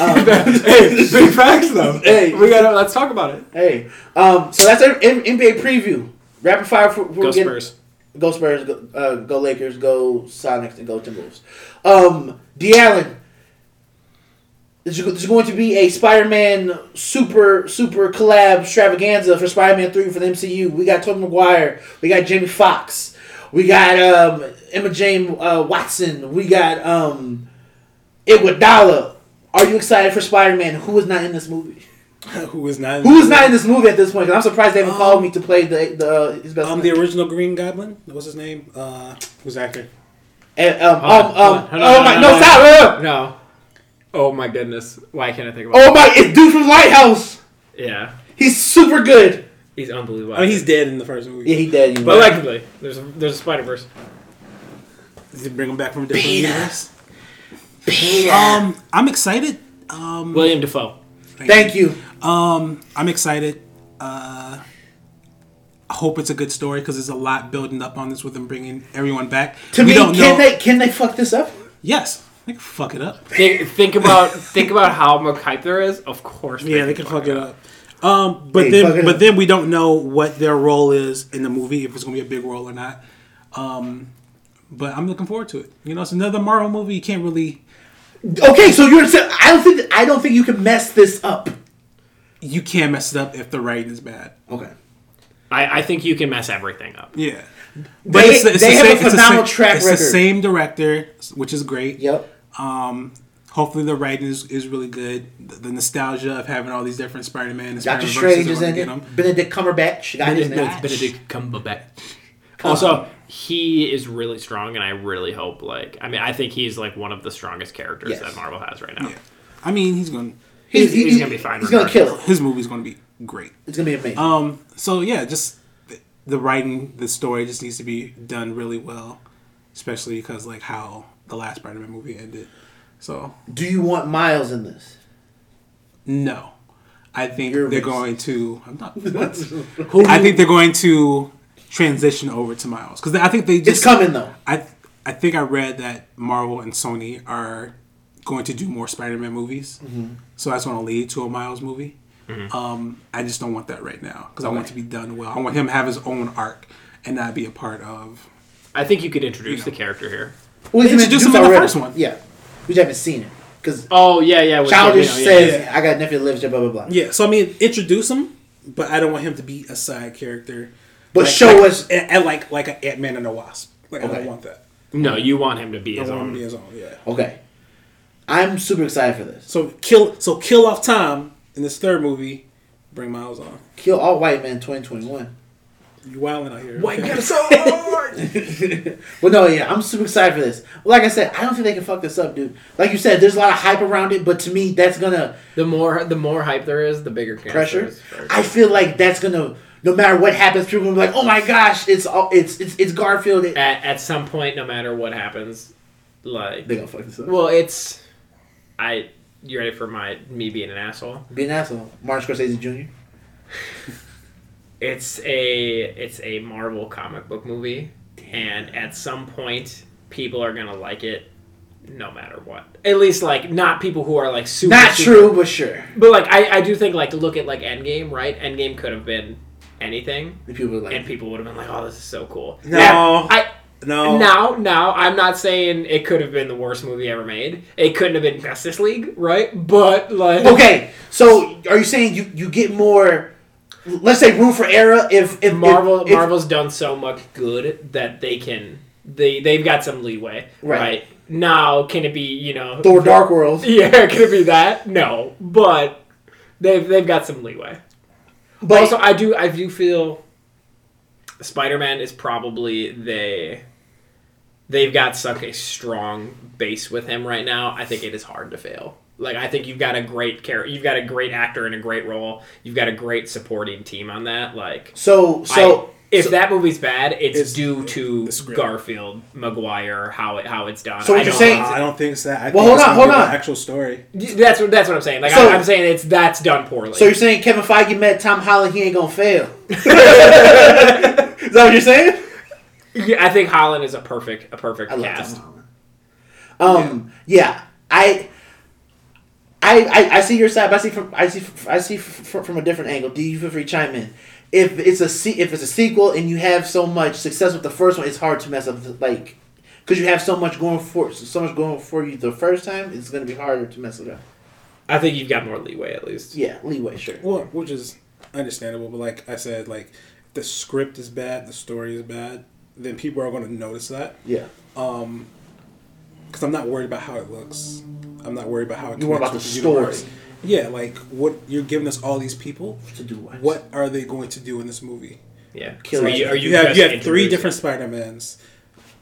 Um,
wants. Big facts, though.
Hey.
we gotta let's talk about it.
Hey, um, so that's our M- NBA preview. Rapid fire for we're
Go
getting-
Spurs.
Go Spurs, go, uh, go Lakers, go Sonics, and go Timberwolves. Um, D'Allen, this is, this is going to be a Spider-Man super super collab extravaganza for Spider-Man Three for the MCU. We got Tobey Maguire, we got Jamie Foxx, we got um, Emma Jane uh, Watson, we got um, Iguodala. Are you excited for Spider-Man? Who is not in this movie?
Who is not?
Who is not in this movie at this point? 'Cause I'm surprised they haven't called me to play the the uh, his best.
Um,
friend.
the original Green Goblin. What's his name? Uh, who's the actor?
And, um,
Hold on,
um,
hold
um,
on, hold on,
oh my,
hold
no,
on.
stop! uh,
No. Oh my goodness. Why can't I think about?
Oh my, it's dude from Lighthouse.
Yeah.
He's super good.
He's unbelievable.
I mean, he's dead in the first movie.
Yeah, he dead. You
but
know.
likely there's a, there's a Spider Verse.
Does he bring him back from a different
Peter.
universe?
Peter.
Um, I'm excited. Um,
William Defoe.
Thank you.
Um, I'm excited. Uh, I hope it's a good story because there's a lot building up on this with them bringing everyone back.
To
we
me,
don't
can
know.
they can they fuck this up?
Yes, they can fuck it up.
think, think about think about how much hype there is. Of course,
Yeah, they can fuck it up. Um, but
They fuck
then,
it
but
up.
then we don't know what their role is in the movie if it's gonna be a big role or not. Um, but I'm looking forward to it. You know, it's another Marvel movie. You can't really,
Okay, so you're. sa- I don't think I don't think you can mess this up.
you can't mess it up if the writing is bad.
Okay.
I, I think you can mess everything up.
Yeah, but
They- they have a
it's
phenomenal
same,
track
it's
record.
the same director, which is great.
Yep.
Hopefully, the writing is, is really good. The, the nostalgia of having all these different Spider-Man and
Doctor
Spider-Verses
Strange is
when
in
you get
it.
'em.
Benedict Cumberbatch. Got his name. Oh,
Benedict Cumberbatch. Also, he is really strong, and I really hope like I mean I think he's like one of the strongest characters
Yes.
that Marvel has right now.
Yeah. I mean, he's gonna
He's,
he's
he-
gonna be fine
He's gonna
regardless. Um,
kill it.
his movie's gonna be great.
It's gonna be amazing.
Um, so yeah, just the writing, the story just needs to be done really well, especially because like how the last Spider-Man movie ended. So
Do you want Miles in this?
no, I think
You're
they're
racist.
going to. I'm not. what? I think they're going to transition over to Miles because I think they just
It's coming though.
I I think I read that Marvel and Sony are going to do more Spider-Man movies, so that's going to lead to a Miles movie.
Mm-hmm.
Um, I just don't want that right now because I want it to be done well. I want him to have his own arc and not be a part of.
I think you could introduce the character here.
Well, he's
They
been introduced
introduced him in the
already.
first one.
Yeah, we just haven't seen it because
Oh yeah, yeah. with
Childish
Gambino, yeah,
says,
yeah.
"I got a nephew that lives here." Blah blah blah.
Yeah, so I mean, introduce him, but I don't want him to be a side character.
But
Like-
show
like-
us.
a- a- like like an Ant Man and a Wasp. Like I
Okay.
don't want that.
No, you want him to be
I
his
want him to
own.
be his own. Yeah.
Okay, I'm super excited for this.
Oh. So kill so kill off Tom in this third movie. Bring Miles on.
Kill all white man 2021.
You wilding out here?
Wake up so hard.
Well, no, yeah, I'm super excited for this. Like I said, I don't think they can fuck this up, dude. Like you said, there's a lot of hype around it, but to me, that's gonna
the more the more hype there is, the bigger cancer
pressure.
is.
I feel like that's gonna, no matter what happens, people will be like, "Oh my gosh, it's all, it's it's it's Garfield." It,
at, at some point, no matter what happens, like
they gonna fuck this up.
well, it's I. You ready for my me being an asshole?
Be an asshole, Martin Scorsese Jr.
It's a it's a Marvel comic book movie, and at some point, people are gonna like it, no matter what. At least like not people who are like super
Not
super-
true, but sure.
But like I, I do think like look at like Endgame, right? Endgame could have been anything,
The people are like,
and people would have been like, "Oh, this is so cool."
No.
Now, I
Um,
No. Uh,
now now I'm not saying it could have been the worst movie ever made. It couldn't have been Justice League, right? But like,
Okay, so are you saying you, you get more? Let's say room for error if if
Marvel
if, if-
Marvel's done so much good that they can they they've got some leeway,
Right.
right? Now, can it be you know
Thor Dark World.
Yeah, can it be that? No, but they've they've got some leeway.
But
also, I do I do feel Spider Man is probably they they've got such a strong base with him right now. I think it is hard to fail. Like I think you've got a great character, you've got a great actor in a great role, you've got a great supporting team on that. Like
so so
I- if
so-
that movie's bad, it's,
It's-
due to
the script.
Garfield, Maguire, how it how it's done.
So what
I
you're
don't-
saying-
I don't think so.
Well,
I think
hold
it's
on,
gonna
hold
be
on.
The actual story.
that's what that's what I'm saying. Like
So-
I, am saying it's that's done poorly.
so you're saying Kevin Feige met Tom Holland, he ain't gonna fail. Is that what you're saying?
Yeah, I think Holland is a perfect a perfect
I love
cast.
Tom Holland. Um, yeah, I. I, I, I see your side, but I see from I see I see from, from a different angle. Do you feel free to chime in? If it's a se- if it's a sequel and you have so much success with the first one, it's hard to mess up the- like because you have so much going for so much going for you the first time. It's gonna be harder to mess it up.
I think you've got more leeway at least.
Yeah, leeway, sure.
Well, which is understandable, but like I said, like the script is bad, the story is bad, then people are going to notice that.
Yeah,
Because I'm not worried about how it looks. I'm not worried about how it.
You worry about
connects with
the
universe.
story.
Yeah, like what you're giving us all these people.
to do what?
What are they going to do in this movie?
Yeah.
Kill
Are
it.
you, are you,
You have
just
you have three
introducing-
different Spider Mans,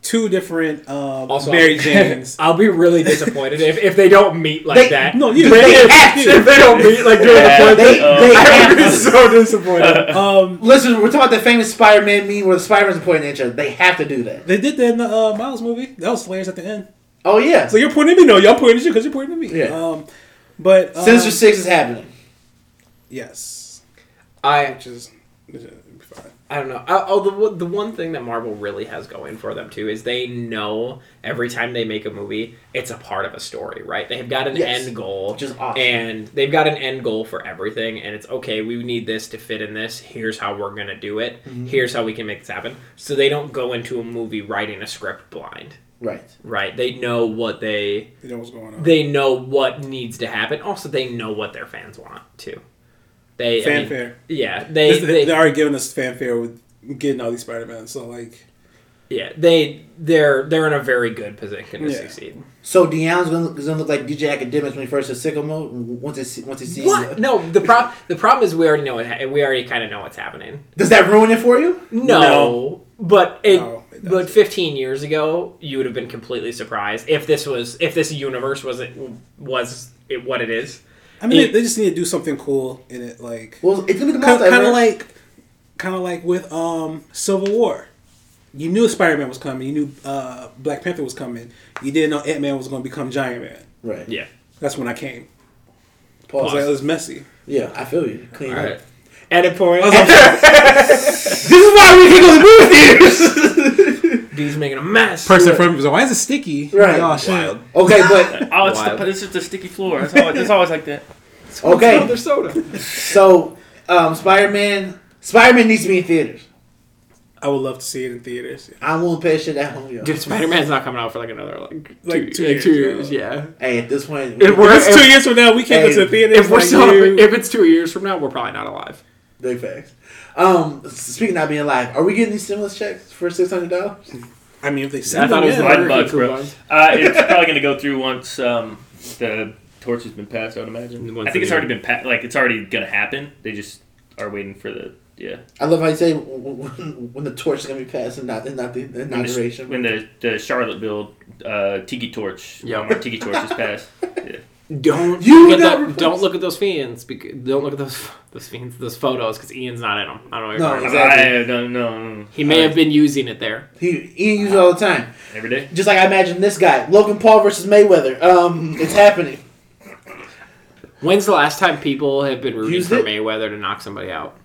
two different um,
Also,
Mary Janes.
I'll be really disappointed if, if they don't meet like
They-
that.
no, you-
If they,
they
if,
act.
they don't meet like during
Yeah.
the
They,
play.
uh,
they
I would be
have to,
so disappointed.
um,
listen. We're talking about the famous Spider-Man meme where the Spider-Man's pointing at each other. They have to do that.
they did that in the uh, Miles movie. That was Flares at the end.
Oh yeah,
So you're pointing at me? No, y'all pointing at you because you're pointing at me.
Yeah.
Um, but um,
Sinister Six is happening.
Yes.
I
Which is, which is it'll be fine.
I don't know. I, oh, the one- the one thing that Marvel really has going for them too is they know every time they make a movie, it's a part of a story, right? They have got an
Yes.
end goal,
Which is awesome.
and they've got an end goal for everything. And it's okay, we need this to fit in this. Here's how we're gonna do it.
Mm-hmm.
Here's how we can make this happen. So they don't go into a movie writing a script blind,
Right.
right? They know what they
You know what's going on.
they know what needs to happen. Also, they know what their fans want too. They I mean,
fanfare.
yeah, they,
This- they,
they
are already giving us fanfare with getting all these Spider Man. So like,
Yeah, they they're they're in a very good position to
Yeah.
succeed.
So Dion's gonna, is gonna look like DJ Academics when he first hits sicko mode. and Once he see, once he sees
What? No, the pro- the problem is we already know it. Ha- we already kind of know what's happening.
does that ruin it for you?
No, but it,
No, it doesn't.
but 15 years ago, you would have been completely surprised if this was if this universe wasn't was it what it is.
I mean,
Yeah.
they, they just need to do something cool in it. Like,
Well, it's gonna be the
kind
multiverse.
of like kind of like with um, Civil War. You knew Spider Man was coming. You knew uh, Black Panther was coming. You didn't know Ant Man was going to become Giant Man.
Right.
Yeah.
That's when I came. I was
Pause.
like, it was messy.
Yeah, I feel you. Clean
All
up.
right. Edit point.
This is why we can go to movie theaters.
Dude's making a mess.
Person from was like, why is it sticky?
Right.
Oh, shit.
Wild.
okay, but
Oh, it's, the,
Wild.
it's just the sticky floor. It's always, it's always like that.
okay.
Another soda.
So, um, Spider Man, Spider Man needs to be in theaters.
I would love to see it in theaters.
I won't pay shit at home, yo.
Dude, Spider Man's not coming out for like another like two,
Like
like
two
two,
years,
years. Yeah.
Hey, at this point,
If we're-
That's two years from now. We can't go to the
Hey,
theaters.
If we're
like,
still,
you-
if it's two years from now, we're probably not alive.
big facts. Um, speaking of not being alive, are we getting these stimulus checks for six hundred dollars?
I mean, if they send
I thought it was
them,
the
yeah.
Five
Burger King
bucks, bro.
coupons.
Uh, it's probably going to go through once um, the torch has been passed. I would imagine.
Once
I think
the
it's
new-
already been pa- like it's already going to happen. They just are waiting for the yeah
I love how you say when, when the torch is gonna be passed and not and not the the
when the,
inauguration.
when the, the Charlotte build uh, tiki torch
Yeah.
um, or tiki torch is passed. Yeah.
Don't
You
look at
got
that-
replaced.
don't look at those fiends. Because, don't look at those those fiends those photos because Ian's not in them. I don't know.
No,
What you're talking
exactly.
about.
I don't know
He may have been using it there.
He Ian uses it all the time.
every day.
Just like I imagine this guy, Logan Paul versus Mayweather. Um, it's happening.
When's the last time people have been rooting
Used
for
it?
Mayweather to knock somebody out?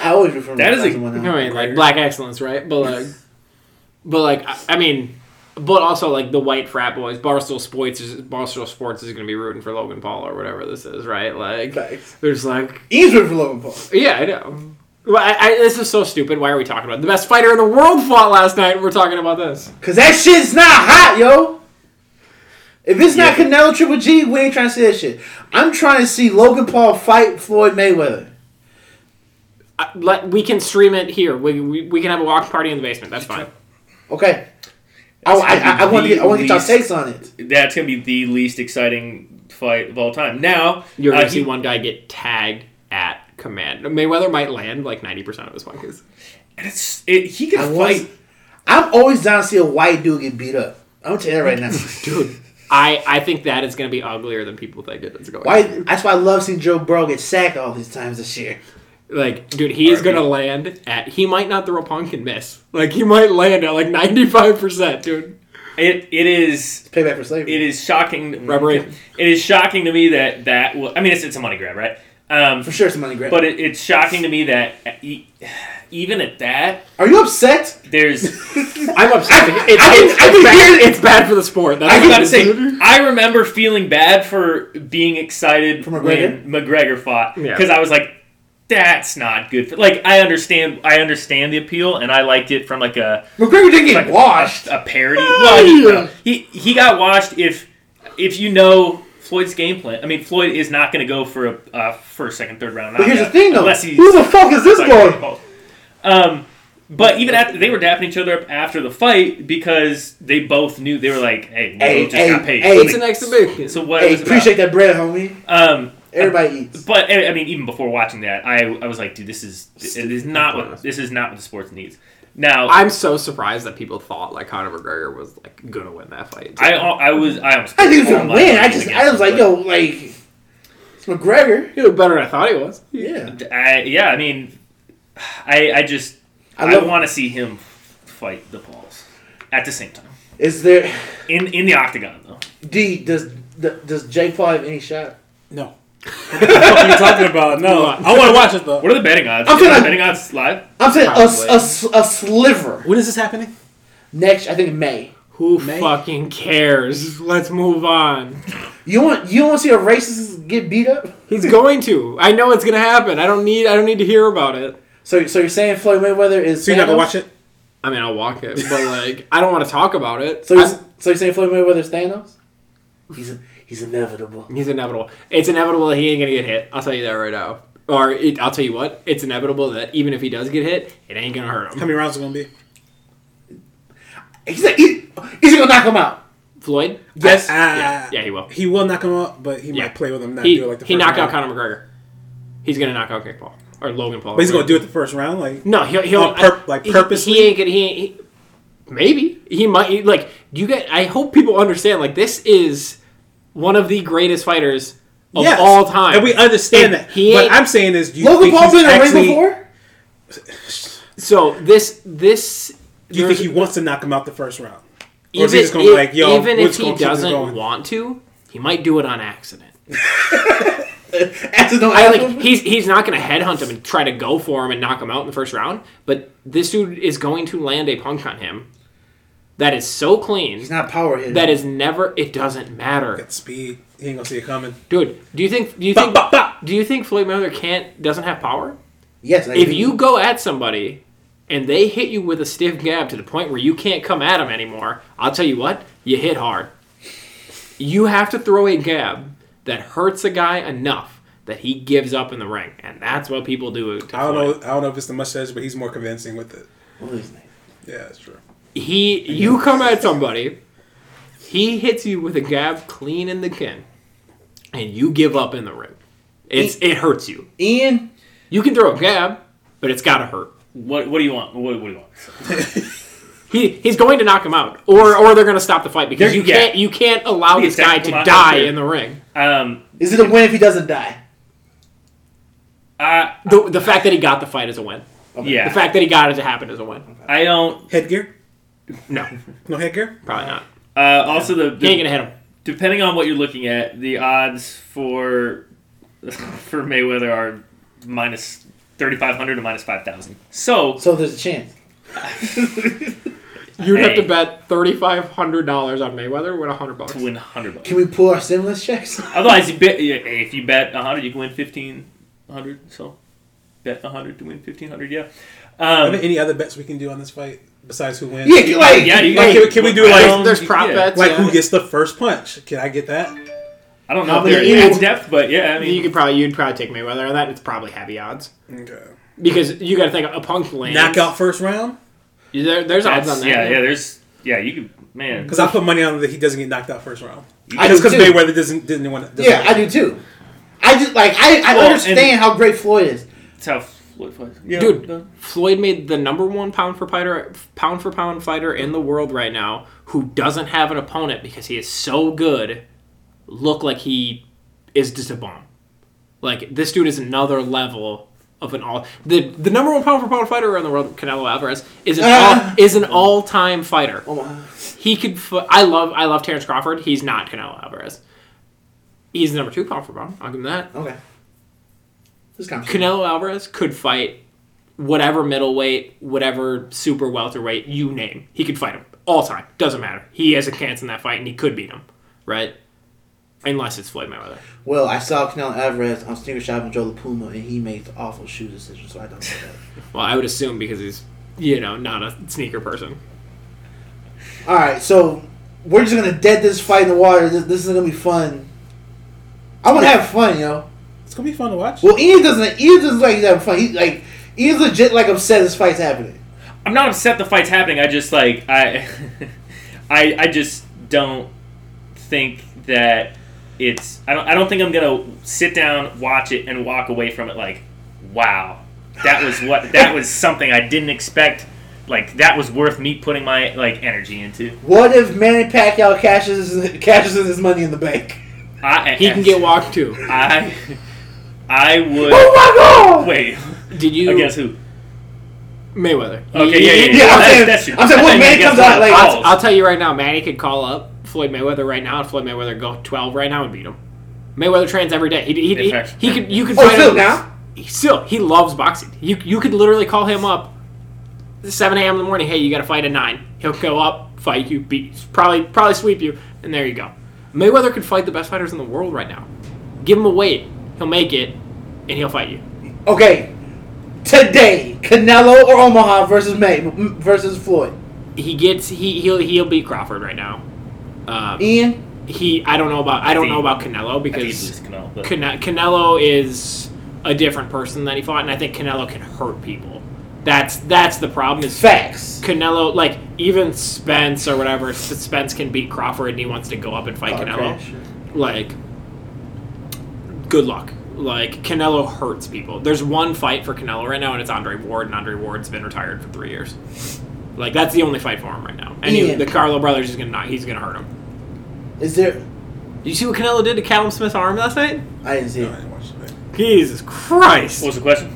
I always refer
That is a-
I mean, like black excellence, right? But like, but like, I, I mean, but also like the white frat boys, Barstool Sports, is, Barstool Sports is going to be rooting for Logan Paul or whatever this is, right? Like,
Facts.
there's like,
Ian's rooting for Logan Paul.
yeah, I know. Well, I, I, this is so stupid. Why are we talking about it? the best fighter in the world fought last night? and We're talking about this.
Cause that shit's not hot, yo. If it's not Canelo Triple G, we ain't trying to see that shit. I'm trying to see Logan Paul fight Floyd Mayweather.
I, let, we can stream it here. We, we, we can have a watch party in the basement. That's fine.
Okay. I, I, I, I want to get I want to get y'all
Least-
takes on it.
That's going to be the least exciting fight of all time. Now
You're
uh,
going to
he-
see one guy get tagged at command. Mayweather might land like 90% of his punches.
and it's- it- he
I
can
was,
fight.
I'm always down to see a white dude get beat up. I'm gonna tell you that right now.
Dude, I, I think that is going to be uglier than people think it is going
Why?
to be.
That's why I love seeing Joe Burrow get sacked all these times this year.
Like, dude, he is going to land at. He might not throw a punk and miss. Like, he might land at like 95%, dude.
It it is
It's payback for slavery.
it is shocking.
Reparation.
It is shocking to me that that. Will, I mean, it's, it's a money grab, right? Um,
for sure, it's a money grab.
but it, it's shocking to me that e- even at that,
are you upset?
there's.
I'm upset. It's,
I can-
it's,
I can
bad.
hear it.
it's bad for the sport. That's
I
what
was about to
it
say.
is, dude.
I remember feeling bad for being excited
For McGregor?
when McGregor fought
Yeah.
because I was like, "That's not good." For, like, I understand. I understand the appeal, and I liked it from like a
McGregor didn't get
like
washed.
a, a parody. Well, he, well, he he got washed if if you know Floyd's game plan. I mean, Floyd is not going to go for a uh, first, second, third round.
But here's the
knockout
thing, though.
unless he's
Who the fuck is this
like, oh.
guy?
Um, but even after they were dapping each other up after the fight because they both knew they were like, "Hey, we
Hey,
both just
hey,
got paid."
hey.
It's an exhibition.
so what? it
Hey,
was about.
appreciate that bread, homie.
Um,
Everybody eats.
but I I mean, even before watching that, I I was like, dude, this is this is not what this is not what the sports needs. Now, I
I'm so surprised that people thought like Conor McGregor was like gonna win that fight.
I, was I almost
I think he was
all
gonna
my
win. I
money
just, I was
against him,
like,
but-
yo, like, it's McGregor.
he looked better than I thought he was.
Yeah,
I, yeah, I mean, I, I just
I
I,
love-
want to see him f- fight the Pauls at the same time
is there?
in in the octagon though.
D does th- does Jake Paul have any shot?
No. what are you talking about? No. I want to watch it though.
What are the betting odds?
I'm
Are the
gonna-
betting odds live.
I'm saying a, s-
Probably.
a s- a sliver.
When is this happening?
Next, I think in May.
Who
May-
fucking cares? Let's move on.
You want you want to see a racist get beat up?
He's going to. I know it's gonna happen. I don't need. I don't need to hear about it.
So so you're saying Floyd Mayweather is
So you're not
Thanos?
gonna watch it?
I mean, I'll walk it, but like, I don't want to talk about it.
So
I-
you're, s- so you're saying Floyd Mayweather is Thanos? He's he's inevitable.
he's inevitable. It's inevitable that he ain't gonna get hit. I'll tell you that right now. Or it, I'll tell you what. It's inevitable that even if he does get hit, it ain't gonna hurt
How
him.
many rounds are gonna be?
He's like, he, he's gonna knock him out.
Floyd.
Yes.
Yeah, yeah, he will.
Uh, He will knock him out, but he
Yeah.
might play with him. Not
he
do it like the
he
first
knocked
round.
out Conor McGregor. He's gonna knock out Jake Paul or Logan Paul.
But he's gonna do it the first round, like
No, he'll, he'll
On pur- like,
he-
purposely?
He, ain't gonna. He, ain't- he maybe he might he- like you get. I hope people understand. Like this is one of the greatest fighters of
Yes.
all time.
And we understand
And
that.
he
what
ain't-
I'm saying is, do you
Logan
think
Paul's
he's
been in the ring
actually-
before.
So this this
Do you think he
there's-
wants to knock him out the first round? Or
even
is he just gonna be
if,
like, yo,
even
we're
if
just
he
gonna keep this
doesn't
going?
want to, he might do it on accident.
Accident
I like he's he's not going to headhunt him and try to go for him and knock him out in the first round. But this dude is going to land a punch on him that is so clean
he's not power hitting.
that is never. It doesn't matter,
Got speed. He ain't gonna see it coming.
dude. Do you think? Do you think? Do you think Floyd Mayweather can't doesn't have power?
yes. I
If
think-
you go at somebody and they hit you with a stiff jab to the point where you can't come at them anymore, I'll tell you what, you hit hard. You have to throw a jab that hurts a guy enough that he gives up in the ring, and that's what people do. To
I don't
Floyd.
know. I don't know if it's the mustache, but he's more convincing with it.
What is his name?
Yeah, that's true.
He, you come at somebody, he hits you with a jab clean in the chin, and you give up in the ring. It's it hurts you.
Ian.
You can throw a jab, but it's gotta hurt.
What What do you want? What, what do you want?
He, he's going to knock him out, or or they're going to stop the fight because
They're-
you
yeah.
can't you can't allow
He
this guy
attacked him
to
out
die
there.
in the ring.
Um,
Is it a win if he doesn't die?
I
The, the fact that he got the fight is a win. The
yeah,
fact that he got it to happen is a win.
I don't.
Headgear?
No,
No headgear?
probably not.
Uh, also, the,
He ain't
the
gonna hit him.
depending on what you're looking at, the odds for for Mayweather are minus thirty five hundred to minus five thousand. So
So there's a chance.
You'd have to
Hey.
bet thirty five hundred dollars on Mayweather with hundred bucks.
to win hundred bucks.
Can we pull our stimulus checks?
Otherwise, you bet, yeah, if you bet 100, you can win 1500. So bet 100 to win 1500. Yeah.
Are there
Um,
any other bets we can do on this fight besides who wins?
yeah, you like
yeah, you
Like,
guys-
can, can we do
I
like
don't-
There's prop
yeah.
bets.
like
yeah.
who gets the first punch? Can I get that?
I don't know
How
if they're
many you-
in depth, but yeah, I
you
mean,
could probably you'd probably take Mayweather on that. It's probably heavy odds
Okay.
because you got to think a punk lands.
Knockout first round?
There, there's odds
that's,
on that.
yeah, yeah, there's, yeah, you could, man.
Because I put money on that he doesn't get knocked out first round.
I
Just
do
because
too.
Mayweather doesn't didn't want to.
Yeah, I do too. I just like I, I
Well, and-
understand how great Floyd is.
That's how Floyd fights. Yeah,
Dude.
no.
Floyd made the number one pound for fighter, pound for pound fighter in the world right now, who doesn't have an opponent because he is so good, look like he is just a bomb. Like this dude is another level of an all. The the number one pound for pound fighter in the world, Canelo Alvarez, is an
Ah.
all, is an all time fighter.
Oh my.
He could. F- I love I love Terrence Crawford. He's not Canelo Alvarez. He's the number two pound for pound. I'll give him that.
Okay. This kind of
Canelo Alvarez could fight whatever middleweight, whatever super welterweight, you name. He could fight him all time. Doesn't matter. He has a chance in that fight, and he could beat him, right? Unless it's Floyd Mayweather.
Well, I saw Canelo Alvarez on Sneaker Shop with Joe LaPuma, and he makes awful shoe decisions, so I don't know
Well, I would assume because he's you know not a sneaker person.
that. All right, so we're just gonna dead this fight in the water. This, this is gonna be fun. I want to have fun, yo.
It's gonna be fun to watch.
Well, Ian doesn't. Ian doesn't like he's having fun. He like Ian's legit like upset this fight's happening.
I'm not upset the fight's happening. I just, like, I, I, I just don't think that it's, I don't, I don't think I'm going to sit down, watch it, and walk away from it like, wow, that was what, that was something I didn't expect. Like, that was worth me putting my, like, energy into.
What if Manny Pacquiao cashes cashes in his money in the bank?
I,
He can get walked too.
I, I would.
Oh my god!
Wait,
Did you
against who?
Mayweather?
Okay,
He-
yeah, yeah,
he-
yeah.
Yeah, I'm
That's-
saying-
that's you.
I'm saying
I
when man
thought you meant against
comes out,
Ronald
like-
Paul's.
I'll tell you right now, Manny could call up Floyd Mayweather right now, and Floyd Mayweather go twelve right now and beat him. Mayweather trains every day. He, he, he,
fact.
he could you could
Oh,
fight
Phil
him
now?
He still he loves boxing. You you could literally call him up seven a.m. in the morning. Hey, you got to fight at nine. He'll go up, fight you, beat probably probably sweep you, and there you go. Mayweather could fight the best fighters in the world right now. Give him a weight, he'll make it, and he'll fight you.
Okay, today Canelo or Omaha versus May versus Floyd.
He gets he he'll he'll beat Crawford right now. Um,
Ian.
he I don't know about I don't know about Canelo
I think it's
because
Luis Canal, but-
Cane- Canelo is a different person than he fought, and I think Canelo can hurt people. That's that's the problem. Is
Facts.
Canelo, like even Spence or whatever, S- Spence can beat Crawford and he wants to go up and fight
Car
Canelo.
crash.
Like, good luck. Like Canelo hurts people. There's one fight for Canelo right now, and it's Andre Ward, and Andre Ward's been retired for three years. Like that's the only fight for him right now. And he-
Ian.
the Carlo brothers is gonna knock, he's gonna hurt him.
Is there?
You see what Canelo did to Callum Smith's arm last night?
I didn't see
No, I
it.
didn't watch it.
Jesus Christ!
What was the question?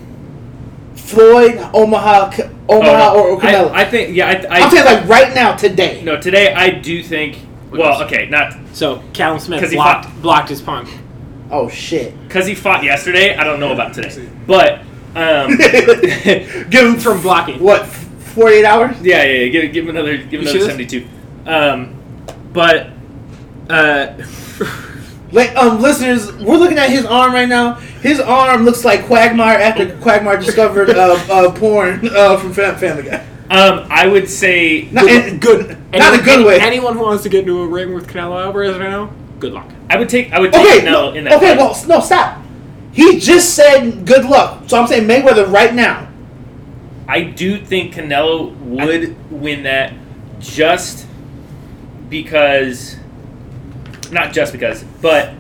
Floyd, Omaha, K- Omaha, or, or Canelo?
Oh, I, I think yeah. I, I,
am saying like right now, today.
no. Today I do think. Well, okay, not
So Callum Smith
'Cause he
blocked blocked his punt.
Oh shit!
because he fought yesterday. I don't know about today, but um,
Give him
From blocking.
what? f- 48 hours?
Yeah, yeah, yeah. Give, give him another, give him another
sure?
seventy-two. Um, but uh,
Like, um, listeners, we're looking at his arm right now. His arm looks like Quagmire after Quagmire discovered uh, uh, porn uh, from Fam- Family Guy.
um, I would say
Not in, good, not in a
Anyone-
good
any-
way.
Anyone who wants to get into a ring with Canelo Alvarez right now, good luck.
I would take, I would take
Okay,
Canelo
no,
in that.
okay,
fight.
well, s- no, stop. He just said good luck, so I'm saying Mayweather right now.
I do think Canelo would win that, just because, not just because, but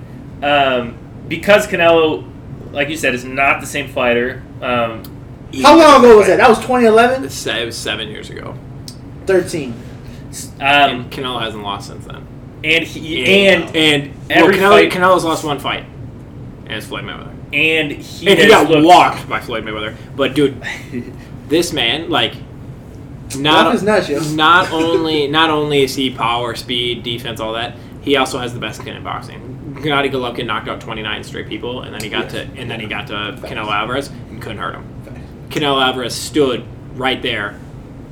um, because Canelo, like you said, is not the same fighter. Um,
How long ago was that? That was 2011,
It's- It was seven years ago.
13.
s- um,
and Canelo hasn't lost since then.
and he and
and
every
well, Canelo,
fight-
Canelo's lost one fight, and it's Floyd Mayweather.
and he,
and he
has
got
looked-
walked by Floyd Mayweather. But dude, this man, like,
Walk
not
his nuts, yo.
not only not only is he power, speed, defense, all that, he also has the best skin in boxing. Gennady Golovkin knocked out 29 straight people, and then he got to and then he got to Canelo Alvarez and couldn't hurt him. Canelo Alvarez stood right there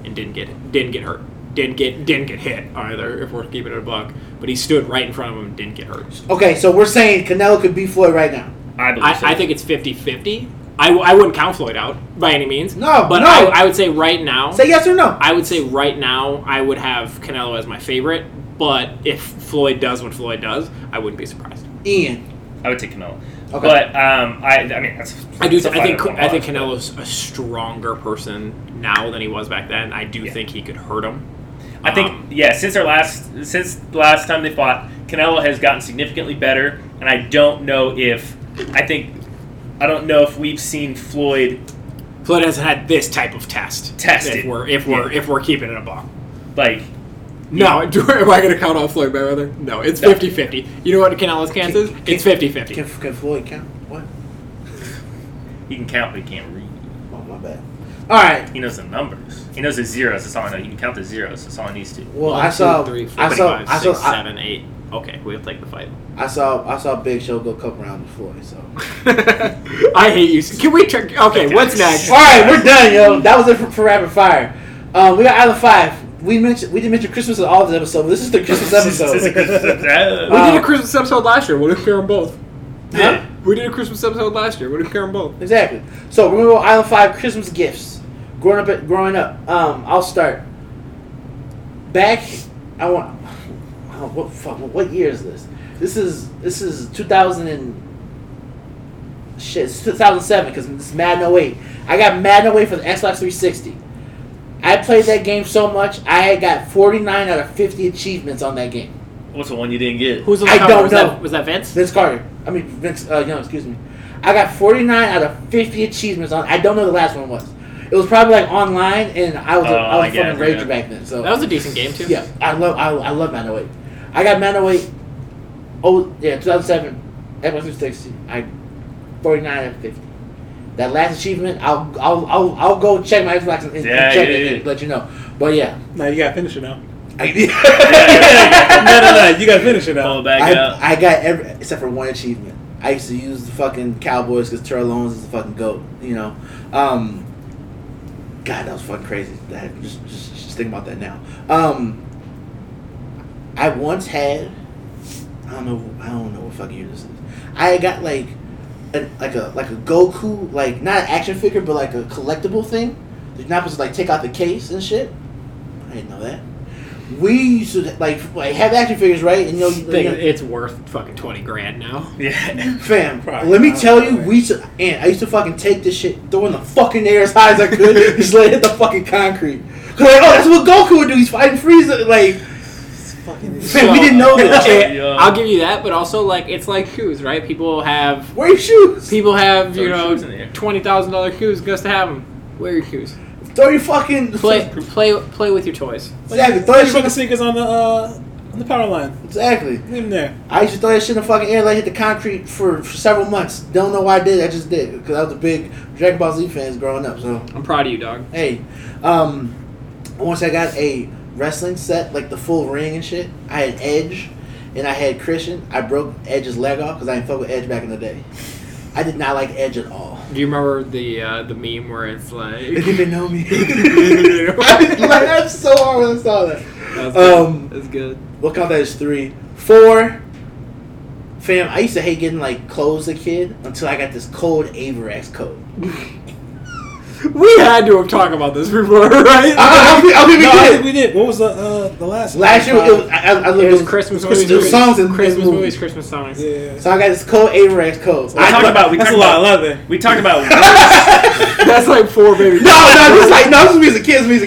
and didn't get didn't get hurt. Didn't get didn't get hit either. If we're keeping it a buck, but he stood right in front of him and didn't get hurt.
Okay, so we're saying Canelo could beat Floyd right now.
I believe. so.
I, I think it's 50 50. I, I wouldn't count Floyd out by any means.
No,
but
no.
I, I would say right now,
Say yes or no.
I would say right now, I would have Canelo as my favorite. But if Floyd does what Floyd does, I wouldn't be surprised.
Ian.
I would take Canelo.
Okay.
But um, I, I mean, that's
I do.
that's a
I think
fight I'd
I think
wanna watch.
Canelo's a stronger person now than he was back then. I do
Yeah.
think he could hurt him.
I
Um,
think yeah. Since our last since the last time they fought, Canelo has gotten significantly better, and I don't know if I think I don't know if we've seen Floyd,
Floyd hasn't had this type of test.
Tested.
If we're if we're if we're keeping it a buck.
like
No, do, am I going to count on Floyd Mayweather? No, it's 50 50. You know what Canelo's chance is? It's 50 50.
Can, can Floyd count? What?
he can count, but he can't read.
Oh, my bad. All right.
He knows the numbers. He knows the zeros. That's all I know. He can count the zeros. That's all I needs to.
Well,
One,
I
two,
saw,
three, four,
I saw,
five,
I saw,
six,
I,
seven, eight. Okay, we'll take the fight.
I saw, I saw Big Show go couple rounds before. So.
I hate you. Can we turn? Okay, what's next?
All right, we're done, yo. That was it for, for rapid fire. Um, we got out of five. We mentioned we didn't mention Christmas in all of the episodes. But this is the Christmas episode.
We
Uh,
did a
Uh,
Christmas episode last year. What if we on both?
Huh?
We did a Christmas episode last year. What if we on both?
Exactly. So we're gonna go Island Five Christmas gifts. Growing up, growing up. Um, I'll start. Back, I want. I don't- What fuck? What year is this? This is this is 2000 and shit. It's 2007 because it's Madden 08. I got Madden 08 for the Xbox 360. I played that game so much. I had got 49 out of 50 achievements on that game.
what's the one you didn't get?
Who's on the
I
cover?
don't
was
know.
That, was that Vince?
Vince Carter. I mean Vince. Uh, no, excuse me. I got 49 out of 50 achievements on. I don't know the last one was. It was probably like online, and I was a,
Oh,
I was
I
a
get
fucking
it,
rager
yeah.
back then. So
That was a decent game too.
yeah, I love I, I love Man 08. I got Man 08. Oh yeah, 2007. Xbox 360. I 49 out of 50. That last achievement, I'll I'll I'll, I'll go check my Xbox and, and
Yeah,
check
yeah,
it
yeah.
and let you know. But yeah,
Now you gotta finish it now.
I,
no, no, no. You gotta finish it
Pull
now.
it back out.
I, I got every except for one achievement. I used to use the fucking Cowboys because Terrell Owens is the fucking goat. You know, um, God, that was fucking crazy. That, just, just just think about that now. Um, I once had I don't know I don't know what fucking year this is. I got like an like a like a Goku like not an action figure but like a collectible thing. You're not supposed to like take out the case and shit. I didn't know that. We used to like like have action figures, right? And you know, you-
Thing-
you know
It's worth fucking twenty grand now.
Yeah.
Fam,
Probably
let me
not.
tell you, we used to, and I used to fucking take this shit, throw it in the fucking air as high as I could, just let it hit the fucking concrete. Cause like, oh, that's what Goku would do. He's fighting Frieza. Like, fucking, fam, we didn't know that.
Eh, I'll give you that, but also like it's like shoes, right? People have
Wear your shoes.
people have
Throw
you
your
know
shoes in the air.
twenty thousand dollar shoes. Just to have them. Wear your shoes.
Throw your fucking
Play play play with your toys.
Exactly. Throw your
Put your fucking
fucking.
sneakers on the uh, the power line.
Exactly.
Leave him there.
I used to throw that shit in the fucking air, let it hit the concrete for, for several months. Don't know why I did. it, I just did because I was a big Dragon Ball Z fans growing up. So
I'm proud of you, dog.
hey, um, once I got a wrestling set, like the full ring and shit, I had Edge, and I had Christian. I broke Edge's leg off because I didn't fuck with Edge back in the day. I did not like Edge at all.
Do you remember the uh, the meme where it's
They
like?
didn't know me. I didn't like that so hard when I saw that.
That's
Um,
That's good.
We'll count that as three. Four. Fam, I used to hate getting like clothes as a kid until I got this cold Averax coat.
We had to have talked about this before, right?
I, I, I, think we
No, I
did.
think we did. What was the uh, the last?
Last year, it was, I, I, I
it was
looked-
Christmas
it was
movies.
Christmas songs and
Christmas
movies.
movies, Christmas songs.
Yeah, yeah.
So I got this cold Averax coat.
We
I
talked
thought-
about we
That's
talked
a lot. I
about
love it.
we talked about
That's like four baby.
No, no, this is like no, this is me as a kid. This is me as a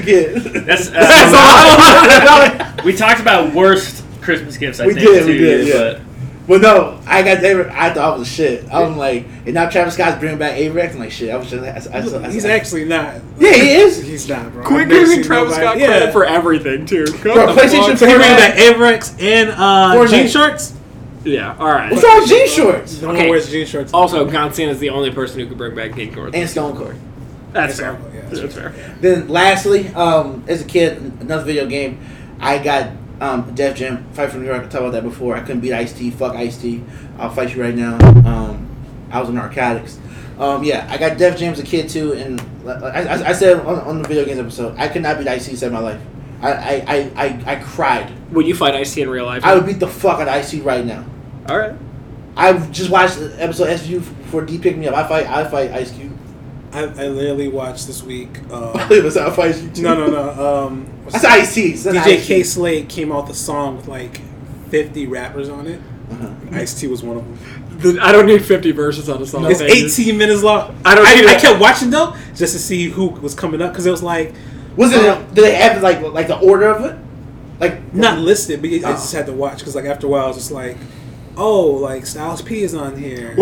kid.
that's, uh,
That's a lot.
we talked about worst Christmas gifts. I
We
think
did,
too,
we did, yeah.
but
But no, I got Aver- I thought I was shit. I'm like, and now Travis Scott's bringing back Averax. I'm like, shit. I was just. I, I, I,
He's
I,
actually not.
Yeah, he is.
He's not, bro.
Quit
I've never
giving
seen
Travis Scott
nobody-
credit
yeah.
for everything too. Go
Bro,
the
PlayStation
fuck.
So he ran
Fortnite.
that Avrex and uh,
Fortnite.
jean shorts.
Yeah. All right.
What's wrong with Oh, jean shorts? Oh.
No one
Okay.
wears jean shorts.
Also, John Cena is the only person who could bring back King Gordon.
And Stone Cold.
That's
So,
fair.
yeah.
That's fair.
Then lastly, um, as a kid, another video game, I got um, Def Jam Fight from New York. I talked about that before. I couldn't beat Ice T. Fuck Ice T. I'll fight you right now. Um, I was on narcotics. Um, yeah, I got Def Jam as a kid too, and like, I, I, I said on, on the video games episode, I could not beat Ice T. to save my life. I I, I, I I cried.
Would you fight Ice-T in real life?
I would beat the fuck out of Ice T right now.
All right.
I just watched the episode SVU for D pick me up. I fight I fight Ice Cube.
I, I literally watched this week. Um,
I believe it's I fight you too.
no, no, no. Um, what's
That's
that?
Ice T.
DJ K Slade came out the song with like 50 rappers on it.
Uh-huh.
Ice T was one of them.
The- I don't need 50 verses on a song.
It's
Thank you.
18 minutes long.
I don't need
I, I
that.
kept watching though just to see who was coming up because it was like
Was it? Did they have like like the order of it? Like
not listed, but I
Oh.
just had to watch because like after a while I was just like, oh, like Styles P is on here.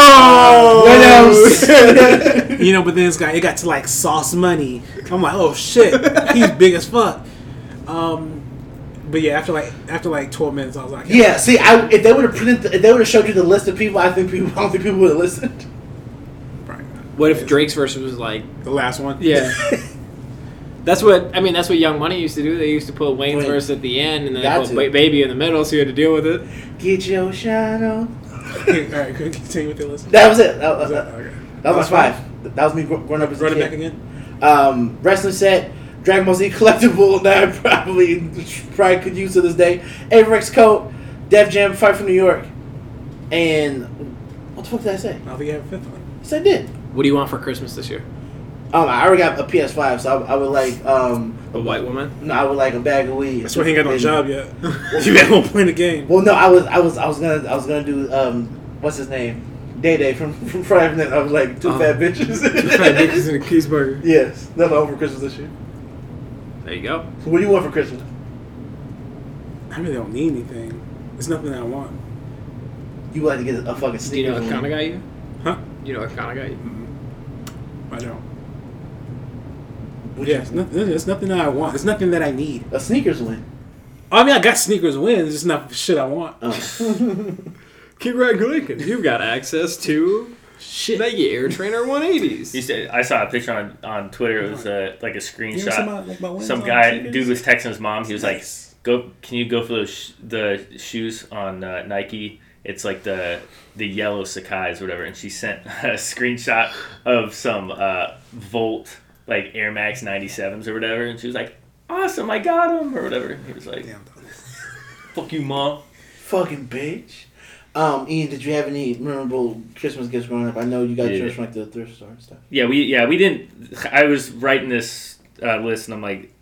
Whoa!
what else?
You know, but then it's got it got to like Sauce Money. I'm like, oh shit, he's big as fuck. Um, but yeah, after like after like 12 minutes, I was like,
yeah. See, I if they would have printed, the, if they would have showed you the list of people, I think people, I don't think people would have listened.
probably not.
What if Drake's verse was like,
The last one,
yeah. That's what I mean. That's what Young Money used to do. They used to put Wayne's
Wayne.
verse at the end, and then
Got
they put
to.
Ba- Baby in the middle, so you had to deal with it.
Get your shine on.
All right, could continue with the list.
That was it. That was,
Was that-
that,
okay.
that was my five. That was me gr- growing up as a
Run it
kid.
back again.
Um, wrestling set, Dragon Ball Z collectible that I probably probably could use to this day. Averex coat, Def Jam fight from New York, and what the fuck did I say?
I don't think you have a fifth one.
Yes, I did.
What do you want for Christmas this year?
Um, I already got a PS5, so I, I would like um,
A white woman?
no, I would like a bag of weed.
That's why he ain't got no
And-
job yet. you at home playing the game.
Well, no, I was, I was, I was gonna, I was gonna do um, what's his name, Day Day from from Friday Night. I was like two
Uh-huh.
fat bitches.
in a cheeseburger.
yes, that's all for Christmas this year.
There you go.
So what do you want for Christmas?
I really don't need anything. There's nothing that I want.
You would like to get a fucking
Do you
sneaker?
know what kind of guy you?
Huh?
You know what kind of guy you?
I don't. Yeah, it's nothing, there's nothing that I want. There's nothing that I need.
a sneakers win.
I mean, I got sneakers wins. It's just not the shit I want.
Congratulations, you've got access to
Shit.
Nike Air Trainer 180s.
you said, I saw a picture on on Twitter. It was uh, like a
You know
screenshot.
some of my- like my wins
some
on
guy
sneakers?
dude was texting his mom. He was like, "Go, can you go for those sh- the shoes on uh, Nike? It's like the the yellow Sakai's or whatever." And she sent a screenshot of some uh, Volt like Air Max ninety sevens or whatever, and she was like, "Awesome, I got them or whatever." He was like,
Damn,
"Fuck you, mom."
Fucking bitch. Um, Ian, did you have any memorable Christmas gifts growing up? I know you got
Yeah.
yours from like the thrift store and stuff.
Yeah, we yeah we didn't. I was writing this uh, list, and I'm like,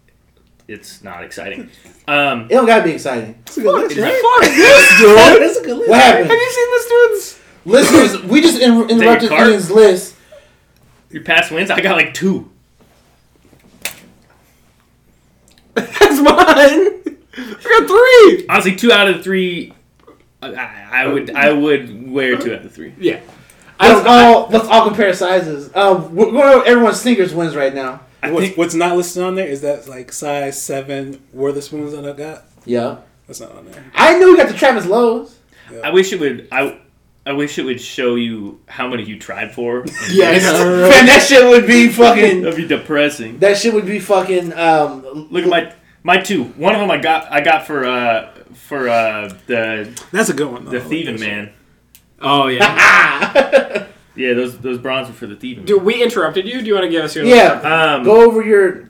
it's not exciting. Um,
It don't gotta be exciting.
That's a good list, right?
what
That's a good list.
happened?
Have you seen this dude's?
Listeners, we just in- interrupted
cart.
Ian's list.
your past wins, I got like two.
That's mine. I got three.
Honestly, two out of three. I- I, I would I would wear two out of three.
Yeah. I
Let's
don't,
all let's all compare sizes. Um, we're going over everyone's sneakers wins right now.
I
What's,
think
what's not listed on there is that like size seven Wortherspoons that I got.
Yeah.
That's not on there.
I knew we got the Travis Lowe's.
I wish it would. I. I wish it would show you how many you tried for.
Yes, man, that shit would be fucking.
That'd be depressing.
That shit would be fucking. Um,
Look at my my two. One of them I got I got for uh for uh the
That's a good one. Though.
the thieving man.
Oh yeah.
Yeah, those those bronze were for the thieving.
Dude, we interrupted you. Do you want to give us your?
yeah.
Um,
Go over your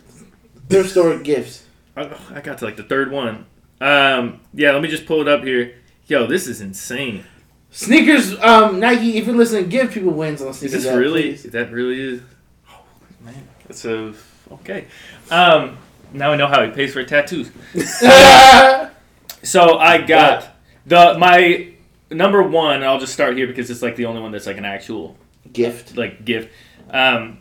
thrift store gifts.
I, I got to like the third one. Um, yeah, let me just pull it up here. Yo, this is insane.
Sneakers, um, Nike. If you're listening, give people wins on
Is
sneakers.
this
app,
really?
please.
That really is. Oh man, it's a okay. Um, now I know how he pays for tattoos. So I got the my number one. I'll just start here because it's like the only one that's like an actual
Gift.
like gift. Um,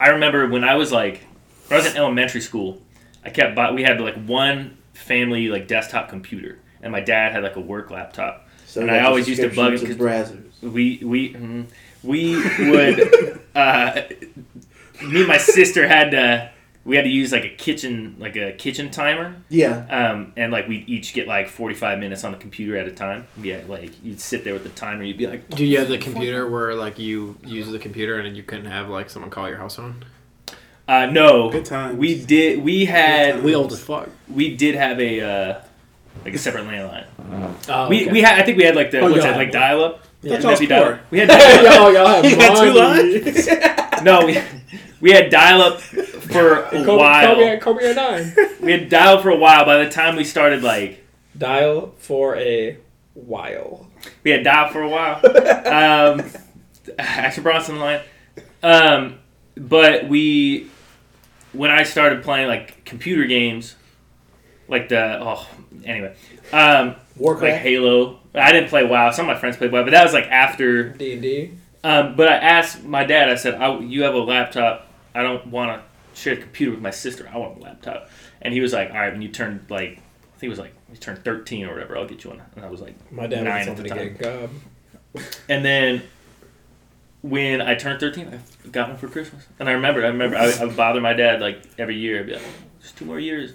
I remember when I was like, when I was in elementary school, I kept buy, we had like one family like desktop computer, and my dad had like a work laptop.
So
And
that's
I
a
always used to bug
subscription
him
to Brazzers.
We we mm, we would uh, me and my sister had to we had to use like a kitchen like a kitchen timer
Yeah.
um, and like we'd each get like 45 minutes on the computer at a time. Yeah, like you'd sit there with the timer, you'd be like,
Do you have the computer where like you use the computer and you couldn't have like someone call your house phone?
uh, no.
Good times.
We did, we had,
We old as fuck.
we did have a, uh, like a separate landline.
Oh,
We, we had, I think we had like the,
Oh,
what's
yeah.
that, like dial up?
That's all poor.
We had dial-up.
y'all, y'all have
You got two
money.
lines.
no, we, we had dial up for a
Call, call, me,
while.
at- call me at nine.
We had dial for a while. By the time we started, like,
Dial for a while.
we had dial for a while. um, Action Bronson line. Um, but we, when I started playing like computer games, like the oh anyway, um, like
Warcraft.
Halo. I didn't play WoW. Some of my friends played WoW, but that was like after
D and D.
um, but I asked my dad. I said, I, "You have a laptop. I don't want to share a computer with my sister. I want a laptop." And he was like, "All right, when you turn like, I think it was like when you turn thirteen or whatever, I'll get you one." And I was like,
My dad
Nine
was
at the
something to get a gob.
and then when I turned 13, I got one for Christmas. And I remember, I remember, I, I would bother my dad like every year. I'd be like, just two more years.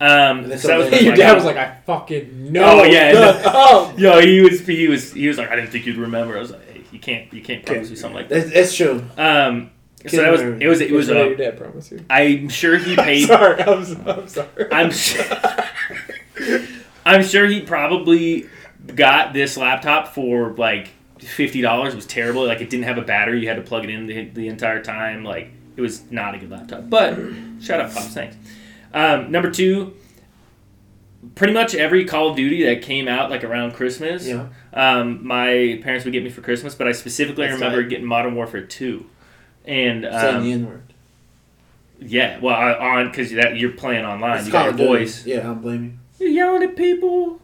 Um,
that's
so that
all
was
they-
my
Your dad
God.
was like, I fucking know.
Oh, yeah,
the
no.
hub."
yo, he was, he was, he was like, I didn't think you'd remember. I was like, hey, you can't, you can't promise me something like that.
That's, that's true.
Um, so
Kid
that was,
memory.
it was, it was,
Here's what
a,
your dad promised you.
I'm sure he paid.
Sorry, I'm, s- I'm sorry.
I'm sure. I'm sure he probably got this laptop for like fifty dollars. It was terrible. Like it didn't have a battery. You had to plug it in the, the entire time. Like it was not a good laptop. But shut up, pops. Thanks. Um, number two. Pretty much every Call of Duty that came out like around Christmas,
Yeah.
um, my parents would get me for Christmas. But I specifically
That's
remember
tight.
getting Modern Warfare Two, and
Saying
um,
the N word.
yeah, well, I, on because that you're playing online, you got your voice
Yeah, I don't blame you.
you're yelling at people.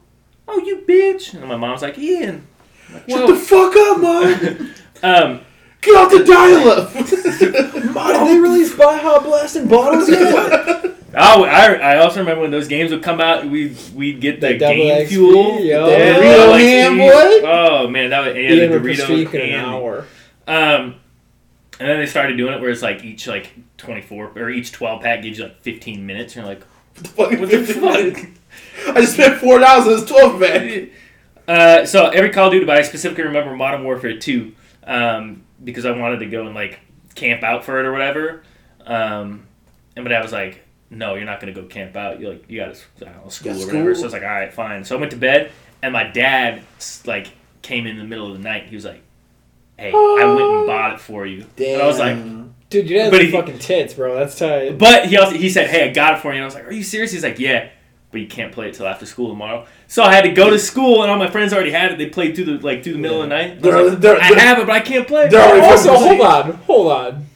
Oh, you bitch! And my mom's like, Ian. I'm like,
Shut the
"Whoa."
fuck up, mom.
um,
Get off the dial-up. mom, did they release Buy Hot Blast in bottles yet?
oh, I, I also remember when those games would come out. We we'd get the,
The double
game
XP,
fuel,
yo.
the
That
Dorito
double
ham,
XP.
boy.
Oh man, that was yeah,
Ian
the
would speak
Doritos
in an
ham.
hour.
Um, and then they started doing it where it's like each like twenty four or each twelve pack gives you like fifteen minutes. And you're like,
Fucking
what the fuck?
I just spent four dollars on this twelve pack.
Uh, so every Call of Duty, but I specifically remember Modern Warfare Two um, because I wanted to go and like camp out for it or whatever. Um, and but I was like, no, you're not gonna go camp out. You like you got to know, school or
Got
whatever. So I
school.
was like, all right, fine. So I went to bed, and my dad s- like came in the middle of the night. He was like, hey, I went and bought it for you.
Damn.
And I was like,
Dude, your dad's
But
like
he-
fucking tits, bro. That's tight.
but he also he said, "Hey, I got it for you." And I was like, "Are you serious?" He's like, "Yeah, but you can't play it till after school tomorrow." So I had to go to school, and all my friends already had it. They played through the like through the middle of the night. I,
They're-
was like,
they're-
I
they're-
have it, but I can't play.
they're already-
also,
fucking
Oh, hold
sick.
on, hold on.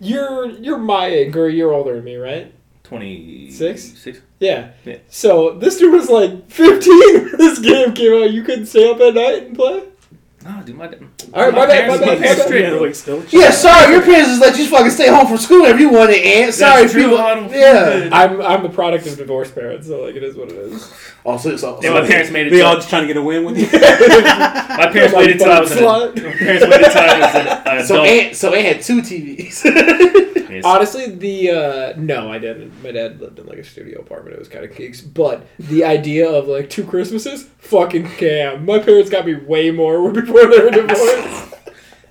You're you're my age, or you're older than me, right?
Twenty Six.
Yeah.
Yeah.
So this dude was like 15 when this game came out. You couldn't stay up at night and play.
No, dude, my dad.
All right, my bad, my bad, my bad.
Straight
like still.
Yeah, sorry, your parents just let you fucking stay home from school if you wanted, and sorry,
That's true,
people.
I don't feel
yeah.
good.
I'm I'm a product of divorced parents, so like it is what it is.
Also, it's all.
Yeah, my parents made it.
They
till-
all just trying to get a win with you.
my parents
My
waited till I was.
fucking
an- My parents waited till I was an adult. Uh,
so, Aunt, so Aunt had two TVs.
Yeah, Vegas?
Honestly, the uh, no, I didn't. My dad lived in like a studio apartment. It was kind of kicks. But the idea of like two Christmases, fucking cam. My parents got me way more before they were divorced.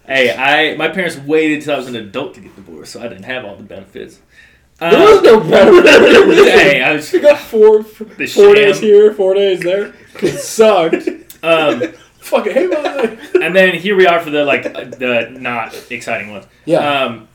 hey, I my parents waited till I was an adult to get divorced, so I didn't have all the benefits.
there was
Um,
no better.
hey, I was
We got four,
The
four days
sham.
here, four days there. It sucked.
um,
Fucking hate my life.
and then here we are for the like the not exciting ones.
Yeah.
Um,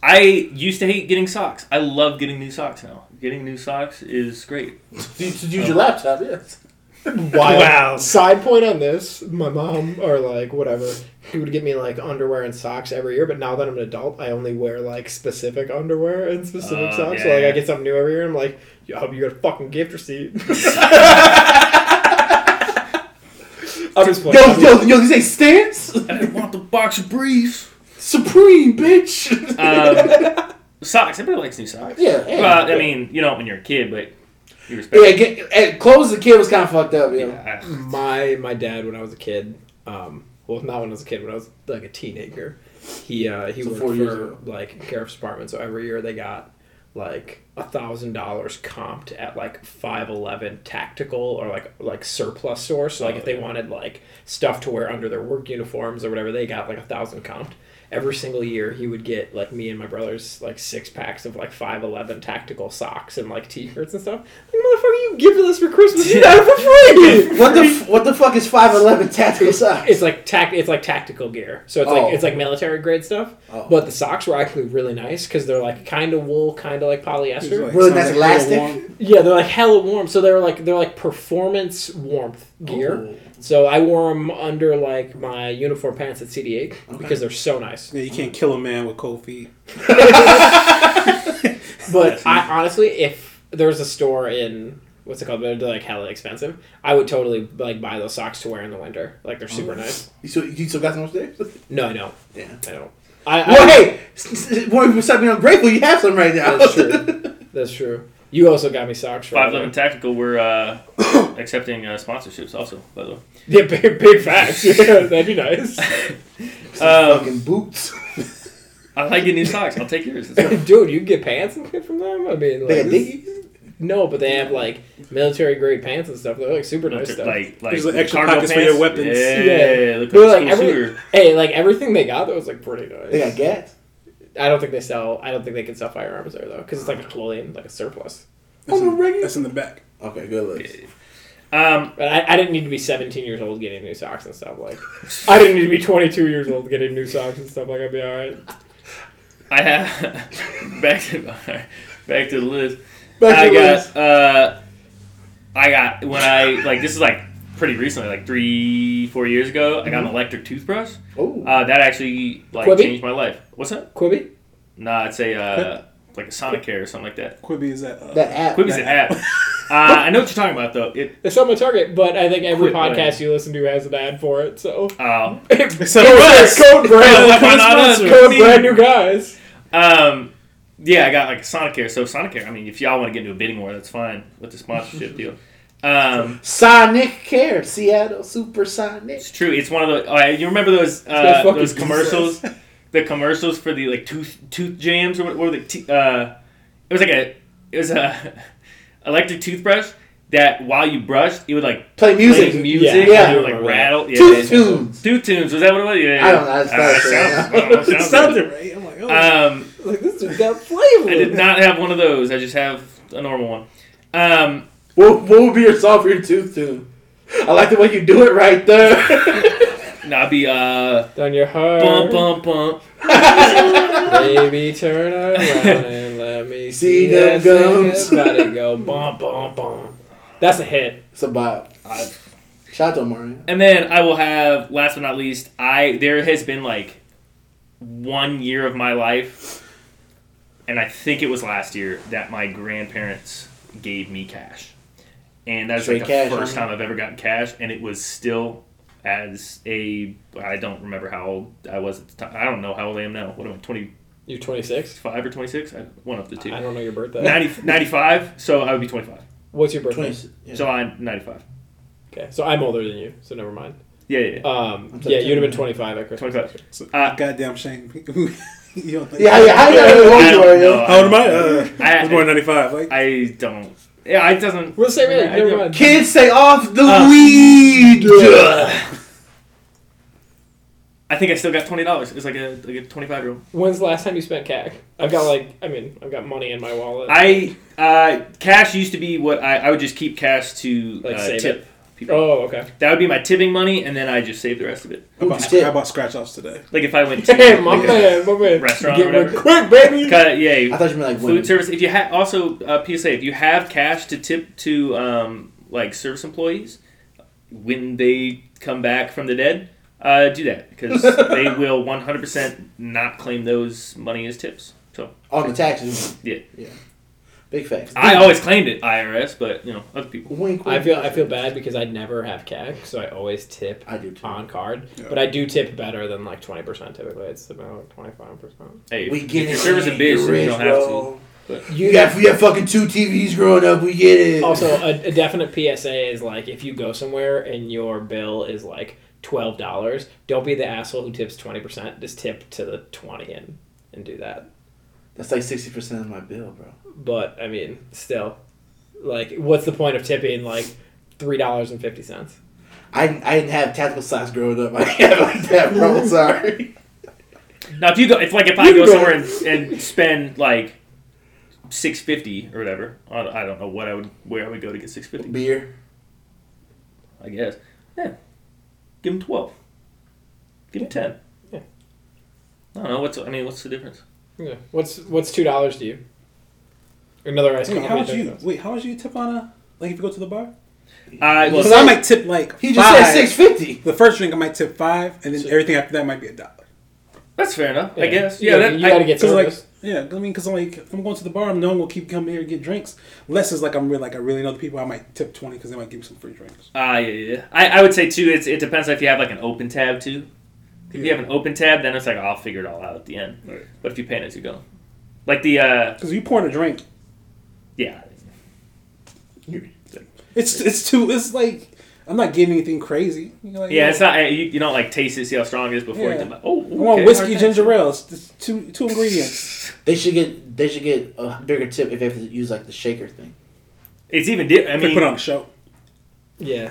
I used to hate getting socks. I love getting new socks now. Getting new socks is great.
Use your laptop, yes.
Wild.
Wow.
Side point on this, my mom or like whatever, he would get me like underwear and socks every year. But now that I'm an adult, I only wear like specific underwear and specific
Oh,
socks.
yeah,
so like
yeah.
I get something new every year. I'm like, "Yeah, I hope you got a fucking gift receipt. I'm just playing.
yo, you say stance?
I want the box of briefs.
Supreme, bitch.
Um, socks. Everybody likes new socks.
Yeah. yeah.
Well, I mean, you don't when you're a kid, but you respect.
yeah, get, eh, clothes. The kid was kind of fucked up, yo.
Yeah.
my my dad when I was a kid, um, well not when I was a kid, when I was like a teenager, he uh, he
So
worked
four years
for
ago.
like Gareth's apartment. So every year they got like a thousand dollars comped at like five eleven tactical or like like surplus stores. So like
Oh,
if they wanted like stuff to wear under their work uniforms or whatever, they got like a thousand comped. Every single year, he would get like me and my brothers like six packs of like five eleven tactical socks and like t-shirts and stuff. Like motherfucker, you give this for Christmas? You got it for free.
What the f- what the fuck is five eleven tactical socks?
It's like tac- It's like tactical gear. So it's
Oh.
like it's like military grade stuff.
Oh.
But the socks were actually really nice because they're like kind of wool, kind of like polyester.
Like,
Really,
sounds
that's
like a little
elastic?
warm.
yeah, they're like hella warm. So they're like they're like performance warmth
Oh,
gear. So I wore them under like my uniform pants at CD8 because they're so nice.
Yeah, you can't kill a man with cold feet.
But I honestly, if there's a store in what's it called, but they're like hella expensive, I would totally like buy those socks to wear in the winter. Like they're super nice.
You still, you still got some upstairs?
No, I don't.
Oh. Yeah.
I don't. I, I
Well, hey, s- s- boy, you stop being ungrateful. You have some right now.
That's true. That's true. You also got me socks for
Five Eleven Tactical. We're uh, accepting uh, sponsorships also. By the way.
Yeah, big, big facts. Yeah, that'd be nice.
Um,
Fucking boots.
I like getting new socks. I'll take yours. It's fine.
Dude, you can get pants and shit from them. I mean, like,
They got dickies.
no, but they have like military grade pants and stuff. They're like super nice stuff.
like like
There's, like,
the
extra
cargo
pockets for your weapons.
Yeah,
Yeah.
look
But,
like,
like,
a
every-
school shooter.
hey, like everything they got that was like pretty nice.
They got gas.
I don't think they sell. I don't think they can sell firearms there though, because it's like a clothing like a surplus.
That's, in, that's in the back.
Okay, good looks.
Um,
But I, I didn't need to be 17 years old getting new socks and stuff. Like, I didn't need to be 22 years old getting new socks and stuff. Like, I'd be all right.
I have back to back to the list.
Back
I
to the
got
list.
uh, I got when I like this is like pretty recently, like three four years ago. I got an electric toothbrush.
Oh,
Uh, that actually like
Mm-hmm. Quibi?
changed my life. What's that?
Quibby.
Nah, it's a uh, like a Sonicare or something like that.
Quibi is that. Uh,
that app.
Quibi's an app. Uh, I know what you're talking about though. It
It's on my target, but I think every
Quit,
podcast you listen to has an ad for it. So
uh,
except
Code
us.
Code
Why
brand,
not us?
code brand new guys.
Um, yeah, I got like a Sonicare. So Sonicare, I mean, if y'all want to get into a bidding war, that's fine with the sponsorship deal. Um,
Sonic Care, Seattle Supersonic.
it's true. It's one of the. oh, you remember those
got
uh,
fucking
those commercials? the commercials for the like tooth tooth jams or what were the t- uh, it was like a it was a electric toothbrush that while you brushed it would like
Play music.
play music
Yeah.
and it would
Yeah.
like rattle yeah
Two tunes.
Tooth tunes was that what it was yeah
I don't know, I just
Uh,
thought
sounds-
it
I don't know,
It
sounds
sounded right. I'm like, oh.
good. um
Like this dude got flavor.
I did not have one of those. I just have a normal one. Um,
What, what would be your song for your tooth tune? I like the way you do it right there.
and I'll be uh,
Down your heart,
bump, bump, bump.
baby, turn around and let me
See
see
them
that
gums.
Everybody go bum bum bum. That's a hit.
it's a bop. Shout out to Mario.
And then I will have. Last but not least, I there has been like one year of my life, and I think it was last year that my grandparents gave me cash, and that's like the
Straight cash,
first
huh?
time I've ever gotten cash, and it was still as a I don't remember how old I was at the time. I don't know how old I am now. What am I? Twenty
You're 26.
five or twenty six? I one of the two.
I don't know your birthday.
90, 95, so I would be 25.
What's your birthday?
Twenty. Yeah.
July 95.
Okay, so I'm older than you, so never mind.
Yeah, yeah.
Oh.
yeah.
Um, yeah, you'd have been 25 at Christmas.
25. Uh,
Goddamn shame. you don't
Yeah, yeah. How you got
I
it
don't
wrong,
know.
yo?
How old am I? Uh, I was
I,
born in 95. Like,
I don't. Yeah, it doesn't.
We're the same age. Never mind.
Kids say off the
Uh,
weed.
I think I still got twenty dollars. It's like a like a twenty five year old.
When's the last time you spent cash? I've got like, I mean, I've got money in my wallet.
I uh, cash used to be what I, I would just keep cash to
Like
uh,
save
tip people.
oh, okay.
That would be my tipping money, and then I just save the rest of it.
I bought,
shit.
I bought scratch offs today.
Like if I went to
Hey, my
like a
man, my man.
restaurant
Get
or whatever.
one quick, baby.
cut, yeah,
I thought you meant like
food
women.
service. If you ha- also uh, PSA, if you have cash to tip to um, like service employees when they come back from the dead, uh, do that because they will one hundred percent not claim those money as tips. So
on the taxes.
Yeah.
yeah. Big facts.
I always claimed it IRS, but you know other people.
Wink, wink.
I feel I feel bad because I never have cash, so I always tip
I do too.
on card.
Yeah.
But I do tip better than like twenty percent typically. It's about twenty five percent.
Hey,
We
if
get
your
it.
service a
You're
bitch, so you
rich,
don't have to.
bro. You got we got fucking two TVs growing up. We get it.
Also, a, a definite PSA is like if you go somewhere and your bill is like twelve dollars, don't be the asshole who tips twenty percent. Just tip to the twenty and and do that.
that's like sixty percent of my bill, bro.
But I mean, still, like, what's the point of tipping like three dollars and fifty cents?
I I didn't have tactical socks growing up. I didn't have like that, bro. I'm Sorry.
Now, if you go, if like if I go somewhere and, and spend like six fifty or whatever, I don't- I don't know what I would where I would go to get six fifty.
Beer.
I guess, yeah, give him twelve, give him ten.
Yeah.
I don't know what's I mean. What's the difference?
Yeah. What's what's two dollars to you? Another ice
Wait,
cream.
how much you? Wait, how much you tip on a? Like if you go to the bar?
Uh,
I
Because I might tip like
He just
five.
said six fifty.
The first drink I might tip five, and then everything after that might be a dollar.
that's fair enough. I guess.
Yeah,
Yeah,
you
that, I,
gotta get
Because like,
service.
yeah, I mean, because like, if I'm going to the bar, I'm no one will keep coming here to get drinks. Unless it's like I'm really like I really know the people. I might tip twenty because they might give me some free drinks.
Ah, yeah, yeah. yeah. I, I would say too. It's it depends if you have like an open tab too. If you have an open tab, then it's like I'll figure it all out at the end.
Right.
But if you pay as you go, like the uh,
Because you pouring a drink,
yeah,
it's it's too. It's like I'm not getting anything crazy. You know, like,
Yeah, it's not. You, you don't like taste it, see how strong it is before
Yeah.
you. Like, oh,
I want
okay,
whiskey,
alright,
ginger ale. It's just two two ingredients.
They should get they should get a bigger tip if they have to use like the shaker thing.
It's even. Di- I
they put
mean,
on a show,
Yeah.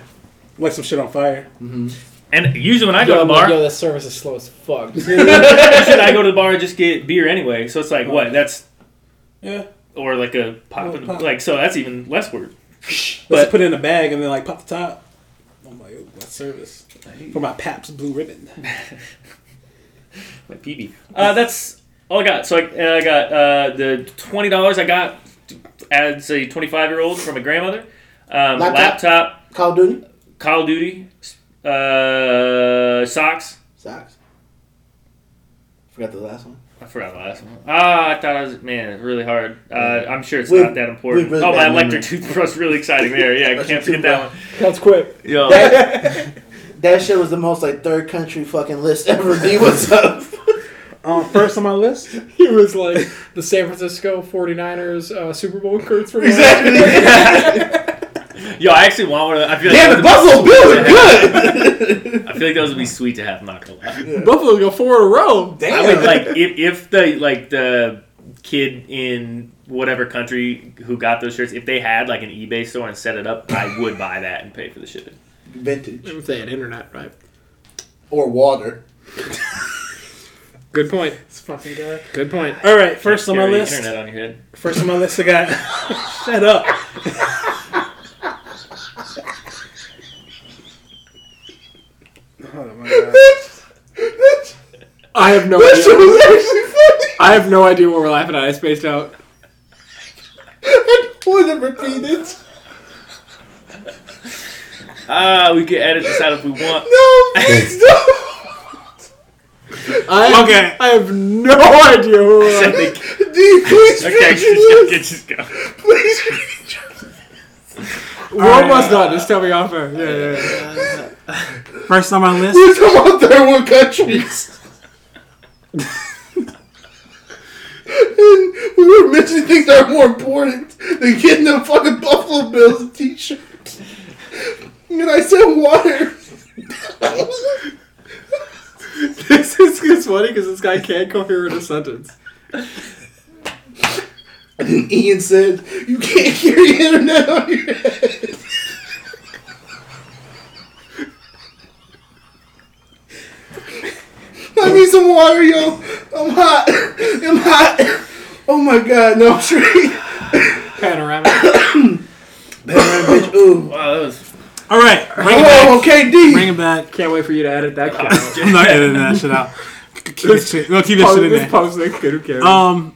light some shit on fire.
and usually when I
Yo,
go to the
I'm like, yo,
bar,
this service is slow as fuck.
usually I go to the bar and just get beer anyway. So it's like what? That's
Yeah,
or like a pop,
Little pop.
like so that's even less work.
let's
But-
put it in a bag and then like pop the top. I'm like, oh, my service for my Paps Blue Ribbon.
My PB. Uh, that's all I got. So I, and I got uh, the twenty dollars I got as a twenty-five year old from a grandmother. Um,
Laptop.
laptop.
Call of Duty
Call of Duty, uh, socks.
socks. Forgot the last one.
I forgot the last one. Ah, I thought I was man, it's really hard. Uh, I'm sure it's
We-
not that
we
important.
really
oh, my
bad
electric
memory.
toothbrush, really exciting there. Yeah, I can't forget that one.
That's quick.
Yo,
That shit was the most like third country fucking list ever. D, what's up?
Um, first on my list.
It was like the San Francisco 49ers uh, Super Bowl curds from
exactly.
yo, I actually want one. Of, I feel like
Damn, the Buffalo Bills are good.
I feel like those would be sweet to have. Not gonna lie.
Buffalo go four in a row.
Damn.
I would like if, if the like the kid in whatever country who got those shirts, if they had like an eBay store and set it up, I would buy that and pay for the shipping.
vintage
If they had internet, right?
or water.
Good point.
This fucking guy.
Good point.
All right, first on my
Carry the
list.
Internet on your head.
First on my list, I got. Shut up. oh my god.
I have no idea. I have no idea what we're laughing at. I spaced out.
Ah, we could edit this out if we want.
I have,
Okay.
I have no idea who we're laughing at.
okay, just, just go.
One was not. Just tell me off air. Yeah, yeah, yeah.
First on my list.
Come on, third world countries. and we were mentioning things that are more important than getting them fucking Buffalo Bills t-shirt. And I said water.
this is it's funny because this guy can't coherent a sentence.
And Ian said, "You can't carry the internet on your head." I need some water, yo. I'm hot. I'm hot. Oh my god, no, I'm straight.
Panorama.
bitch. Ooh.
Wow, that was
All right, bring it
Hello,
back. Bring
KD.
it back.
Can't wait for you to edit that. count.
I'm not editing that shit out. Keep this shit. No, keep that
Post-
shit in
this
there.
post next. Who
Uh,
cares?
Um,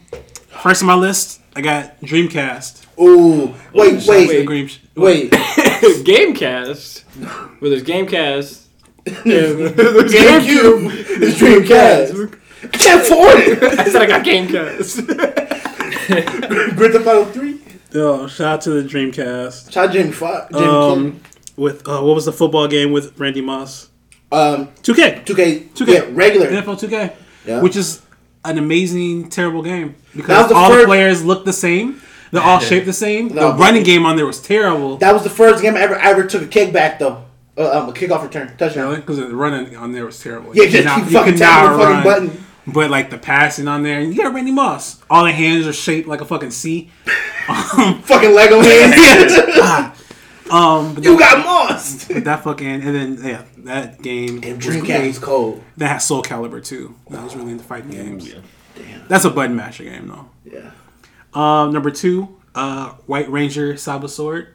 first on my list, I got Dreamcast.
Ooh. Wait,
The
wait,
Green-
wait.
Gamecast. Well, there's Gamecast. and there's
GameCube is Dreamcast. I can't afford it.
I said I got Gamecast.
Grand Theft Auto Three.
Oh, shout out to the Dreamcast.
Shout out Jamie Foxx. Jamie King.
Um, with uh, what was the football game with Randy Moss?
Um,
2K.
2K,
2K.
yeah, regular.
NFL 2K,
Yeah.
which is an amazing, terrible game
That was
because
the
all the
first-
players look the same. They're all shaped the same.
No.
The running game on there was terrible.
That was the first game I ever I ever took a kickback though, uh, um, a kickoff return touchdown.
Because the running on there was terrible.
Yeah,
You
just
could not-
keep
you
fucking
could
tapping the
not
fucking
run.
button.
But like the passing on there, and you got Randy Moss. All the hands are shaped like a fucking C.
Fucking Lego hands.
Um, but
you
that,
got mossed.
but that fucking and then yeah, that game
And
was
Dreamcast
great.
is cold.
that has Soul Calibur too. That was really into fighting games. That's a button masher game though.
Yeah.
Um, number two, uh, White Ranger Saber Sword.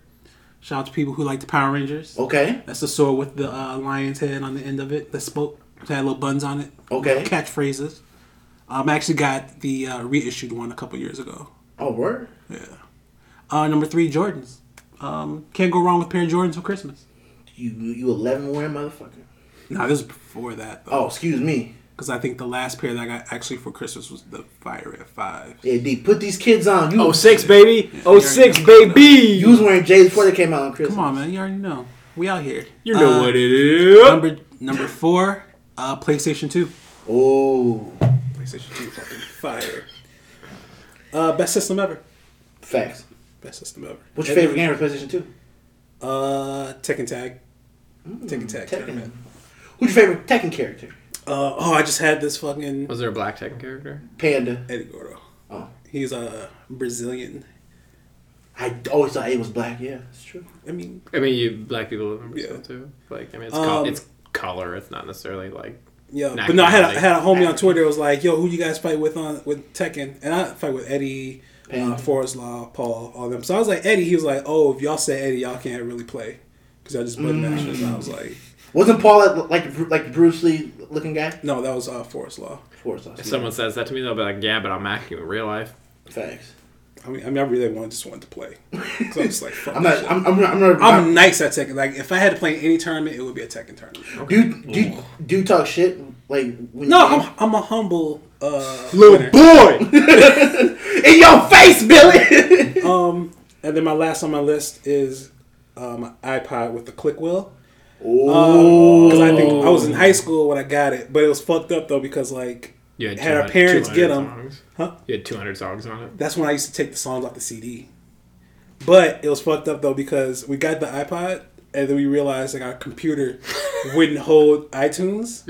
Shout out to people who like the Power Rangers.
Okay.
That's the sword with the uh, lion's head on the end of it that spoke. It had little buns on it.
Okay.
Catchphrases. Um, I actually got the uh, reissued one a couple years ago.
Oh word.
Uh, number three, Jordans. Um, can't go wrong with a pair of Jordans for Christmas.
You you eleven wearing motherfucker.
No, this is before that though,
Oh excuse me.
because I think the last pair that I got actually for Christmas was the Fire at Five.
Yeah, D. Put these kids on. You
Oh six baby. Oh six baby.
you was wearing J's before they came out on Christmas.
Come on, man, you already know. We out here.
You know
Uh,
what it is.
Number number four, uh, PlayStation Two.
Oh,
PlayStation 2 fucking fire. Uh, best system ever.
facts.
Best system ever.
What's your favorite game for PlayStation Two?
Uh, Tekken Tag. Tekken Tag.
Mm, Tekken. Who's your favorite Tekken character?
Uh, oh, I just had this fucking
Was there a black Tekken character?
Panda.
Eddie Gordo.
Oh.
He's a Brazilian.
I always thought A was black. Yeah, it's true.
I mean,
I mean, you black people live in Brazil
Yeah.
too. Like, I mean, it's
Um,
col- it's color. It's not necessarily like
yeah.
Nah,
but no, I had a,
like-
I had a homie on Twitter. that was like, "Yo, who you guys fight with on with Tekken?" And I fight with Eddie,
Panda.
uh, Forrestlaw, Paul, all them. So I was like, Eddie. He was like, "Oh, if y'all say Eddie, y'all can't really play." Because I just
Mm.
button mashes. I was like,
Wasn't Paul like like, like Bruce Lee looking guy?
"No, that was uh, Forrestlaw."
Of course, I
if
see.
someone says that to me, they'll be like, "Yeah, but I'll mac you in real life."
Facts.
I mean, I mean, I really wanted just wanted to play. 'Cause I'm just like, fuck
I'm not.
this shit.
I'm. I'm. I'm not.
I'm nice at Tekken. Like if I had to play in any tournament, it would be a Tekken tournament.
do you, do you, do you talk shit like when
No,
you
I'm I'm a humble uh, winner.
boy.
in your face, Billy.
Um, and then my last on my list is uh, my iPod with the click wheel. Because I think I was in high school when I got it, but it was fucked up though because like
You had,
Had our
200
parents get
200
'em.
songs.
Huh?
You had 200 songs on it.
that's when I used to take the songs off the CD. But it was fucked up though because we got the iPod and then we realized like our computer wouldn't hold iTunes,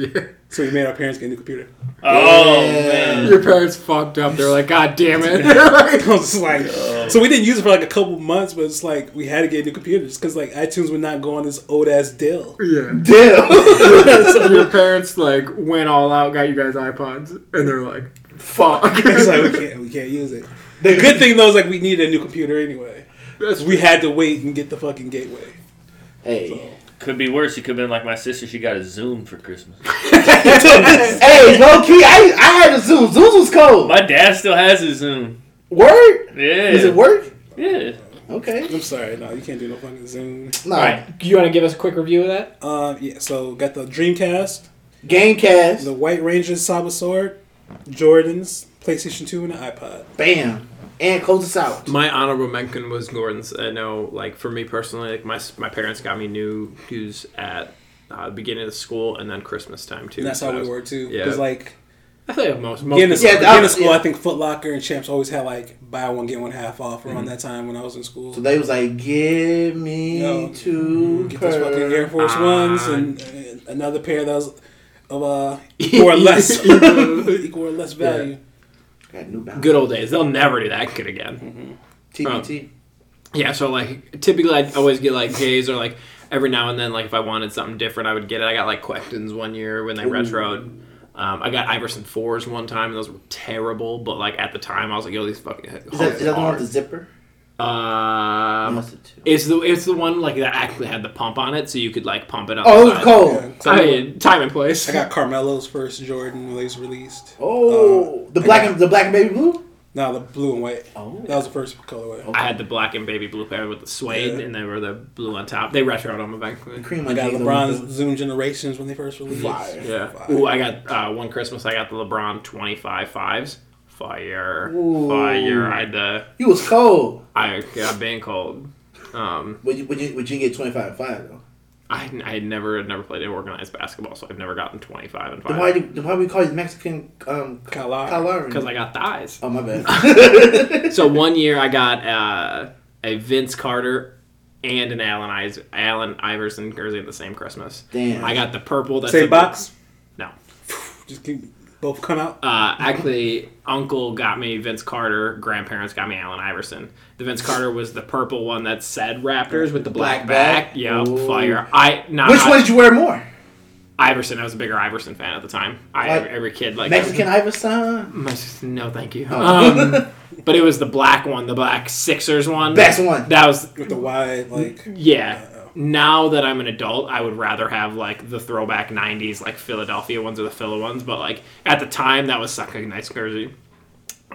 so we made our parents get a new computer.
oh man.
Your parents fucked up. They're like, "God damn it!"
I was just like, so we didn't use it for like a couple months, but it's like we had to get new computers because like iTunes would not go on this old ass deal.
yeah.
Damn.
So your parents like went all out, got you guys iPods, and they're like, "Fuck."
It's like we can't, we can't use it. The good thing though is like we needed a new computer anyway.
That's
We had to wait and get the fucking gateway.
hey.
Could be worse. It could have been like my sister. She got a Zoom for Christmas.
hey, low key. I I had a Zoom. Zoom was cold.
My dad still has his Zoom.
Word.
Yeah.
Does it work?
Yeah.
Okay.
I'm sorry, no, you can't do no fucking Zoom.
Nah.
You want to give us a quick review of that?
Um, yeah, so got the Dreamcast, the
Gamecast.
White Rangers Saber Sword, Jordans, PlayStation Two, and the iPod.
Bam. And close us out.
My honorable mention was Gordon's. I know, like for me personally, like my my parents got me new shoes at uh, the beginning of school and then Christmas time too.
And that's
So
how
I
we
was-
were too.
Yeah.
Because like
I think most most
Getting in,
people-
Yeah,
yeah,
that-
in school,
yeah.
I think Foot Locker and Champs always had like buy one get one half off around
Mm-hmm.
that time when I was in school.
So they was like, give me
Yo,
two
Get those fucking Air
per.
Force
Ah.
Ones and, and another pair of those of uh equal or less equal or less value.
Got New Balance.
Good old days. They'll never do that good again.
TBT.
Yeah, so like typically I'd always get like J's or like every now and then like if I wanted something different I would get it. I got like Quectons one year when they retroed. Um, I got Iverson fours one time and those were terrible, but like at the time I was like, yo, these fucking
Is that, is that the one with the
hard.
zipper? I
Um,
must have too.
it's the it's the one like that actually had the pump on it, so you could like pump it up.
Oh, it was cold.
Yeah.
I mean, time and place.
I got Carmelo's first Jordan when they was
Uh,
released.
Oh, the black and the black and baby blue.
No, the blue and white.
Oh.
That was the first colorway.
I had the black and baby blue pair with the suede,
Yeah.
and they were the blue on top. They retroed on them eventually.
Cream
I
on
got
Jigga
LeBron's
Looney.
Zoom Generations when they first released.
Fire.
Yeah.
Fire.
Ooh, I got uh, one Christmas. I got the LeBron 25 fives. Fire,
Ooh.
fire. I had the
You was cold,
I got been cold. Um,
but you, but you, but you get twenty five and five though.
I I had never had never played in organized basketball, so I've never gotten 25 and
Then why,
five
do, then why we call you Mexican um,
Kyle Lowry.
Kyle Lowry?
because I got thighs.
oh my bad.
Uh, so one year I got uh, a Vince Carter and an Allen Is- Allen Iverson jersey in the same Christmas.
Damn.
I got the purple. That's
Same box.
No.
Just keep both come out.
uh, actually, uncle got me Vince Carter. Grandparents got me Allen Iverson. The Vince Carter was the purple one that said Raptors with the
Black
black, back.
back?
Yeah,
Ooh.
fire. I not
Which one did you wear more?
Iverson. I was a bigger Iverson fan at the time. I Mm-hmm.
What?
every kid like
Mexican Iverson,
Mes- No, thank you.
Oh.
Um, but it was the black one, the black Sixers one.
best one.
That was
With the wide, like
yeah. Now that I'm an adult, I would rather have like the throwback '90s, like Philadelphia ones or the Phila ones. But like at the time, that was such a nice jersey.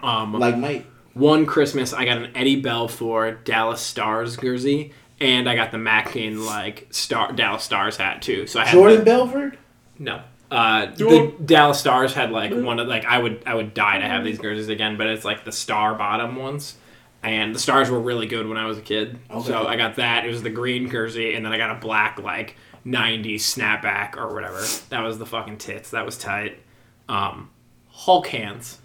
Um,
Like Mike.
one Christmas, I got an Eddie Bell for Dallas Stars jersey, and I got the Mackin like Star Dallas Stars hat too. So I had
Jordan
the-
Belford?
no. Uh, the Dallas Stars had like one of like I would I would die to have these jerseys again, but it's like the star bottom ones, and the stars were really good when I was a kid.
Okay.
So I got that. It was the green jersey, and then I got a black like '90s snapback or whatever. That was the fucking tits. That was tight. Um, Hulk hands.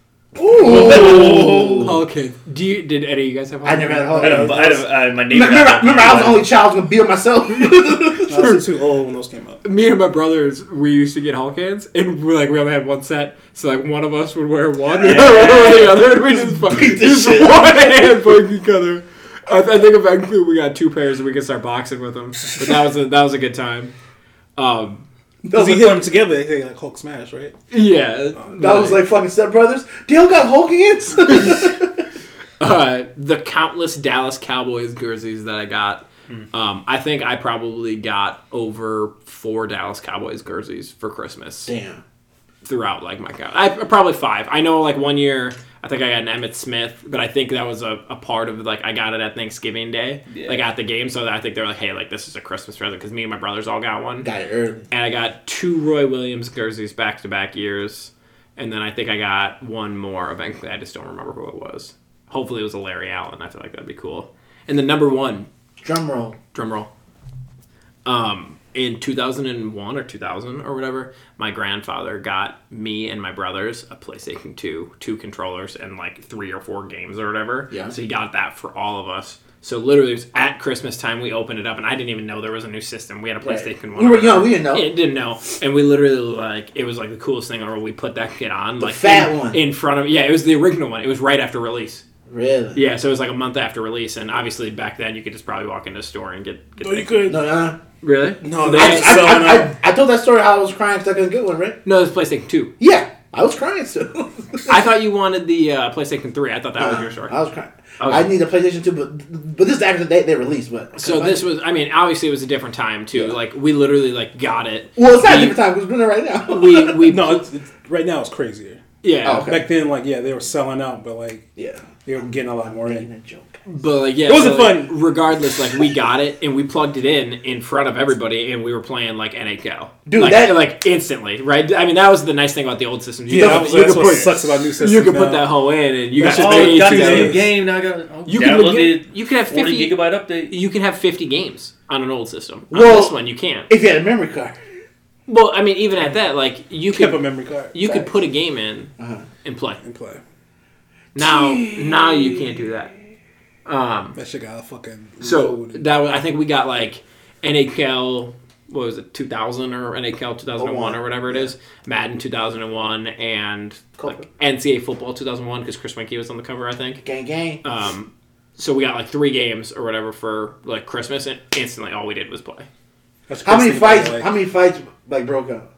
Ooh.
Hulk hands. Do you did any of you guys have? Hulk
I never had a
hands?
Hulk.
I had a, I
Remember,
had a, uh, my neighbor.
remember,
had a-
remember I was the only child who was gonna be on myself.
I was too old when those came out.
me and my brothers, we used to get Hulk hands, and we like we only had one set, so like one of us would wear one, and the other would wear the other, and we just fucking just one hand fuck each other. I, I think eventually we got two pairs, and we could start boxing with them. But that was a, that was a good time. Um,
Because he hit them together, they say like Hulk smash, right?
yeah,
that was like fucking stepbrothers. Dale got Hulk hands.
uh, the countless Dallas Cowboys jerseys that I got. Um, I think I probably got over four Dallas Cowboys jerseys for Christmas.
Damn.
throughout like my god I probably five I know like one year I think I got an Emmett Smith but I think that was a, a part of like I got it at Thanksgiving Day
Yeah.
like at the game so that I think they were like hey like this is a Christmas present because me and my brothers all got one
Got it early.
and I got two Roy Williams jerseys back to back years and then I think I got one more eventually I just don't remember who it was hopefully it was a Larry Allen I feel like that'd be cool and the number one
Drum roll.
drum roll. Um, in 2001 or 2000 or whatever, my grandfather got me and my brothers a PlayStation 2, two controllers, and like three or four games or whatever.
Yeah.
So he got that for all of us. So literally, it was at Christmas time we opened it up, and I didn't even know there was a new system. We had a
Right.
PlayStation One.
We
or
were young.
whatever.
We didn't know.
Yeah, didn't know, and we literally like it was like the coolest thing ever. We put that kid on like
fat
in,
one.
in front of yeah, it was the original one. It was right after release.
Really?
Yeah, so it was like a month after release, and obviously back then you could just probably walk into a store and get. get things.
No, nah.
Really?
No,
I,
they
I,
ain't selling
I,
out.
I, I told that story how I was crying because I couldn't get one, right?
uh, No, it's PlayStation 2.
Yeah, I was crying too.
I thought you wanted the uh, PlayStation 3. I thought that was your
Uh,
story.
I was crying.
Okay.
I need a PlayStation 2, but but this is after they, they released. But
so this was, I mean, obviously it was a different time too. Like we literally like got it.
well, it's not a
we,
different time. 'cause We're doing it right now.
We we
No, it's, it's, right now it's crazier.
yeah,
Oh, okay.
Back then, like yeah, they were selling out, but like
yeah,
they were getting a lot more
making
in.
a joke.
but like yeah,
It wasn't
so, like,
fun.
regardless, like we got it and we plugged it in in front of everybody, and we were playing like NHL.
Dude,
like,
that-
like instantly, right? I mean, that was the nice thing about the old systems. You
Yeah,
could-
that was,
you
that's
could
what sucks about new systems.
put, you could
now.
put that whole in, and you got
That's
your
just- oh,
thirty
got
Got this new
Yes.
game. Now I got oh,
You could
downloaded
legit- you could have
40
50
gigabyte update.
You can have fifty games on an old system. On
Well-
this one, you can't.
If you had a memory card,
Well, I mean, even at that, like you
Keep a
could
memory card.
you could put a game in and play.
and play.
Now, now you can't do that. Um,
That shit got a fucking.
So
loaded.
that was, I think we got like NHL. What was it, 2000 or NHL 2001 or whatever it is? Madden 2001 and like NCAA football 2001 because Chris Winkie was on the cover, I think.
Gang, gang.
Um, so we got like three games or whatever for like Christmas, and instantly all we did was play.
That's
How many
crazy, by the
fights?
way.
How many fights like broke up?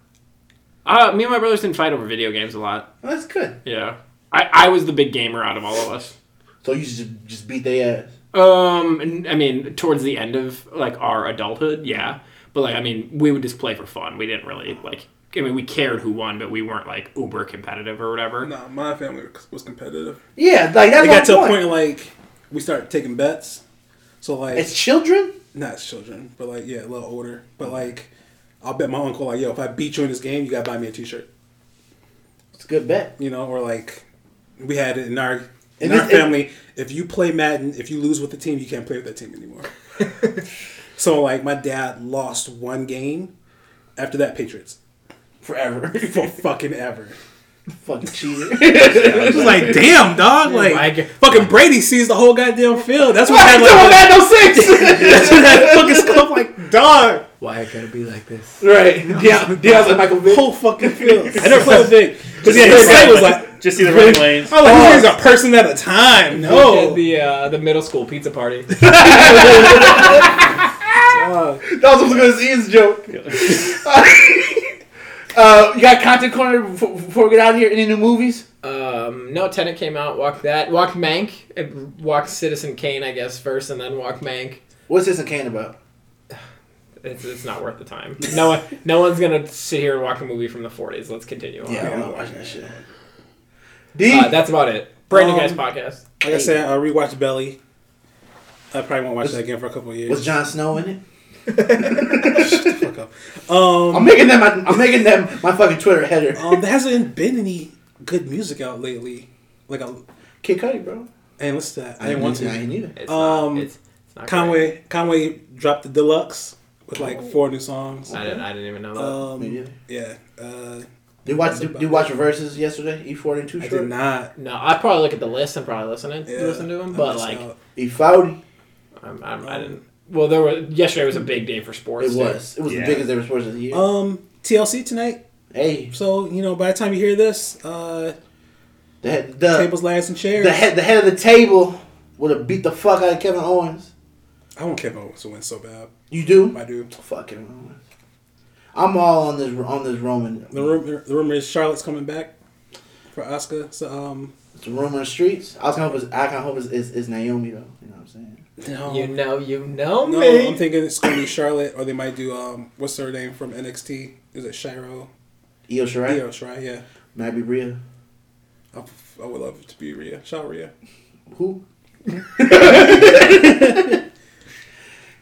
Uh, me and my brothers didn't fight over video games a lot.
Well, that's good.
Yeah, I, I was the big gamer out of all of us.
So you should just beat their ass.
Um, and- I mean, towards the end of like our adulthood, yeah. But like, I mean, we would just play for fun. We didn't really like. I mean, we cared who won, but we weren't like uber competitive or whatever.
No, my family was competitive.
Yeah, like that's
It got to a
point.
point like we started taking bets. So like
It's children.
not as children, but like yeah, a little older. But like I'll bet my uncle like, yo, if I beat you in this game, you gotta buy me a t shirt.
It's a good bet.
You know, or like we had it in our
And
in our
this- and-
family, if you play Madden, if you lose with the team, you can't play with that team anymore. so like my dad lost one game. After that, Patriots
Forever.
for fucking ever.
Fucking cheater.
It was like, damn, dog, like
I get-
fucking Brady sees the whole goddamn field. That's what had
Why
like the-
no six?
That's what that fucking scope like dog.
Why it gotta be like this?
right. Yeah. Yeah. I was like Michael Vick.
Whole fucking field. I never played with Vic. Because yeah, his play was like
Just see the running lanes.
I like he's a person at a time.
Oh,
No.
the uh, the middle school pizza party.
Dog.
That was going to Ian's joke. uh, you got content corner before, before we get out of here? Any new movies?
um, no, Tenet came out. Walked that. Walked Mank. It walked Citizen Kane, I guess, first, and then walked Mank.
What's this in Kane about?
It's, it's not worth the time. No one, no one's gonna sit here and watch a movie from the '40s. Let's continue. on.
Yeah, I'm not watching that shit. D.
Uh, that's about it. Brand new guys
Um,
podcast.
Like I said, I rewatched Belly. I probably won't watch that again for a couple of years.
was Jon Snow in it?
Fuck up. Um,
I'm making them. My, I'm making them my fucking Twitter header.
um, there hasn't been any good music out lately. Like, a,
Kid Cudi, bro.
and what's that? I didn't want
I
to.
didn't either.
It's
um,
not, it's, it's not great.
Conway Conway dropped the deluxe with like four new songs.
I didn't. I didn't even know that.
Me
Um,
neither.
yeah, uh,
Did you watch? Did, did you watch Reverses yesterday? E forty and two
I
short.
did not.
no, I'd probably look at the list and probably listen to
Yeah,
listen to them,
I
but
missed
like,
out.
E forty.
I'm, I'm,
um,
I didn't. Well, there were yesterday was a big day for sports.
It
dude.
was. It was
Yeah.
the biggest ever sports of the year.
Um, TLC tonight.
hey,
So you know, by the time you hear this, uh,
the head, the,
tables, ladders, and chairs.
the head the head of the table would have beat the fuck out of Kevin Owens.
I want Kevin Owens to win so bad.
You do?
I do.
Fuck Kevin Owens. I'm all on this on this Roman.
The rumor, the rumor is Charlotte's coming back for Oscar. So um,
It's a rumor in the streets. I was gonna hope it's, I can hope it's, it's, it's Naomi though. You know what I'm saying?
no,
You know, you know
Um, no,
me.
I'm thinking it's gonna be Charlotte, or they might do um, what's her name from NXT? Is it Shiro?
Io Shirai,
Io Shirai, yeah.
might be Rhea.
I, I would love it to be Rhea. Shout out Rhea.
Who?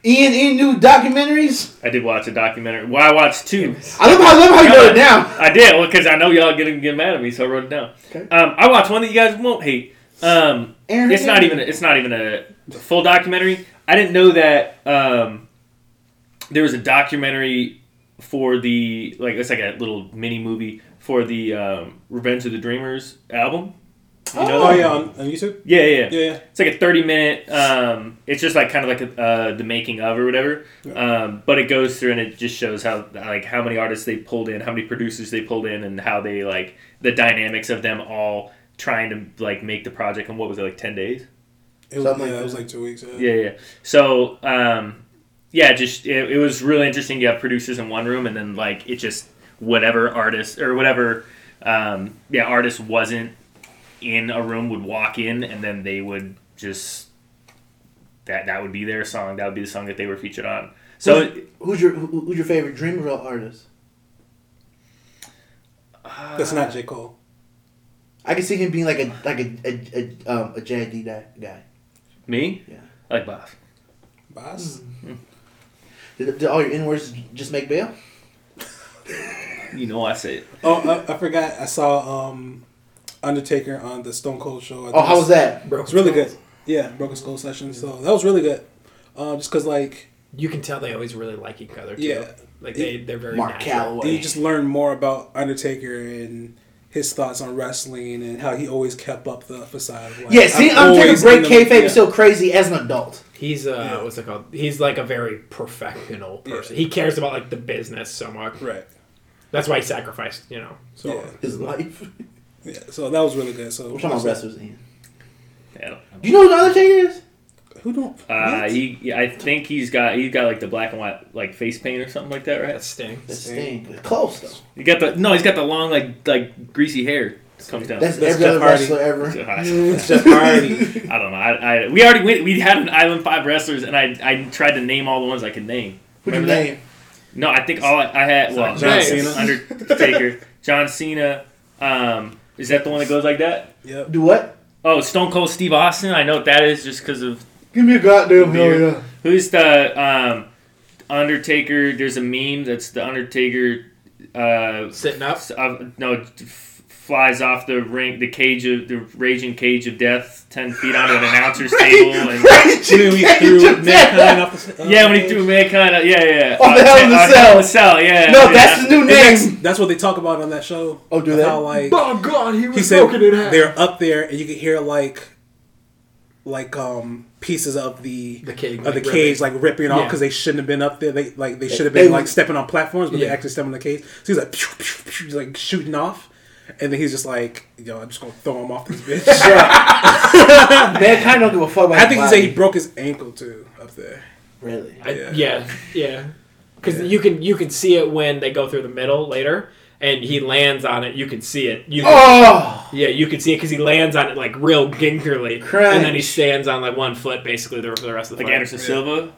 Ian, any E new documentaries?
I did watch a documentary. Well, I watched two.
I love how, I love how you wrote it down.
I did, well, because I know y'all gonna get mad at me, so I wrote it down.
Okay.
Um, I watched one that you guys won't hate. Um,
Aaron,
it's not even. It's not even a full documentary. I didn't know that um, there was a documentary for the like. It's like a little mini movie for the um, Revenge of the Dreamers album. You know
Oh
that?
yeah, on, on YouTube.
Yeah, yeah,
Yeah, yeah.
It's like a thirty minute. Um, it's just like kind of like a, uh, the making of or whatever. Um, but it goes through and it just shows how like how many artists they pulled in, how many producers they pulled in, and how they like the dynamics of them all trying to like make the project. And what was it like ten days?
It was,
Something like
yeah, it was
that.
like two weeks. Yeah.
Yeah, yeah. So, um, yeah, just it, it was really interesting. You have producers in one room, and then like it just whatever artist or whatever, um, yeah, artist wasn't in a room would walk in, and then they would just that that would be their song. That would be the song that they were featured on. So,
who's, who's your who, who's your favorite dream girl artist?
That's not J Cole.
I can see him being like a like a a, a, um, a JD that guy.
me,
Yeah.
I like Bob.
Boss.
Did, did all your N words just make bail?
You know, I say it.
Oh, I, I forgot. I saw um, Undertaker on the Stone Cold show.
Oh, how was that?
It's really good. Yeah, Broken Skull Session. So that was really good. Uh, just because, like,
you can tell they always really like each other. Too.
Yeah.
like they they're very
Mark
natural.
Calloway.
Then you just learn more about Undertaker and his thoughts on wrestling and how he always kept up the facade. Of like,
Yeah, see, I'm trying
always
to break
in the-
kayfabe is so crazy as an adult.
He's uh, what's it called? He's like a very professional person. He cares about like the business so much.
Right.
That's why he sacrificed. You know. So
Yeah.
His life.
Yeah. So that was really good. So
We're talking about wrestlers. Ian.
I don't know.
Do you know who the Undertaker is?
Who don't?
Uh,
what?
he, yeah, I think he's got he's got like the black and white like face paint or something like that, right?
that stings.
That's Sting. but Close though.
He got the no, he's got the long like like greasy hair that comes down.
That's,
That's
every
Jeff
other
Hardy.
wrestler ever.
So
Jeff
I,
It's Jeff Hardy.
I don't know. I, I we already went, we had an island five wrestlers, and I I tried to name all the ones I could name.
Who'd you
Remember that?
name?
No, I think all I, I had well
John
John
Cena.
Cena, Undertaker, John Cena. Um, is that the one that goes like that?
yep.
Do what?
Oh, Stone Cold Steve Austin. I know what that is just because of
Give me a goddamn
Beer.
hell yeah.
Who's the um, Undertaker? There's a meme that's the Undertaker. Uh,
Sitting up.
s- uh, no, f- flies off the ring, the cage of the raging cage of death, ten feet onto an announcer's table,
When
and
we threw mankind off the.
yeah, when he threw mankind, uh, yeah, yeah,
Oh, the Hell in a
uh,
Cell.
Hell in a Cell, yeah,
No,
yeah.
that's the new
And That's,
name.
that's what they talk about on that show.
Oh, do
Of
they?
How like
Oh God, he
he
was
said
broken in half.
they're up there and you could hear like like um pieces of the
The cage,
of
like,
the
ripping.
cage like ripping off
Yeah.
because they shouldn't have been up there they like they should have
They
been
were-
like stepping on platforms but they
Yeah.
actually stepped on the cage so he's like pew, pew, pew, he's like shooting off and then he's just like yo I'm just gonna throw him off this bitch
Mankind don't give a fuck about
I think he
his
said he
body.
broke his ankle too up there
Really?
I,
Yeah.
yeah, yeah. Because you can you can see it when they go through the middle later, and he lands on it. You can see it. You can,
Oh!
yeah, you can see it because he lands on it like real gingerly, and then he
Crunch.
stands on like one foot basically the, for the rest of the
like
fight.
Anderson Silva.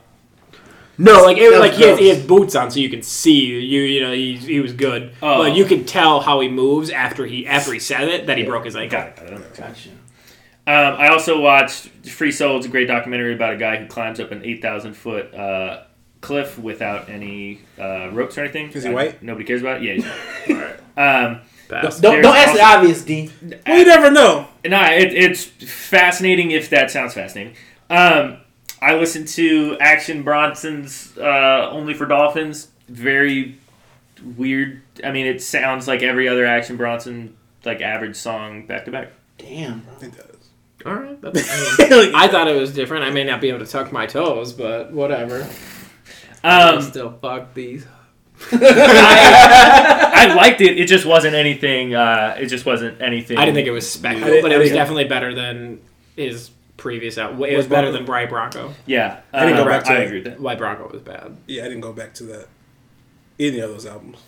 No, like it,
That was
like he has, he
gross.
has boots on, so you can see you you know he, he was good,
Oh.
but you can tell how he moves after he after he said it that he broke his ankle.
Got it, got it.
Gotcha.
Um, I also watched Free Soul. It's a great documentary about a guy who climbs up an 8,000 foot uh, cliff without any uh, ropes or anything.
Is he
Uh,
white?
Nobody cares about it. Yeah. He's white. um,
Fast.
Don't, don't
There's
ask the
also-
obvious, D.
well you never know
no, it, it's fascinating if that sounds fascinating. Um, I listened to Action Bronson's uh, Only for Dolphins. Very weird. I mean, it sounds like every other Action Bronson like average song back to back.
Damn, bro.
He does.
All right, that's, I, mean, I thought it was different. I may not be able to tuck my toes, but whatever. I
Um,
still fuck these.
I liked it. It just wasn't anything. Uh, it just wasn't anything.
I didn't think it was
I
spectacle,
didn't-
but
I
it was
didn't-
definitely better than his previous out. It
Was
was better
Bronco-
than Bry Bronco.
Yeah,
I didn't
uh,
go back to
I
it.
agree with
Why Bronco was bad.
yeah I didn't go back to that any of those albums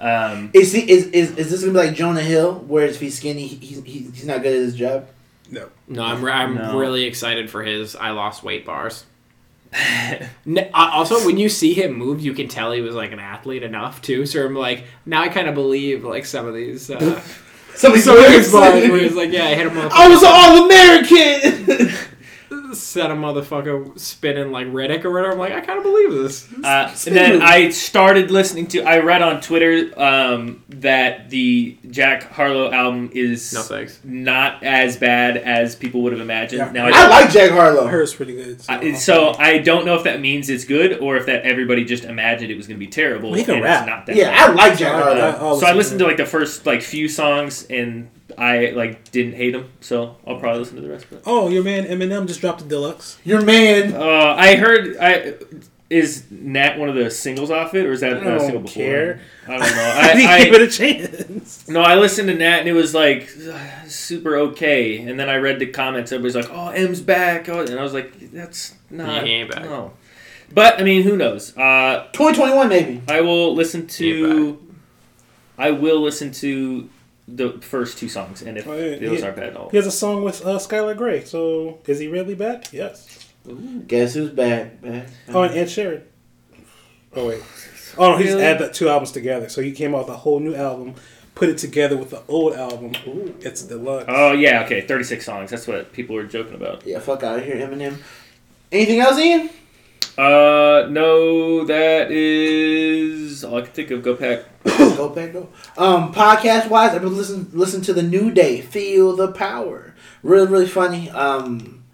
that. Um,
Is he is, is is this gonna be like Jonah Hill, where if he's skinny, he, he's he's he's not good at his job?
no
No, I'm re- I'm
No.
really excited for his I lost weight bars.
Um,
N- uh, also, when you see him move, you can tell he was like an athlete enough too. So I'm like, now I kind of believe like some of these. Uh,
Somebody's
some of these bars where he's like, yeah, I hit a motherfucker,
I was an all American.
set a motherfucker spinning like Riddick or whatever. I'm like, I kind of believe this.
Uh, and then I started listening to. I read on Twitter um, that the Jack Harlow album is
No thanks.
not as bad as people would have imagined.
Yeah.
Now, I
I like Jack Harlow.
hers pretty good so,
I- so I don't know if that means it's good or if that everybody just imagined it was going to be terrible.
Well, he can
and
rap.
It's not that
yeah,
bad. Uh,
I like Jack Harlow.
so I listened to like the first like few songs and I like didn't hate them. So I'll probably listen to the rest. But
Oh, your man Eminem just dropped a deluxe.
Your man.
uh, I heard I. Is Nat one of the singles off it, or is that
I
a
don't
single before?
care.
I don't know.
I didn't
I, I,
give it a chance.
No, I listened to Nat and it was like super okay. And then I read the comments. Everybody's like, "Oh, M's back," oh, and I was like, "That's not
He ain't back.
no." But I mean, who knows? Uh,
2021 maybe.
I will listen
He
to. I will listen to the first two songs, and if
Oh, yeah,
those
yeah.
aren't bad at all,
He has a song with uh, Skylar Grey. So is he really back? Yes.
Guess who's back? back.
Oh, and Ed Sheeran. Oh wait. Oh, no, he just
Really?
added the two albums together. So he came out with a whole new album, put it together with the old album. It's a deluxe.
oh yeah, okay, thirty-six songs. That's what people were joking about.
yeah, fuck out of here, Eminem. Anything else, Ian?
Uh, no, that is all I can think of. Go pack.
go back go. Um, podcast wise, I've been listening listen to the New Day, Feel the Power. Really, really funny. Um,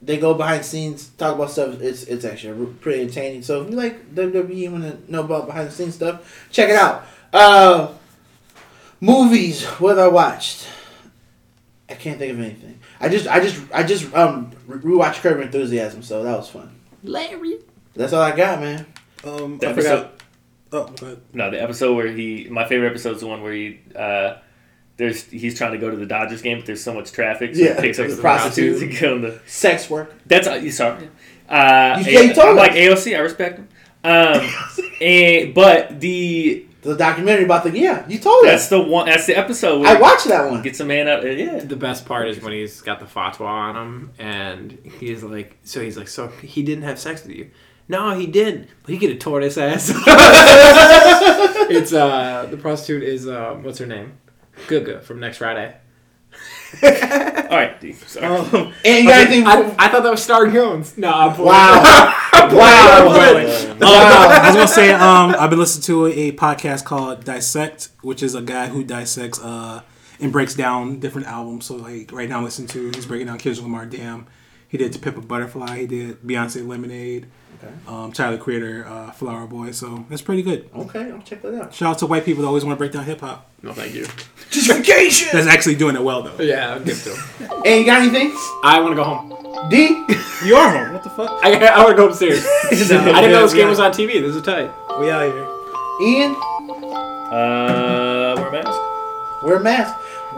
they go behind scenes, talk about stuff. It's it's actually pretty entertaining. So if you like WWE, want to know about behind the scenes stuff, check it out. Uh, movies, what I watched. I can't think of anything. I just I just I just um re- rewatched Curb Your Enthusiasm, so that was fun.
Larry.
That's all I got, man.
Um,
The
I forgot.
episode,
Oh, go ahead.
no, the episode where he, my favorite episode is the one where he, uh, there's he's trying to go to the Dodgers game, but there's so much traffic, so
Yeah,
he picks up
the
the prostitutes and kills them.
Sex work.
That's all you saw. Uh,
You- yeah, you told
I'm like
us.
AOC. I respect him. Um, and but the
The documentary about the yeah, you told
that's
us.
the one. That's the episode where
I watched that one.
gets a man out. Yeah,
The best part is when he's got the fatwa on him, and he's like, so he's like, so he didn't have sex with you. No, he did, but he could have torn his ass.
it's uh the prostitute is uh what's her name? Guga from next Friday.
All right, dude. Sorry.
Oh.
Um,
And you got anything?
I, I thought that was Star Jones. No, I'm playing.
wow, wow,
I was gonna say um, I've been listening to a podcast called Dissect, which is a guy who dissects uh, and breaks down different albums. So like right now, I listen to he's breaking down Kendrick Lamar. Damn, he did To Pimp a Butterfly. He did Beyonce Lemonade. Um, Tyler the Creator, uh, Flower Boy. So that's pretty good.
Okay, I'll check that out.
Shout out to white people that always want to break down hip hop.
no, thank you.
That's actually doing it well though.
Yeah, I'll give it to him.
And you got anything?
I want to go home.
D.
You are home. What the fuck?
I, I want to go upstairs. I didn't know this game was on TV. This is tight.
We out here.
Ian.
Uh, wear a mask.
Wear a mask.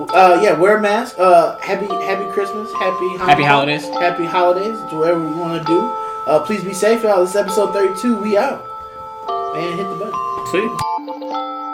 Uh, yeah, wear a mask. Uh, happy Happy Christmas. Happy
Happy holidays.
Happy holidays. Do whatever you want to do. Uh, please be safe, y'all. This is episode thirty-two. We out. Man, hit the button.
See.